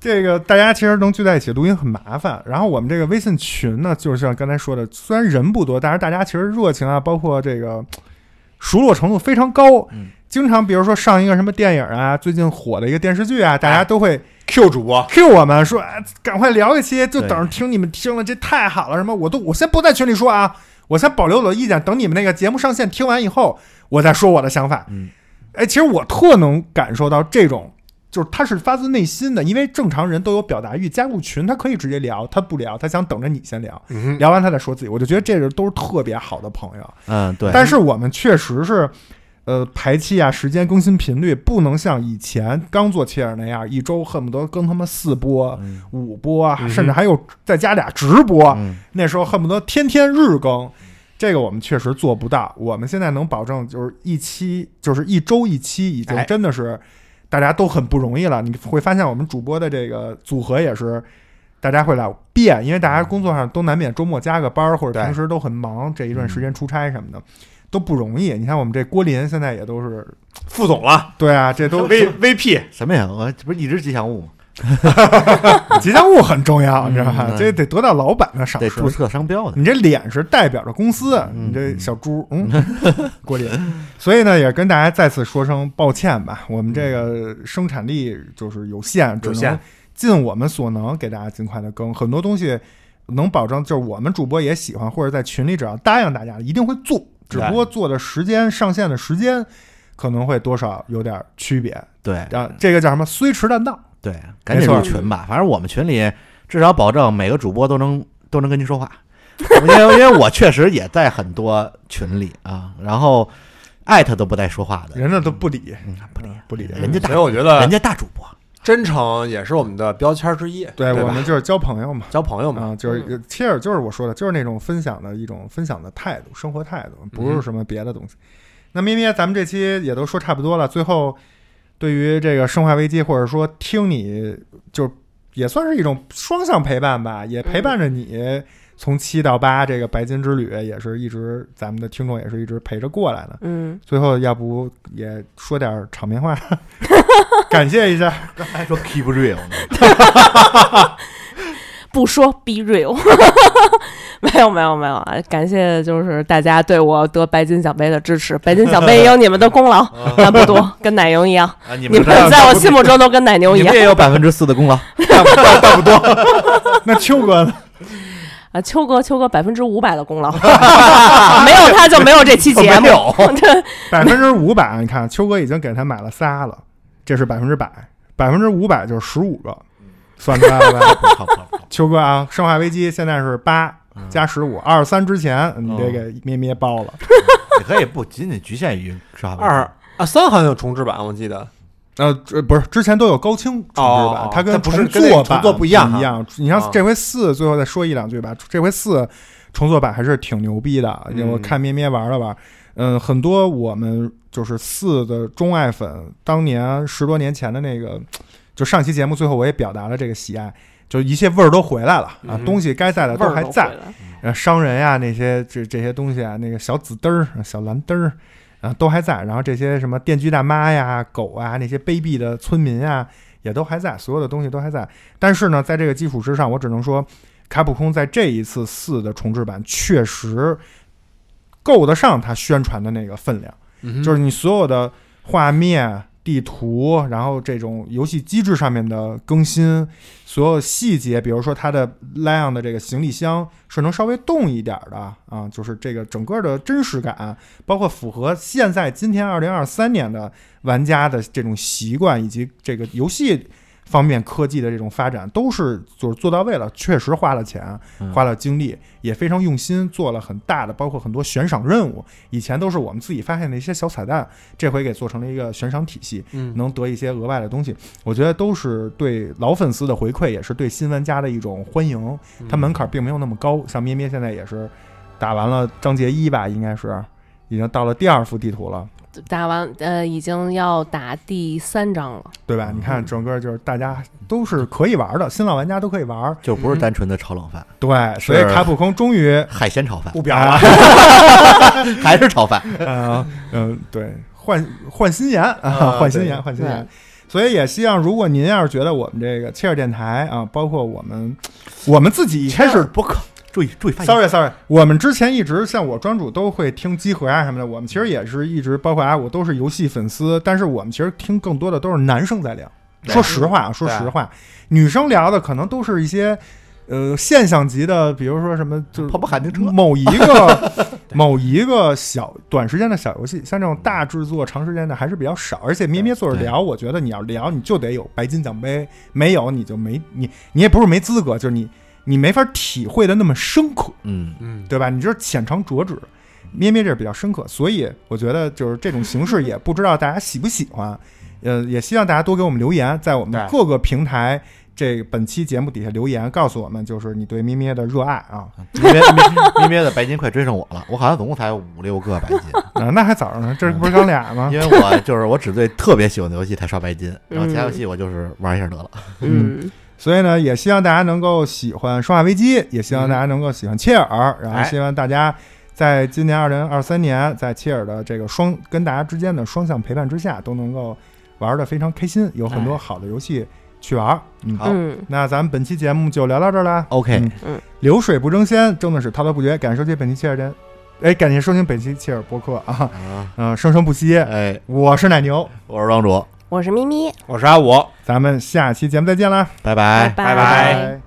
B: 这个大家其实能聚在一起录音很麻烦。然后我们这个微信群呢，就是像刚才说的，虽然人不多，但是大家其实热情啊，包括这个熟络程度非常高。
F: 嗯
B: 经常比如说上一个什么电影啊，最近火的一个电视剧啊，大家都会
E: ，Q 主播，
B: Q 我们说，哎，赶快聊一期，就
F: 对
B: 等着听你们听了，这太好了。什么我都我先不在群里说啊，我先保留我的意见，等你们那个节目上线听完以后，我再说我的想法。
F: 嗯，
B: 哎，其实我特能感受到这种，就是他是发自内心的，因为正常人都有表达欲，加入群他可以直接聊，他不聊，他想等着你先聊，
E: 嗯
B: 聊完他再说自己。我就觉得这人都是特别好的朋友。
F: 嗯，对，
B: 但是我们确实是，呃，排期啊、时间、更新频率不能像以前刚做切尔那样，一周恨不得更他妈四波、
F: 嗯
B: 五波啊，
E: 嗯哼
B: 甚至还有再加俩直播。
F: 嗯
B: 那时候恨不得天天日更，这个我们确实做不到。我们现在能保证就是一期，就是一周一期，已经
E: 哎
B: 真的是大家都很不容易了。你会发现我们主播的这个组合也是。大家会来变，因为大
F: 嗯
B: 家工作上都难免周末加个班儿，或者
E: 对
B: 平时都很忙，这一段
F: 嗯
B: 时间出差什么的都不容易。你看我们这郭林现在也都是，
E: <laughs> 副总了
B: 对啊，
F: <laughs>
B: 这都
E: ，V VP，
F: 什么呀？我这不是一直吉祥物吗？
B: 吉祥物很重要，你知道吧？
F: 嗯
B: 这得得到老板的赏
F: 得
B: 识
F: 注。册商标的，
B: 你这脸是代表着公司，啊
F: 嗯
B: 你这小猪，嗯，
F: <laughs>
B: 郭林。所以呢，也跟大家再次说声抱歉吧，我们这
F: 嗯
B: 个生产力就是有限，只
E: 有
B: 能
E: 限
B: 尽我们所能给大家尽快的更。很多东西能保证，就是我们主播也喜欢，或者在群里只要答应大家，一定会做，只不过做的时间上线的时间可能会多少有点区别
F: 对
B: 啊。这个叫什么？虽迟但到。
F: 对，赶紧
B: 没错
F: 入群吧。反正我们群里至少保证每个主播都能都能跟您说 <laughs> 话，因为因为我确实也在很多群里啊，然后艾特都不带说话的，
B: 人家都不理，
F: 嗯不理
B: 不理
F: 人家大
E: 所以我觉得
F: 人家大主播，
E: 真诚也是我们的标签之一，
B: 对
E: 对吧
B: 我们就是交朋友嘛，
E: 交朋友嘛，
B: 啊，就是切尔就是我说的，就是那种分享的一种分享的态度，生活态度，不是什么别的东西。那咩咩，咱们这期也都说差不多了，最后对于这个《生化危机》或者说听你就是也算是一种双向陪伴吧，也陪伴着你从七到八这个白金之旅，也是一直咱们的听众也是一直陪着过来的。
D: 嗯，
B: 最后，要不也说点场面话， <laughs> 感谢一下。
F: 刚才说 keep real 呢，
D: 不说 be real，没有没有没有啊！感谢就是大家对我得白金奖杯的支持，白金奖杯也有你们的功劳，但不多，跟奶油一样，
F: 啊，你
D: 你们在我心目中都跟奶牛一
F: 你
D: 样
F: 们也有百分之四的功劳，
B: 那秋哥呢？
D: 啊！秋哥，秋哥百分之五百的功劳，没有他就没有这期节目
F: 没，有，
D: 对，
B: <laughs> 百分之五百，你看秋哥已经给他买了仨了，这是百分之百，百分之五百就是十五个，算出来了吧？ <laughs>
F: 不靠谱不靠谱
B: 秋哥啊，《生化危机》现在是八
F: 嗯
B: 加十五，二十三之前你得给咩咩包了。
F: 你可以不仅仅局限于是吧？
E: 二啊三好像有重置版，我记得
B: 呃，这不是之前都有高清重制版
E: 哦，
B: 它跟
E: 它不是
B: 重
E: 跟那
B: 做
E: 个
B: 版
E: 重做不
B: 不
E: 一样哈
B: 一样。你像
E: 啊
B: 这回四，最后再说一两句吧。这回四重做版还是挺牛逼的，
E: 嗯
B: 我看咩咩玩了玩，嗯，很多我们就是四的钟爱粉，当年十多年前的那个，就上期节目最后我也表达了这个喜爱，就一切味儿都回来了啊，
E: 嗯
B: 东西该在的
D: 味
B: 都
D: 儿
B: 还
D: 都
B: 在
D: 回。来了
B: 呃，商人呀、那些这这些东西啊，那个小紫灯儿、小蓝灯儿啊，都还在。然后这些什么电锯大妈呀、狗啊，那些卑鄙的村民啊，也都还在，所有的东西都还在。但是呢，在这个基础之上，我只能说，卡普空在这一次四的重置版确实够得上它宣传的那个分量。
E: 就
B: 就是你所有的画面、地图，然后这种游戏机制上面的更新，所有细节，比如说它的 Lion 的这个行李箱是能稍微动一点儿的啊，就是这个整个的真实感，包括符合现在今天二零二三年的玩家的这种习惯，以及这个游戏。方面科技的这种发展都是就是做到位了，确实花了钱，
F: 嗯
B: 花了精力，也非常用心做了很大的，包括很多悬赏任务，以前都是我们自己发现的一些小彩蛋，这回给做成了一个悬赏体系，
E: 嗯
B: 能得一些额外的东西。我觉得都是对老粉丝的回馈，也是对新玩家的一种欢迎。它门槛并没有那么高，像咩咩现在也是打完了章节一吧，应该是已经到了第二幅地图了，
D: 打完呃，已经要打第三章了，
B: 对吧？
F: 嗯
B: 你看整个就是大家都是可以玩的，新老玩家都可以玩。
F: 就不是单纯的炒冷饭，
B: 对，所以
F: 是
B: 卡普空终于
F: 海鲜炒饭，
B: 不表了。
F: 还是炒饭，
B: 啊， <laughs> 嗯，对，换换心言啊，
E: 啊
B: 换心
E: 对
B: 言，换心
D: 对
B: 言。所以也希望，如果您要是觉得我们这个切尔电台啊，包括我们我们自己一开
F: <laughs>
B: 始
F: 播客，注意注意发言。
B: ，sorry sorry，我们之前一直像我专主都会听集合啊什么的，我们其实也是一直包括啊，我都是游戏粉丝，但是我们其实听更多的都是男生在聊。说实话，说实话，女生聊的可能都是一些。呃，现象级的，比如说什么，就是
F: 泡泡卡丁车
B: 某一个某一个小短时间的小游戏，像这种大制作、长时间的还是比较少。而且咩咩坐着聊，我觉得你要聊，你就得有白金奖杯，没有你就没你你也不是没资格，就是你你没法体会的那么深刻，
F: 嗯，
E: 嗯
B: 对吧？你就是浅尝辄止。咩咩这比较深刻，所以我觉得就是这种形式也不知道大家喜不喜欢，呃，也希望大家多给我们留言，在我们
E: 对
B: 各个平台这本期节目底下留言，告诉我们就是你对咩咩的热爱啊。
F: 咩咩咩咩的白金快追上我了，我好像总共才有五六个白金，
B: <laughs> 啊，那还早着呢，这不是刚俩吗？
F: 因为我就是我只对特别喜欢的游戏才刷白金，然后其他游戏我就是玩一下得了。
B: 嗯
D: 嗯，
B: <laughs> 所以呢，也希望大家能够喜欢《生化危机》，也希望大家能够喜欢切尔，然
F: 哎
B: 后希望大家在今年二零二三年，在切尔的这个双跟大家之间的双向陪伴之下，都能够玩的非常开心，有很多好的游戏去玩。嗯，
F: 哎好
D: 嗯，
B: 那咱们本期节目就聊到这儿啦。
F: OK，
B: 嗯
D: 嗯
B: 流水不争先，争的是滔滔不绝。感谢收听本期切尔人，哎，感谢收听本期切尔播客啊，
F: 啊，
B: 嗯、生生不息。
F: 哎，
B: 我是奶牛，
F: 我是庄主，
D: 我是咪咪，
E: 我是阿五，
B: 咱们下期节目再见啦，
F: 哎拜拜。
D: 拜
E: 拜拜
B: 拜